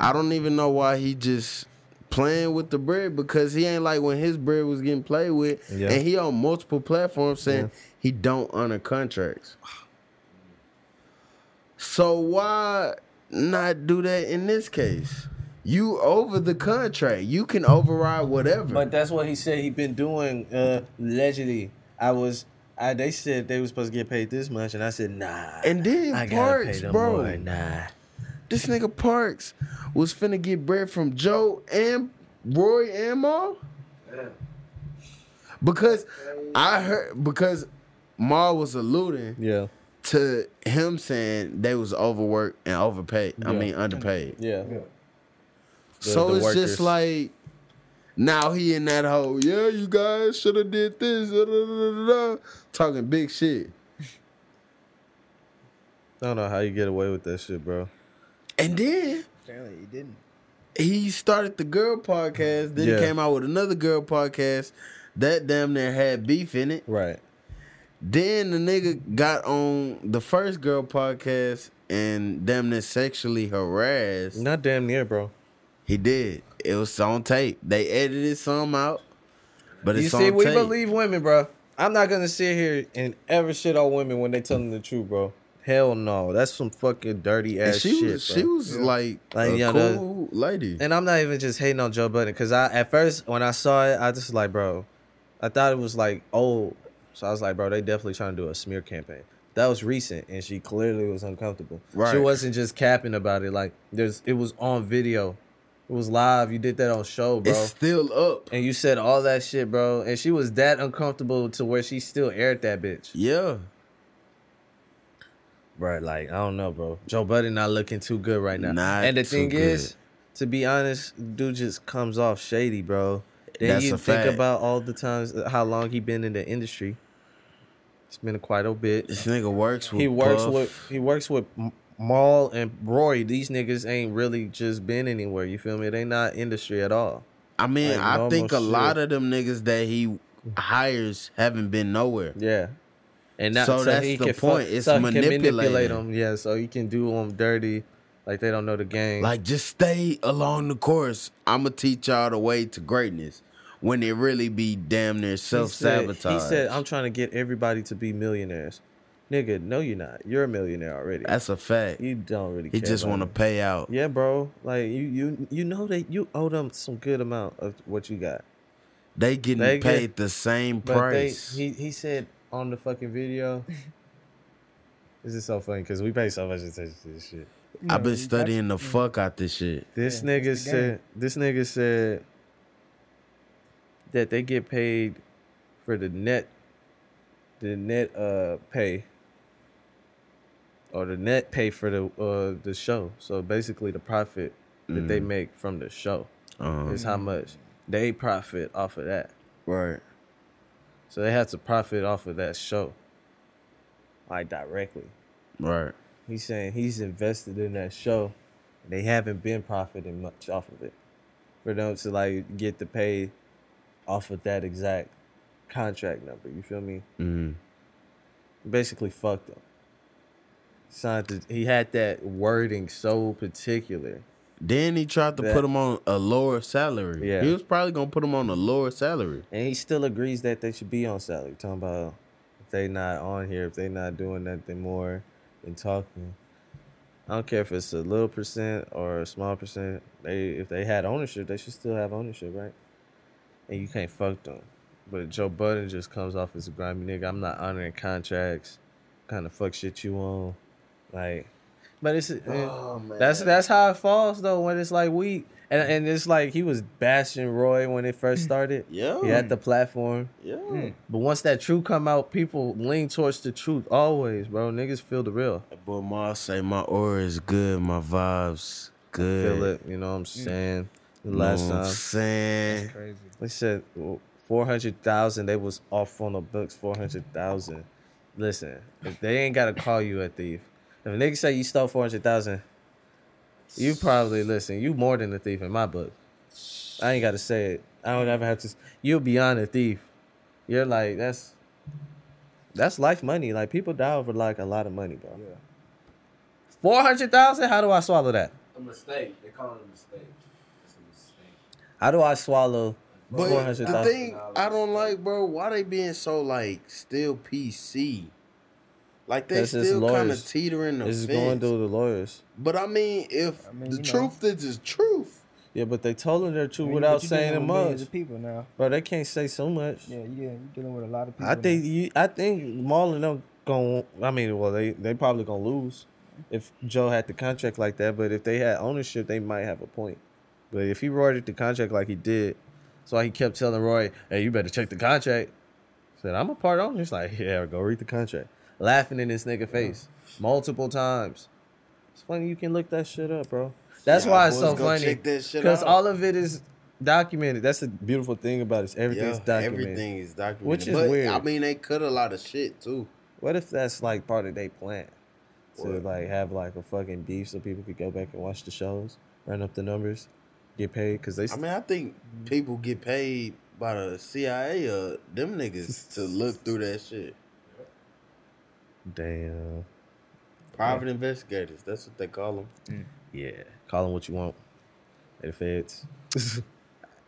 S1: I don't even know why he just playing with the bread because he ain't like when his bread was getting played with,
S6: Yeah.
S1: and he on multiple platforms saying
S6: Yeah.
S1: he don't honor contracts. So why not do that in this case? You over the contract. You can override whatever.
S6: But that's what he said he been doing uh allegedly. I was I they said they was supposed to get paid this much and I said nah.
S1: And then
S6: I gotta pay
S1: Parks,
S6: them
S1: bro.
S6: more. Nah.
S1: This nigga Parks was finna get bread from Joe and Roy and Ma. Because I heard because Ma was alluding
S6: yeah.
S1: to him saying they was overworked and overpaid. I
S6: Yeah.
S1: mean underpaid.
S6: Yeah. The-
S1: so
S6: the
S1: it's just
S6: workers.
S1: like now he in that hole. Yeah, you guys should have did this. da, da, da, da, da," talking big shit.
S6: I don't know how you get away with that shit, bro.
S1: And then
S4: Apparently, he didn't.
S1: he started the girl podcast. Then
S6: Yeah.
S1: he came out with another girl podcast that damn near had beef in it.
S6: Right.
S1: Then the nigga got on the first girl podcast and damn near sexually harassed.
S6: Not damn near, bro.
S1: He did. It was on tape. They edited some out, but it's
S6: you
S1: on
S6: see, we
S1: tape.
S6: believe women, bro. I'm not gonna sit here and ever shit on women when they telling the truth, bro. Hell no, that's some fucking dirty
S1: And
S6: ass
S1: she
S6: shit.
S1: was
S6: bro.
S1: she was like, a
S6: yeah, that-
S1: cool lady.
S6: And I'm not even just hating on Joe Budden because I at first when I saw it, I just like, bro, I thought it was like old. So I was like, bro, they definitely trying to do a smear campaign. That was recent, and she clearly was uncomfortable.
S1: Right.
S6: She wasn't just capping about it. Like there's, it was on video, it was live. You did that on show, bro.
S1: It's still up.
S6: and you said all that shit, bro. And she was that uncomfortable to where she still aired that bitch.
S1: Yeah.
S6: Bro, like, I don't know, bro. Joe Budden not looking too good right now.
S1: Not
S6: and the
S1: too
S6: thing is,
S1: good.
S6: to be honest, dude just comes off shady, bro. Then
S1: That's
S6: you
S1: a
S6: think
S1: fact.
S6: about all the times uh, how long he been in the industry. It's been quite a bit.
S1: This nigga works with
S6: He works
S1: Puff.
S6: with he works with M- Maul and Roy. These niggas ain't really just been anywhere. You feel me? They not industry at all.
S1: I mean,
S6: Like,
S1: I
S6: normal
S1: think a
S6: shit.
S1: lot of them niggas that he hires haven't been nowhere.
S6: Yeah. And that,
S1: so,
S6: so,
S1: that's
S6: he
S1: the
S6: can fuck-
S1: point. it's
S6: so he can manipulate
S1: manipulating.
S6: them. Yeah, so he can do them dirty, like they don't know the game.
S1: Like just stay along the course. I'ma teach y'all the way to greatness. When it really be damn near
S6: He
S1: self
S6: said-
S1: sabotage.
S6: He said, "I'm trying to get everybody to be millionaires." Nigga, no, you're not. You're a millionaire already.
S1: That's a fact.
S6: You don't really.
S1: He
S6: care
S1: just
S6: about
S1: want to
S6: it.
S1: pay out.
S6: Yeah, bro. Like you, you, you know that you owe them some good amount of what you got.
S1: They getting
S6: They get-
S1: paid the same
S6: But they,
S1: price.
S6: he he said on the
S1: [LAUGHS]
S6: fucking video. this is so funny because we pay so much attention to this shit.
S1: I've been studying the fuck out this shit.
S6: This nigga said. This nigga said that they get paid for the net, the net uh pay, or the net pay for the uh the show. So basically, the profit that they
S1: Mhm.
S6: make from the show
S1: Uh-huh.
S6: is how much they profit off of that.
S1: Right.
S6: So they have to profit off of that show, like directly.
S1: Right.
S6: He's saying he's invested in that show. And they haven't been profiting much off of it. For them to like get the pay off of that exact contract number. You feel me?
S1: Mm.
S6: Basically fucked them. Signed to, he had that wording so particular.
S1: Then he tried to
S6: That-
S1: put him on a lower salary.
S6: Yeah.
S1: He was probably gonna put him on a lower salary.
S6: And he still agrees that they should be on salary. Talking about if they not on here, if they not doing nothing more than talking. I don't care if it's a little percent or a small percent. They if they had ownership, they should still have ownership, right? And you can't fuck them. But Joe Budden just comes off as a grimy nigga. I'm not honoring contracts. Kind of fuck shit you on, like. But it's
S2: Oh,
S6: that's
S2: man.
S6: that's how it falls though when it's like weak and and it's like he was bashing Roy when it first started.
S1: Yeah.
S6: he had the platform.
S1: Yeah.
S6: But once that truth come out, people lean towards the truth always, bro. Niggas feel the real.
S1: But Ma say my aura is good, my vibes good.
S6: Feel it, you know what I'm saying? The last
S1: know what I'm
S6: time.
S1: saying?
S6: They said four hundred thousand. They was off on the books four hundred thousand. Listen, if they ain't gotta call you a thief, if a nigga say you stole four hundred thousand, you probably listen. You more than a thief in my book. I ain't gotta say it. I don't ever have to. s- You're beyond a thief. You're like that's that's life money. Like people die over like a lot of money, bro. Four hundred thousand. How do I swallow that?
S2: A mistake. They call it a mistake. It's a mistake.
S6: How do I swallow four
S1: But
S6: hundred
S1: the
S6: thousand?
S1: thing I don't like, bro, why they being so like still PC? Like they
S6: That's just
S1: still kind
S6: lawyers.
S1: of teetering the
S6: It's
S1: fence.
S6: going through the lawyers.
S1: But I mean, if the
S6: you know.
S1: truth is is truth,
S6: Yeah, but they told her their truth
S1: mean,
S6: without
S1: but you
S6: saying
S1: dealing
S6: much.
S1: with millions
S4: of people now.
S6: Bro, they can't say so much.
S4: Yeah, yeah, you're dealing with a lot of people.
S6: I think you. I think Maul and them going. I mean, well, they they probably gonna lose if Joe had the contract like that. But if they had ownership, they might have a point. But if he roared at the contract like he did, so he kept telling Roy, "Hey, you better check the contract." Said I'm a part owner. He's like, "Yeah, go read the contract." Laughing in this nigga face multiple times. It's funny you can look that shit up, bro. That's
S1: Yeah,
S6: why it's
S1: boys
S6: so
S1: go
S6: funny.
S1: check that shit
S6: Because
S1: out.
S6: all of it is documented. That's the beautiful thing about it. is Everything's
S1: yeah,
S6: documented.
S1: everything is documented.
S6: Which is
S1: But,
S6: weird.
S1: I mean, they cut a lot of shit too.
S6: What if that's like part of their plan to
S1: What?
S6: like have like a fucking beef so people could go back and watch the shows, run up the numbers, get paid because they.
S1: I mean, I think
S6: Mm-hmm.
S1: people get paid by the CIA or them niggas to look through that shit.
S6: damn.
S1: Private investigators, that's what they call them.
S6: Yeah, call them what you want. They the feds.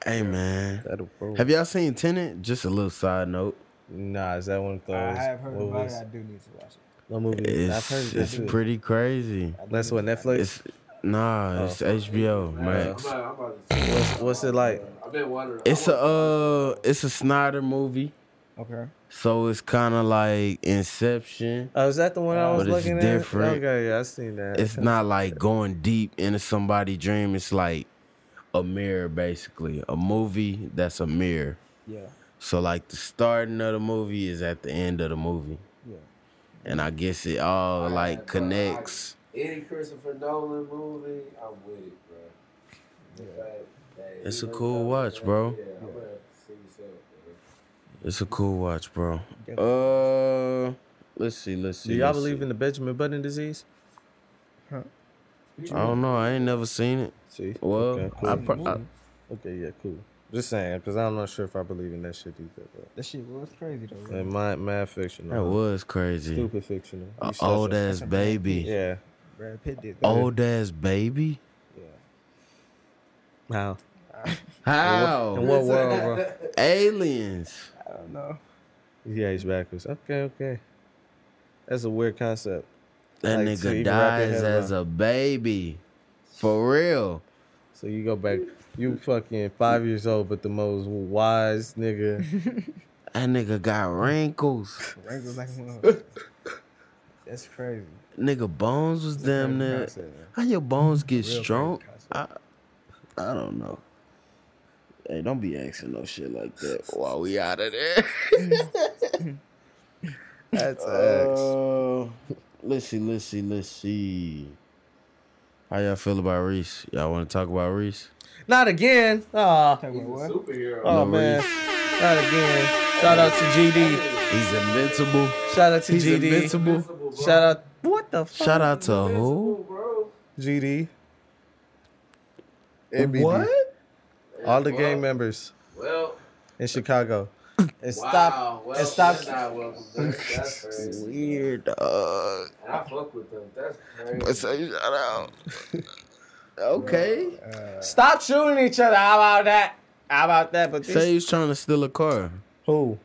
S1: Hey man,
S6: That'll prove.
S1: have y'all seen Tenant? Just a little side note.
S6: Nah, is that one of those?
S4: I have heard about it.
S6: movies?
S4: I do need to watch it.
S6: No movie. I've heard
S1: It's,
S6: of that
S1: it's
S6: too.
S1: pretty crazy.
S6: That's what Netflix.
S1: It's nah, it's
S6: Oh.
S1: HBO Max.
S2: I'm about- I'm about
S6: What's, what's it like?
S2: to- I've been wondering.
S1: It's a uh, it's a Snyder movie.
S4: Okay.
S1: So it's kind of like Inception.
S6: Oh, is that the one I was
S1: but
S6: looking
S1: it's
S6: at?
S1: different.
S6: Okay, yeah, I seen that.
S1: It's not like going deep into somebody's dream. It's like a mirror, basically, a movie that's a mirror.
S4: Yeah.
S1: So like the starting of the movie is at the end of the movie,
S4: Yeah.
S1: and I guess it all like connects.
S2: Any Christopher Nolan movie, I'm with it, bro. Yeah.
S1: It's a cool watch, bro.
S2: Yeah, I'm gonna see yourself, bro.
S1: It's a cool watch, bro. Uh, let's see, let's see.
S6: Do y'all
S1: let's see.
S6: believe in the Benjamin Button disease?
S1: I don't know. I ain't never seen it.
S6: See,
S1: well,
S6: Okay, cool.
S1: I, pro- I-
S6: okay, yeah, cool. Just saying, because I'm not sure if I believe in that shit either. But
S4: That shit was crazy though. bro.
S6: And my mad fictional.
S1: that was crazy.
S6: Stupid fictional.
S1: A
S6: You such
S1: old
S6: a-
S1: ass baby.
S6: Yeah.
S4: Brad Pitt did. that.
S6: Oh.
S1: Old ass baby.
S6: How?
S1: How?
S6: In what world, bro?
S1: Aliens.
S4: I don't know.
S6: Yeah, he's backwards. Okay, okay. That's a weird concept.
S1: That
S6: Like, to
S1: nigga
S6: even wrap your
S1: dies
S6: head
S1: as
S6: around.
S1: a baby. For real.
S6: So you go back, you fucking five years old, but the most wise nigga.
S1: That nigga got wrinkles.
S4: Wrinkles like [LAUGHS] a motherfucker. That's crazy.
S1: nigga bones was damn
S4: crazy
S1: near.
S4: concept, man.
S1: How your bones get
S4: Real
S1: strong?
S4: crazy
S1: I, I don't know. Hey, don't be asking no shit like that while we out of there.
S6: That's
S1: Uh, let's see, let's see, let's see. How y'all feel about Reese? Y'all want to talk about Reese?
S6: Not again. Aw.
S2: Superhero.
S6: Oh,
S1: No,
S6: man.
S1: Reese.
S6: Not again. Shout out to GD.
S1: He's invincible.
S6: Shout out to
S1: He's
S6: GD.
S1: invincible.
S6: Shout out. What the fuck?
S1: Shout out to
S2: Oh,
S1: who?
S6: GD.
S1: What?
S6: All the gang members
S2: Well,
S6: in Chicago. And
S2: wow.
S6: stop.
S2: Well,
S6: and stop.
S2: that's not welcome back.
S6: [LAUGHS]
S2: That's crazy.
S1: Weird dog.
S2: And I fuck with them. That's crazy.
S1: But say shout out. [LAUGHS] Okay.
S6: Stop shooting each other. How about that? How about that? But
S1: Say
S6: this,
S1: he's trying to steal a car.
S6: who?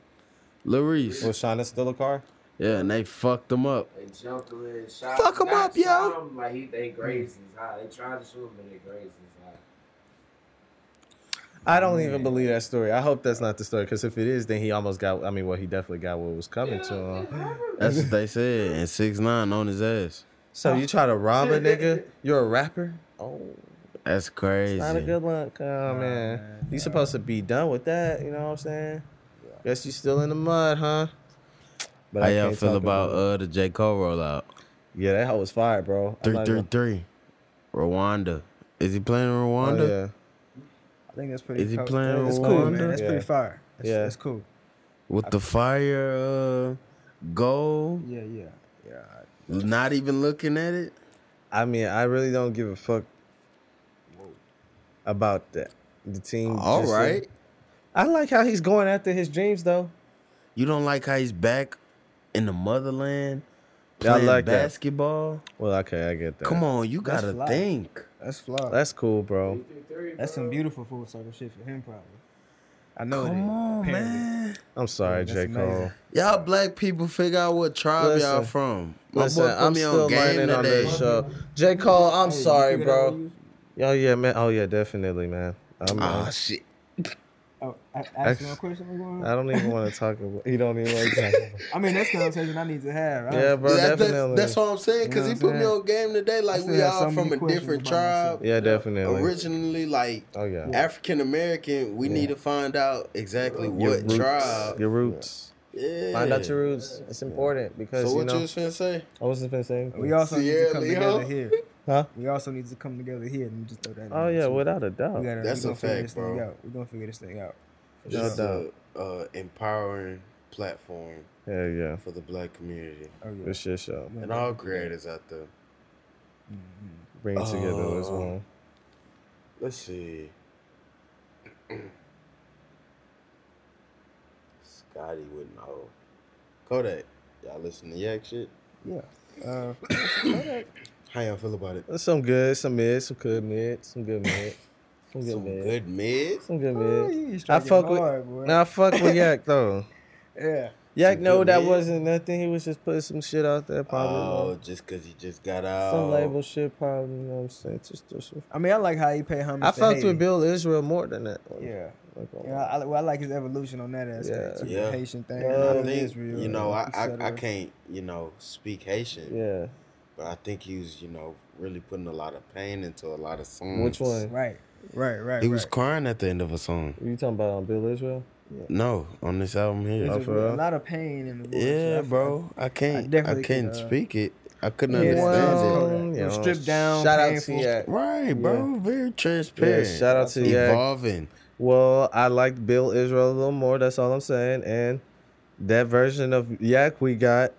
S1: Lil Reese.
S6: Was Shauna still a car?
S1: Yeah, and they fucked him up.
S2: They jumped him in, shot
S1: Fuck 'em
S2: not
S1: up, yo.
S2: shot him, Like he, they grazed his eye. They tried to shoot him, but they grazed his eye.
S6: I don't even believe that story. I hope that's not the story. Because if it is, then he almost got. I mean, well, he definitely got what was coming to him.
S1: That's what they said. And six nine on his ass.
S6: So you try to rob a nigga? You're a rapper? Oh,
S1: That's crazy.
S6: not a good look. Oh man, you supposed to be done with that. You know what I'm saying? Guess you still in the mud, huh? But
S1: How
S6: I
S1: y'all
S6: can't
S1: feel
S6: talk
S1: about uh the J Cole rollout?
S6: Yeah, that hoe was fire, bro. I'm
S1: Three
S6: not
S1: three
S6: gonna-
S1: three. Rwanda. Is he playing in
S6: Oh,
S1: Rwanda?
S6: yeah.
S4: I think that's pretty.
S1: Is he
S4: cool.
S1: playing
S4: That's
S1: with
S4: cool,
S1: Wanda?
S4: man. That's
S1: Yeah.
S4: pretty fire. That's,
S1: Yeah.
S4: that's cool.
S1: With the fire uh goal.
S4: Yeah, yeah, yeah.
S1: Not even looking at it.
S6: I mean, I really don't give a fuck about that. The team.
S1: All
S6: just-
S1: right.
S6: I like how he's going after his dreams, though.
S1: You don't like how he's back in the motherland
S6: Yeah, I
S1: playing
S6: like that.
S1: basketball?
S6: Well, okay, I get that.
S1: Come on, you
S6: That's
S1: gotta
S6: fly.
S1: think.
S4: That's flawed.
S6: That's cool, bro.
S4: That's some beautiful full circle shit for him, probably. I know it.
S1: Come
S4: is.
S1: on,
S4: Apparently.
S1: man.
S6: I'm sorry, J. Cole.
S1: Y'all black people figure out what tribe y'all
S6: Listen,
S1: from.
S6: Listen, I'm still learning on this show. J. Cole, I'm sorry, bro. Oh yeah, man. Oh yeah, definitely, man. I'm,
S1: Oh, shit.
S4: Oh, a- ask you a question. we're going on?
S6: I don't even want to talk about. You don't even like
S1: [LAUGHS]
S6: talking about.
S4: I mean, that's the conversation I need to have. I-
S6: Yeah, bro,
S1: That's,
S6: definitely.
S1: that's, that's what I'm saying. Cause
S4: You know
S1: he
S4: what
S1: put
S4: I'm
S1: me on game today. Like
S4: I
S1: we
S4: still have
S1: all
S4: so
S1: from
S4: many
S1: a
S4: questions
S1: different
S4: about
S1: tribe.
S6: Yeah, definitely.
S1: Originally, like
S6: Oh, yeah.
S1: African American, we
S6: Yeah.
S1: need to find out exactly
S6: Your
S1: what
S6: roots,
S1: tribe.
S6: Your roots.
S1: Yeah.
S6: Find out your roots. It's important because
S1: So
S6: you
S1: what
S6: know.
S1: you was finna say?
S6: I wasn't finna say. anything.
S4: We also need to
S1: Sierra
S4: come
S1: Leone?
S4: together here.
S6: Huh?
S4: We also need to come together here and just throw that. in
S6: Oh,
S4: there,
S6: yeah,
S4: too.
S6: without a doubt.
S4: We gotta,
S1: That's a
S4: we gonna figure
S1: fact,
S4: this thing
S1: bro.
S4: out. We're gonna figure this thing out. For
S1: This is
S4: sure.
S1: a uh, empowering platform
S6: Hell yeah.
S1: for the black community
S4: Oh, yeah.
S6: It's uh, your show.
S1: and all
S6: [LAUGHS]
S1: creators out there.
S6: Bring it together as
S1: Uh,
S6: one.
S1: Let's see. [CLEARS THROAT] Scotty would know. Kodak, y'all listen to Yak shit?
S4: Yeah. Uh,
S1: How y'all feel about it?
S6: There's some good, some mid, some good mid, some good
S1: [LAUGHS]
S6: mid, some good
S1: Some
S6: mid,
S1: good mids?
S6: some good
S4: Oh,
S6: mid.
S4: you just
S6: I
S4: striking
S6: fuck with,
S4: hard, boy.
S6: nah, I fuck with
S4: [LAUGHS]
S6: Yak though.
S4: yeah.
S6: Yak
S1: Some
S6: know
S1: good
S6: that
S1: mid?
S6: wasn't nothing. He was just putting some shit out there, probably.
S1: Oh, just because he just got
S6: like,
S1: out.
S6: Some label shit, probably. You know what I'm saying? Just, just
S4: I mean, I like how he paid homage.
S6: I
S4: to
S6: fucked
S4: Haiti.
S6: with Bill Israel more than that. One.
S4: Yeah.
S6: Like, oh,
S4: You know, I, well, I like his evolution on that aspect.
S6: Yeah.
S4: too, the
S1: Yeah.
S4: Haitian thing.
S1: And
S4: all
S1: I
S4: of
S1: think,
S4: Israel,
S1: you know, I,
S4: et
S1: I, I
S4: cetera.
S1: can't, you know, speak Haitian,
S6: yeah.
S1: but I think he was, you know, really putting a lot of pain into a lot of songs.
S6: Which one?
S4: Right, right, right.
S1: He was
S4: right.
S1: crying at the end of a song.
S6: You talking about on Bill Israel?
S1: No, on this album here.
S4: There's
S6: Oh,
S4: a,
S6: for
S4: real- a
S6: real?
S4: lot of pain in the voice.
S1: Yeah,
S4: I-
S1: bro. I can't. I,
S4: definitely
S1: can't
S4: could, uh,
S1: speak it. I couldn't
S4: Yeah, it's
S1: understand it.
S4: down. Kodak.
S6: you
S4: Little
S6: know,
S4: stripped down,
S6: Shout out to
S4: painful.
S6: Yak.
S1: Right, bro. Very transparent.
S6: Yeah, shout out to Yak.
S1: evolving.
S6: Well, I liked Bill Israel a little more. That's all I'm saying. And that version of Yak we got.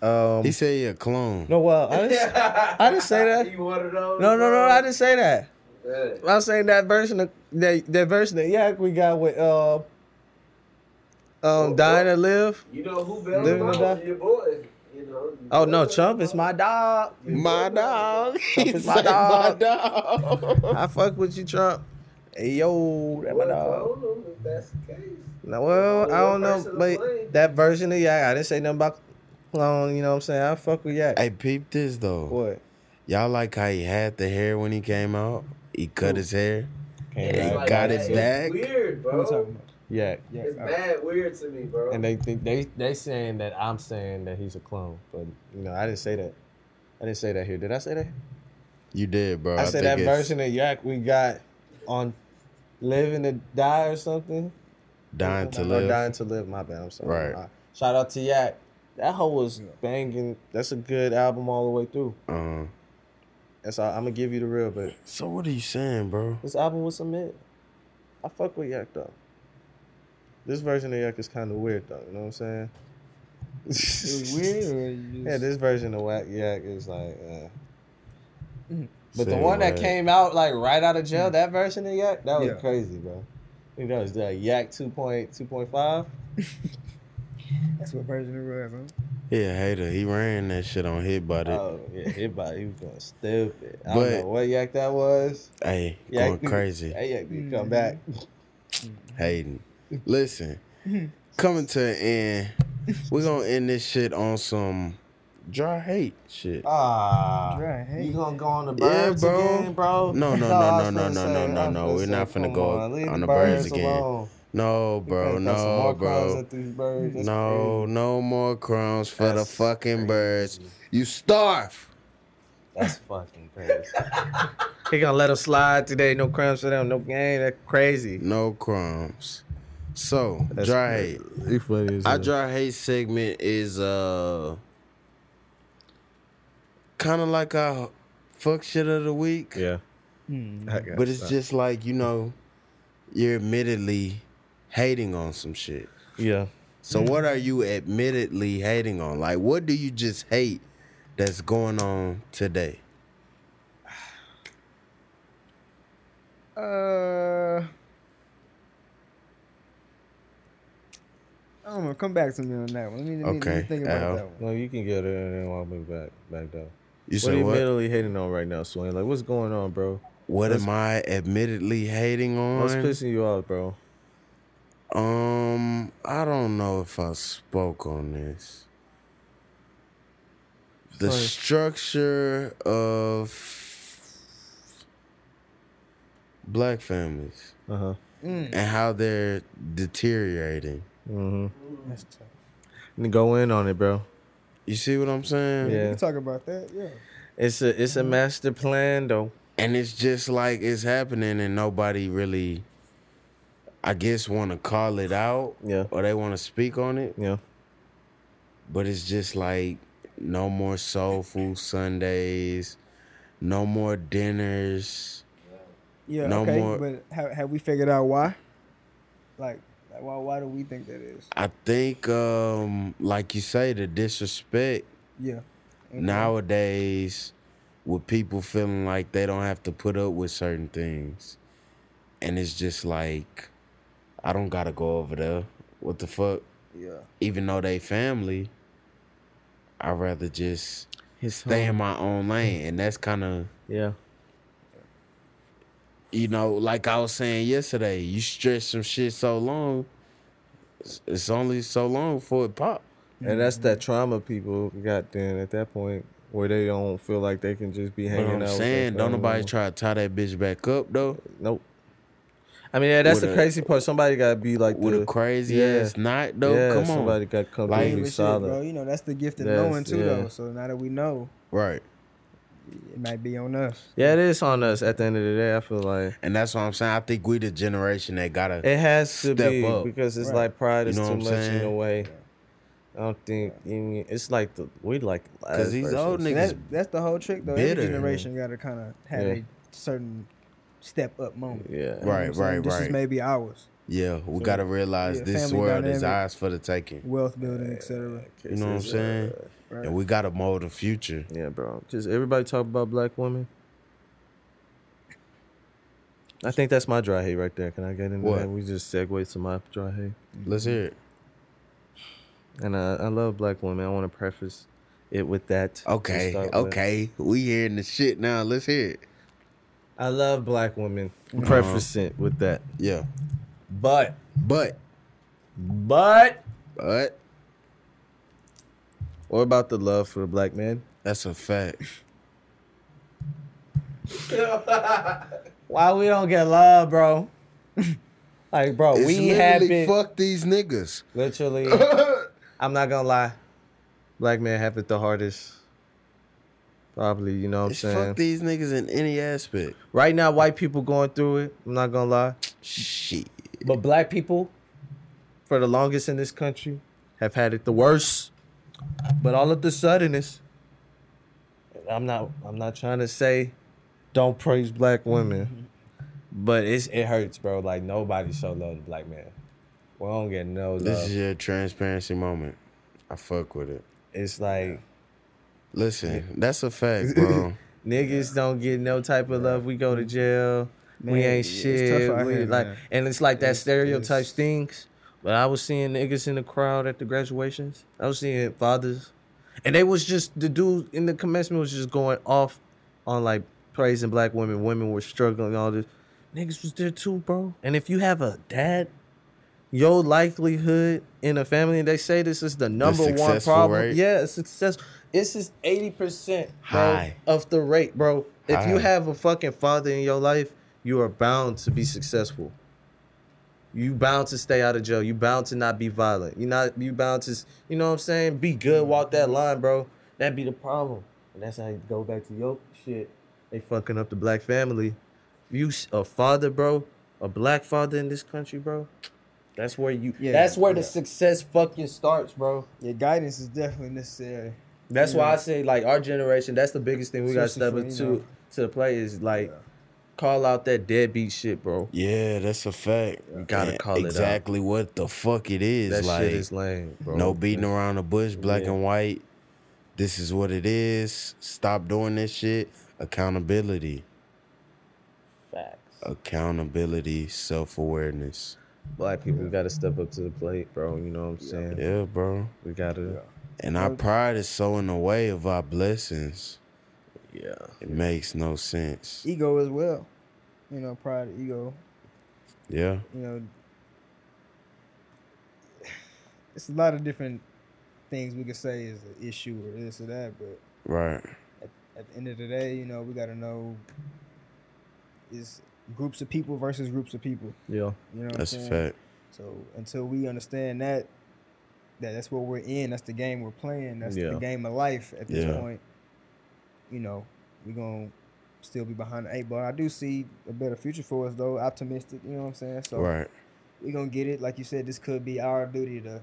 S6: Um,
S1: He said he a clone.
S6: no, well, I didn't, I didn't say
S2: [LAUGHS]
S6: that.
S2: You one of those?
S6: [LAUGHS] No, no, no, I didn't say that.
S2: didn't.
S6: I was saying that version of that, that version of Yak we got with uh, um, dying to live.
S2: You know who better
S6: Living
S2: than
S6: and Die?
S2: your boy? You know.
S6: Oh no, Trump is my dog.
S1: My dog. [LAUGHS] He
S6: It's
S1: said my
S6: my dog.
S1: dog.
S6: I fuck with you, Trump. Hey yo, that my dog.
S2: If that's the case.
S6: No, well,
S2: Only
S6: I don't
S2: one
S6: know,
S2: person to play.
S6: but that version of Yak, I didn't say nothing about clone. You know what I'm saying? I fuck with Yak.
S1: hey, peep this though.
S6: What?
S1: Y'all like how he had the hair when he came out? He cut his hair.
S6: Came
S1: They
S2: It's
S6: back.
S2: like
S1: got
S2: that.
S1: his
S2: It's
S1: back.
S2: Weird,
S4: What we talking
S2: bro.
S4: about?
S6: Yak.
S4: Yeah.
S2: It's
S4: uh,
S2: bad weird to me, bro.
S6: And they think they they saying that I'm saying that he's a clone, but you know I didn't say that. I didn't say that here. Did I say that?
S1: You did, bro.
S6: I said that
S1: think it's
S6: version of Yak we got on Living to Die or something.
S1: Dying to
S6: Or
S1: live.
S6: Dying to Live. My bad. I'm sorry.
S1: Right.
S6: My- Shout out to Yak. That hoe was banging. That's a good album all the way through.
S1: Uh-huh.
S6: That's all. I'm gonna give you the real, but
S1: So what are you saying, bro?
S6: This album was a mid. I fuck with Yak though. This version of Yak is kind of weird though. You know what I'm saying?
S4: It
S6: [LAUGHS]
S4: was weird. Or you just,
S6: yeah, this version of Wack Yak is like. Uh, but the
S1: Say
S6: one that
S1: what?
S6: came out like right out of jail, that version of Yak, that was
S4: Yeah.
S6: crazy, bro. I think that was the Yak 2.2.5.
S4: That's what version of rap, bro.
S1: He a hater. He ran that shit on hit by the
S6: Oh yeah, everybody he was going stupid. I
S1: But-
S6: don't know what Yak that was.
S1: hey,
S6: Yak
S1: going
S6: need-
S1: crazy.
S6: That Yak need to come back.
S1: Hayden.
S6: [LAUGHS]
S1: Listen, coming to an end, we're gonna end this shit on some dry hate shit.
S6: Ah,
S4: Dry hate.
S6: you gonna go on the
S1: Yeah,
S6: birds
S1: bro.
S6: again, bro? [LAUGHS]
S1: No, no,
S6: That's all
S1: no,
S6: I was
S1: no,
S6: finna
S1: no,
S6: say.
S1: no, no,
S6: I was
S1: no.
S6: finna
S1: We're not
S6: say,
S1: finna
S6: come
S1: go
S6: leave
S1: on
S6: the
S1: the birds again.
S6: alone.
S1: No,
S6: We
S1: bro,
S6: finna throw some more
S1: no,
S6: crumbs
S1: bro.
S6: at these birds. That's
S1: No, no more crumbs for the
S6: That's
S1: fucking
S6: crazy.
S1: birds. You starve.
S6: crazy. That's fucking crazy. he gonna let them slide today. No crumbs for them. No game. That's crazy.
S1: No crumbs. So,
S6: That's
S1: dry hate.
S6: He funny as
S1: Our
S6: hell.
S1: dry hate segment is uh kind of like our fuck shit of the week.
S6: Yeah.
S1: But it's just like, you know, you're admittedly hating on some shit.
S6: yeah.
S1: So what are you admittedly hating on? Like what do you just hate that's going on today?
S4: Uh, I don't know. Come back to me on that one. Let me, let me, let me
S1: Okay,
S4: think about
S1: Al.
S4: that one.
S6: No, you can get it and then walk me back back down.
S1: You
S6: what
S1: said
S6: are you
S1: what?
S6: mentally hating on right now, Swain? Like, what's going on, bro?
S1: What
S6: What's-
S1: am I admittedly hating on?
S6: What's pissing you off, bro?
S1: Um, I don't know if I spoke on this. The
S6: Sorry.
S1: structure of black families
S6: Uh-huh.
S4: Mm.
S1: and how they're deteriorating.
S6: Mm-hmm. Go in on it, bro.
S1: You see what I'm saying?
S4: We can talk about that. Yeah.
S6: It's a it's a master plan though.
S1: And it's just like it's happening and nobody really I guess wanna call it out.
S6: Yeah.
S1: Or they wanna speak on it.
S6: Yeah.
S1: But it's just like no more soul food Sundays, no more dinners.
S4: Yeah.
S1: No
S4: okay.
S1: more-
S4: But have, have we figured out why? Like, like, why? Why do we think that is?
S1: I think um like you say, the disrespect
S4: Yeah.
S1: nowadays with people feeling like they don't have to put up with certain things. And it's just like, I don't gotta go over there. What the fuck?
S6: Yeah.
S1: Even though they family, I'd rather just stay in
S6: home.
S1: my own lane. And that's kind of,
S6: Yeah.
S1: you know, like I was saying yesterday, you stretch some shit so long, it's- it's only so long before it pop.
S6: And that's that trauma people got then at that point where they don't feel like they can just be hanging
S1: but
S6: out.
S1: I'm
S6: with their
S1: saying, don't
S6: family.
S1: nobody try to tie that bitch back up though.
S6: Nope. I mean, yeah, that's
S1: With
S6: the
S1: a-
S6: crazy part. Somebody gotta be like
S1: with
S6: the,
S1: a crazy ass knot, though.
S6: Yeah,
S1: Come on.
S6: somebody got come
S1: Like-
S6: through and be
S1: Real shit,
S6: solid.
S4: Bro, you know that's the gift of
S6: That's-
S4: knowing too,
S6: yeah.
S4: though. So now that we know,
S1: Right.
S4: it might be on us.
S6: Yeah, it is on us at the end of the day. I feel like
S1: And that's what I'm saying. I think we the generation that gotta
S6: it has to
S1: step
S6: be
S1: up
S6: because it's
S1: Right.
S6: like pride
S1: You
S6: is
S1: know
S6: too
S1: what
S6: much
S1: I'm
S6: in a
S1: saying?
S6: way. I don't think even, it's like the we like the last
S1: Because uh, these old
S6: version.
S1: niggas-
S4: That's, that's the whole trick, though.
S1: bitter.
S4: Every generation got to kind of have
S1: Yeah.
S4: a certain step up moment.
S6: Yeah.
S4: You know what
S1: Right,
S4: I'm saying?
S1: right,
S4: This
S1: right.
S4: is maybe ours.
S1: Yeah, we
S4: So,
S1: gotta realize
S4: yeah,
S1: this
S4: family
S1: world is
S4: dynamic,
S1: ours for the taking.
S4: Wealth building, etc.
S1: You know what I'm saying?
S4: Right.
S1: And we gotta mold the future.
S6: Yeah, bro. Just everybody talk about black women. I think that's my dry hate right there. Can I get into
S1: What?
S6: that? We just segue to my dry hate.
S1: Let's hear it.
S6: And I, I love black women. I want to preface it with that. to
S1: Okay,
S6: start with.
S1: okay. We hearing the shit now. Let's hear it.
S6: I love black women. Preface it with that.
S1: Yeah.
S6: Uh-huh. But
S1: But
S6: but
S1: but
S6: what about the love for the black man?
S1: That's a fact.
S6: Why we don't get love, bro? [LAUGHS] like, bro,
S1: It's
S6: we
S1: literally
S6: haven't
S1: fuck these niggas. [LAUGHS]
S6: literally. I'm not gonna lie, black men have it the hardest. Probably, you know what I'm
S1: It's
S6: saying.
S1: fuck these niggas in any aspect.
S6: right now, white people going through it. I'm not gonna lie.
S1: Shit.
S6: But black people, for the longest in this country, have had it the worst. But all of the suddenness, I'm not. I'm not trying to say, don't praise black women, but it's it hurts, bro. Like nobody show love to black man. We don't get no love.
S1: This is your transparency moment. I fuck with it.
S6: it's like
S1: Listen, that's a
S6: [LAUGHS]
S1: fact, bro.
S6: niggas don't get no type of love. We go to jail. we
S4: Man,
S6: ain't
S4: it's
S6: shit.
S4: tough out
S6: We
S4: here,
S6: like,
S4: man.
S6: and it's like that
S4: It's-
S6: stereotype
S4: it's-
S6: stinks. But I was seeing niggas in the crowd at the graduations. I was seeing fathers, and they was just the dude in the commencement was just going off on like praising black women. Women were struggling. All this niggas was there too, bro. And if you have a dad. Your likelihood in a family, and they say this is the number one
S1: successful
S6: problem.
S1: rate?
S6: Yeah, success. This is eighty percent
S1: High.
S6: of the rate, bro. If you
S1: High.
S6: have a fucking father in your life, you are bound to be successful. You bound to stay out of jail. You bound to not be violent. You not you bound to, s- you know what I'm saying? Be good, walk that line, bro. That be the problem. And that's how you go back to your shit. They fucking up the black family. You s- a father, bro, a black father in this country, bro. That's where you.
S4: Yeah,
S6: that's where the
S4: yeah.
S6: success fucking starts, bro.
S4: Your guidance is definitely necessary.
S6: That's
S4: You
S6: why
S4: know,
S6: I say like our generation. That's the biggest thing we got to step
S4: Especially
S6: up
S4: for,
S6: to
S4: you know-
S6: to the play is like call out that deadbeat shit, bro.
S1: Yeah, that's a fact. You
S6: gotta call it out.
S1: exactly what the fuck it is.
S6: That
S1: like
S6: shit is lame, bro.
S1: no beating around the bush, black
S6: Yeah.
S1: and white. This is what it is. Stop doing this shit. Accountability,
S6: Facts.
S1: accountability, self awareness.
S6: Black people got to step up to the plate, bro. You know what I'm saying?
S1: Yeah, bro.
S6: We gotta.
S1: And our pride is so in the way of our blessings. Yeah. It makes no sense.
S6: E
S4: Ego as well. You know, pride, ego.
S1: Yeah.
S4: You know, [SIGHS] it's a lot of different things we could say is an issue or this or that, but
S1: Right.
S4: at, at the end of the day, you know, we got to know is groups of people versus groups of people.
S6: Yeah.
S4: You know what
S1: That's a
S4: I'm saying?
S1: fact.
S4: So until we understand that, that that's what we're in, that's the game we're playing, that's
S6: Yeah.
S4: the game of life at this
S6: Yeah.
S4: point, you know, we're going to still be behind the eight ball. I do see a better future for us, though, optimistic, you know what I'm saying? So
S6: Right.
S4: we're going to get it. Like you said, this could be our duty to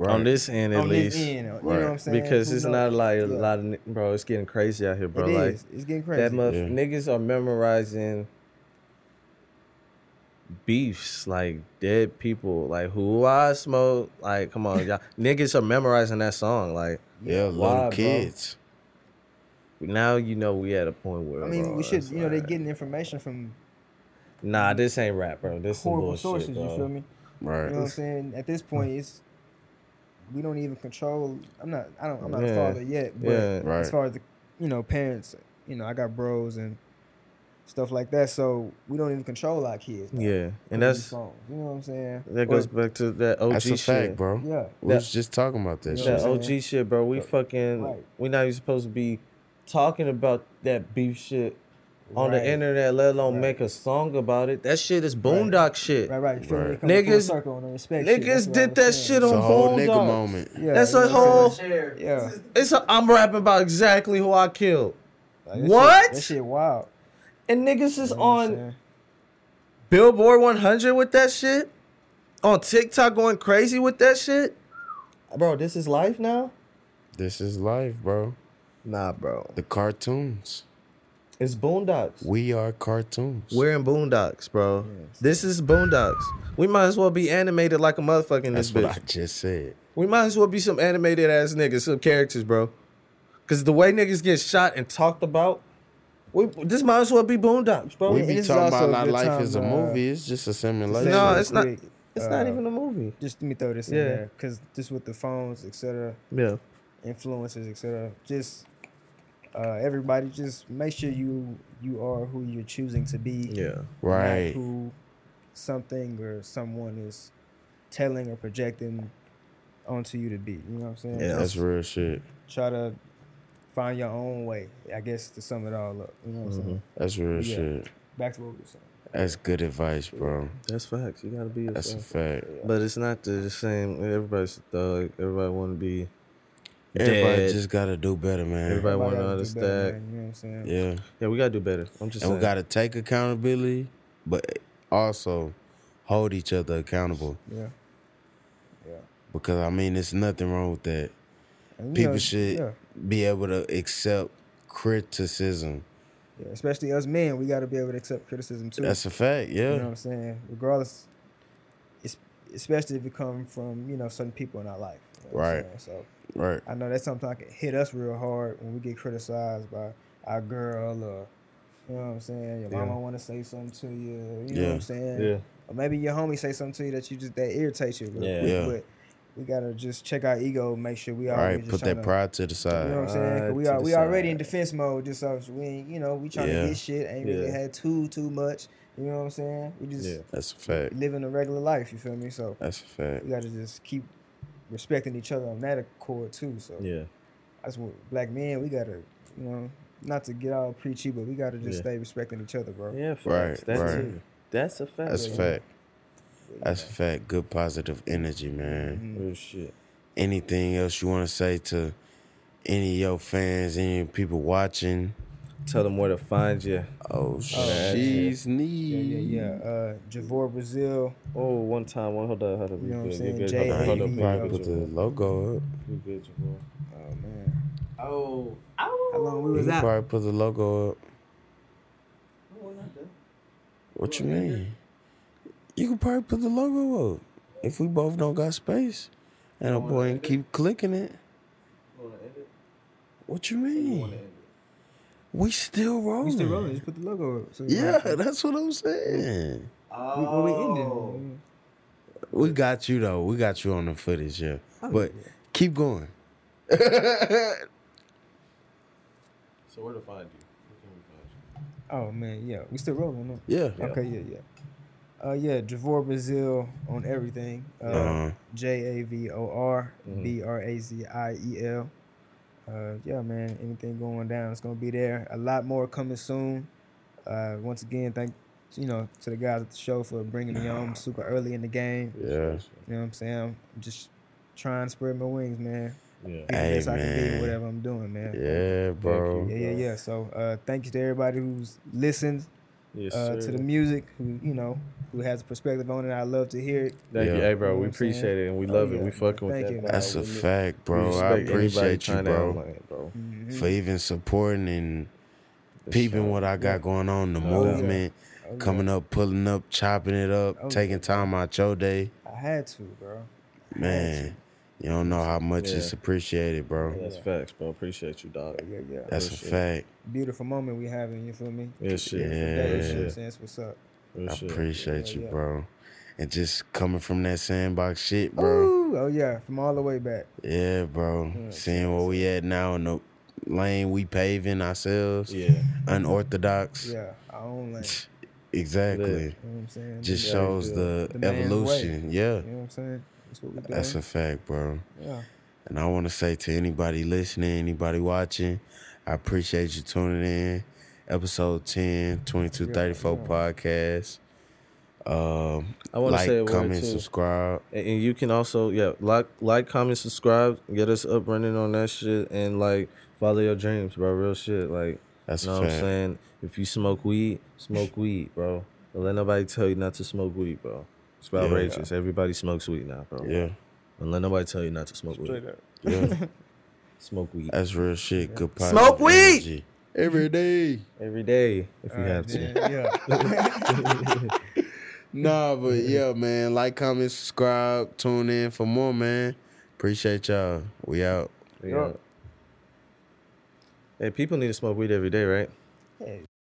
S6: On this end, at
S4: On this
S6: least,
S4: end, you know what I'm Right. saying?
S6: Because
S4: Who
S6: it's
S4: knows?
S6: not like a
S4: Yeah.
S6: lot of ni- bro. It's getting crazy out here, bro.
S4: It
S6: like
S4: is. It's getting
S6: That
S4: crazy.
S6: muff,
S4: Yeah.
S6: niggas are memorizing beefs like dead people, like who I smoke. Like, come on, y'all, [LAUGHS] niggas are memorizing that song. Like,
S1: Yeah, little
S6: why, bro?
S1: kids.
S6: Now you know we at a point where
S4: I mean,
S6: bro,
S4: we should.
S6: it's
S4: You know, they're
S6: like,
S4: getting information from
S6: Nah, this ain't rap, bro. This some
S4: horrible
S6: bullshit,
S4: sources.
S6: Bro.
S4: You feel me? You know what I'm saying? At
S6: [LAUGHS]
S4: this point, it's we don't even control. I'm not. I don't. I'm not
S6: Yeah.
S4: a father yet. But
S6: Yeah. Right.
S4: as far as the, you know, parents. You know, I got bros and stuff like that. So we don't even control our kids. now.
S6: Yeah, and
S4: Through
S6: that's-
S4: these phones, you know what I'm saying.
S6: That goes back to that OG
S1: That's a
S6: shit,
S1: fact, bro.
S4: Yeah.
S1: We was just talking about that shit.
S6: That OG shit, bro. We fucking we not even supposed to be talking about that beef shit on
S4: Right.
S6: the internet, let alone make a song about it. That shit is boondock shit.
S4: Right, right. You feel me? It comes full
S6: Niggas,
S4: circle on the respect shit. That's
S6: niggas
S4: what I
S6: did
S4: was
S6: that
S4: saying.
S6: shit on boondocks.
S4: Yeah,
S6: that's
S4: you
S6: a
S4: know what I'm
S6: whole.
S4: saying? Yeah.
S6: It's a, I'm rapping about exactly who I killed.
S4: Like, that
S6: what?
S4: Shit, that shit wild.
S6: And niggas is on Billboard 100 with that shit. On TikTok going crazy with that shit. Bro, this is life now.
S1: This is life, bro.
S6: Nah, bro.
S1: The cartoons.
S6: It's Boondocks.
S1: We are cartoons.
S6: We're in Boondocks, bro. This is Boondocks. We might as well be animated like a motherfucker in this
S1: That's what
S6: bitch.
S1: I just said.
S6: We might as well be some animated ass niggas, some characters, bro. Cause the way niggas get shot and talked about, we this might as well be Boondocks, bro.
S1: we be talking about our life is
S4: uh,
S1: a movie. It's just a simulation.
S6: No, it's not.
S4: quick,
S6: It's not
S4: uh,
S6: even a movie.
S4: Just let me throw this in
S6: Yeah.
S4: there because just with the phones, etc.
S6: Yeah.
S4: influences, etc. Just uh, everybody, just make sure you you are who you're choosing to be.
S6: Yeah.
S4: not
S1: Right.
S4: Who something or someone is telling or projecting onto you to be. You know what I'm saying?
S1: Yeah, that's
S4: Just
S1: real shit.
S4: Try to find your own way. I guess to sum it all up. You know what I'm
S1: Mm-hmm.
S4: saying?
S1: That's real
S4: Yeah.
S1: shit.
S4: Back to what we were saying.
S1: That's good advice, bro.
S6: That's facts. You gotta be.
S1: That's a fact.
S6: But it's not the same. Everybody's a thug. Everybody want to be.
S1: Everybody
S6: dead.
S1: just gotta do better, man.
S6: Everybody want to
S4: Everybody gotta do better,
S6: understand.
S4: man. You know what I'm saying?
S1: Yeah.
S6: Yeah, we gotta do better. I'm just.
S1: and we
S6: saying.
S1: gotta take accountability, but also hold each other accountable.
S4: Yeah.
S1: Because I mean, there's nothing wrong with that.
S4: And, you
S1: People
S4: know,
S1: should
S4: yeah.
S1: be able to accept criticism.
S4: Yeah, especially us men, we got to be able to accept criticism too.
S1: That's a fact, yeah.
S4: You know what I'm saying? Regardless, it's, especially if it come from you know certain people in our life. you know what I'm
S1: Right.
S4: saying? So
S1: Right.
S4: I know that's something that can hit us real hard when we get criticized by our girl or you know what I'm saying. Your
S6: Yeah.
S4: mama want to say something to you. You know
S6: Yeah.
S4: what I'm saying?
S6: Yeah.
S4: Or maybe your homie say something to you that you just that irritates you. Real
S1: Yeah.
S4: Quick,
S1: Yeah.
S4: But we gotta just check our ego, make sure we
S1: All
S4: always
S1: right,
S4: just
S1: put
S4: tryna-
S1: that pride to the side.
S4: you know what I'm saying? 'Cause We
S1: Pride
S4: are
S1: Uh, to
S4: we
S1: the
S4: already in defense mode. Just so we ain't, you know we trying
S1: Yeah.
S4: to get shit. Ain't really
S1: Yeah.
S4: had too too much. You know what I'm saying? We just
S1: Yeah. That's a fact.
S4: Living a regular life. You feel me? So
S1: That's a fact.
S4: We got to just keep respecting each other on that accord too. So
S6: Yeah.
S4: that's what black men we gotta you know not to get all preachy, but we gotta just
S6: Yeah.
S4: stay respecting each other, bro.
S6: Yeah, facts.
S1: Right,
S6: That
S1: right.
S6: too. That's a fact.
S1: That's a
S6: Yeah.
S1: fact. That's a fact. Good positive energy,
S4: Mm-hmm.
S1: man.
S6: Real shit.
S1: Anything else you want to say to any of your fans, any people watching?
S6: Tell them where to find you.
S1: Oh,
S4: yeah.
S1: she's knee.
S4: Yeah, yeah, yeah. Uh, Javor Brazil.
S6: Oh, one time, one hold up, hold up.
S4: You know what I'm
S6: You're
S4: saying?
S6: good,
S4: J
S6: you're
S4: A
S6: good. Hold up,
S4: V.
S6: hold up,
S1: Probably put
S6: hold
S1: the
S6: up.
S1: logo up.
S6: You're good, Jamal.
S4: Oh man.
S2: Oh.
S4: How long we
S1: You
S4: was
S1: can
S4: out?
S1: probably put the logo up. What you mean? You could probably put the logo up if we both don't got space, and a boy and keep clicking it. What you mean? We still rolling.
S4: We still rolling. Just put the logo up. So we
S1: Yeah,
S4: might-
S1: that's what I'm saying.
S4: We, when we
S2: Oh.
S4: ended.
S1: We got you though. We got you on the footage, yeah.
S4: Oh,
S1: But keep going.
S6: So where to find you? Where can we find you?
S4: Oh man, yeah, we still rolling. Huh?
S1: Yeah.
S4: Okay. Yeah. Yeah. Uh, yeah, Javor Brazil on everything.
S1: Uh-huh. Mm-hmm.
S4: Uh, J A V O R B R A Z I E L. Uh, yeah, man. Anything going down, it's gonna be there. A lot more coming soon. Uh, once again, thank you know to the guys at the show for bringing
S1: [SIGHS]
S4: me on super early in the game.
S1: Yeah.
S4: You know what I'm saying? I'm just trying to spread my wings, man.
S1: Yeah.
S4: Be the
S1: Hey,
S4: best I can be,
S1: man.
S4: whatever I'm doing, man.
S1: Yeah, bro.
S4: Yeah, yeah, yeah. So uh, thank you to everybody who's listened
S1: Yes,
S4: uh,
S1: sir.
S4: to the music, who you know, who has a perspective on it. I love to hear it.
S6: Thank you, hey bro.
S4: know what
S6: we
S4: I'm saying?
S6: appreciate it and we
S4: Oh,
S6: love it.
S4: yeah,
S6: We fucking with
S4: Thank
S6: that.
S4: you,
S6: vibe.
S1: That's a
S6: We li-
S1: fact,
S6: we
S1: bro.
S6: respect
S1: I
S6: anybody
S1: appreciate you,
S6: trying to
S1: bro,
S6: outline, bro.
S4: Mm-hmm.
S1: for even supporting and peeping what I got going on, the
S4: Oh, yeah.
S1: movement,
S4: Oh, yeah.
S1: coming up, pulling up, chopping it up,
S4: Oh,
S1: taking time out your day,
S4: I had to, bro.
S1: man. You don't know how much
S4: Yeah.
S1: it's appreciated, bro.
S4: Yeah, that's
S6: facts, bro. Appreciate you, dog.
S4: Yeah, yeah.
S1: That's a fact.
S4: Beautiful moment we having. You feel me?
S1: Yeah, shit.
S4: Beautiful day,
S1: Yeah.
S4: you know what I'm saying? That's what's up.
S1: I appreciate you, bro. And just coming from that sandbox shit, bro.
S4: Ooh, oh yeah, from all the way back.
S1: Yeah, bro.
S4: Yeah,
S1: Seeing where we at now in the lane we paving ourselves.
S6: Yeah.
S1: Unorthodox.
S4: Yeah, our own lane.
S1: Exactly.
S4: You know what I'm saying?
S1: Just
S4: Yeah,
S1: shows the,
S4: the man's
S1: evolution.
S4: way.
S1: Yeah.
S4: You know what I'm saying? That's what we doing.
S1: That's a fact, bro.
S4: Yeah.
S1: And I want to say to anybody listening, anybody watching, I appreciate you tuning in. Episode 10, 2234 podcast. Um,
S6: I want to
S1: like,
S6: say a word,
S1: comment,
S6: too.
S1: subscribe.
S6: And, and you can also, yeah, like, like, comment, subscribe, get us up running on that shit, and like follow your dreams, bro. Real shit, like
S1: That's
S6: you
S1: a
S6: know what I'm
S1: fact.
S6: saying. If you smoke weed, smoke weed, bro. Don't let nobody tell you not to smoke weed, bro. It's
S1: Yeah.
S6: outrageous. Everybody smokes weed now, bro.
S1: Yeah.
S6: Don't let nobody tell you not to smoke
S1: Straight
S6: weed.
S1: up.
S4: [LAUGHS]
S1: Yeah.
S6: smoke weed.
S1: That's real shit. Good
S6: Smoke
S1: positive
S6: weed!
S1: energy. every day.
S6: Every day, if you
S1: All right,
S6: have to.
S1: man. [LAUGHS] nah, but yeah, man. Like, comment, subscribe, tune in for more, man. Appreciate y'all. We out.
S6: Yeah. Hey, people need to smoke weed every day, right?
S4: Hey,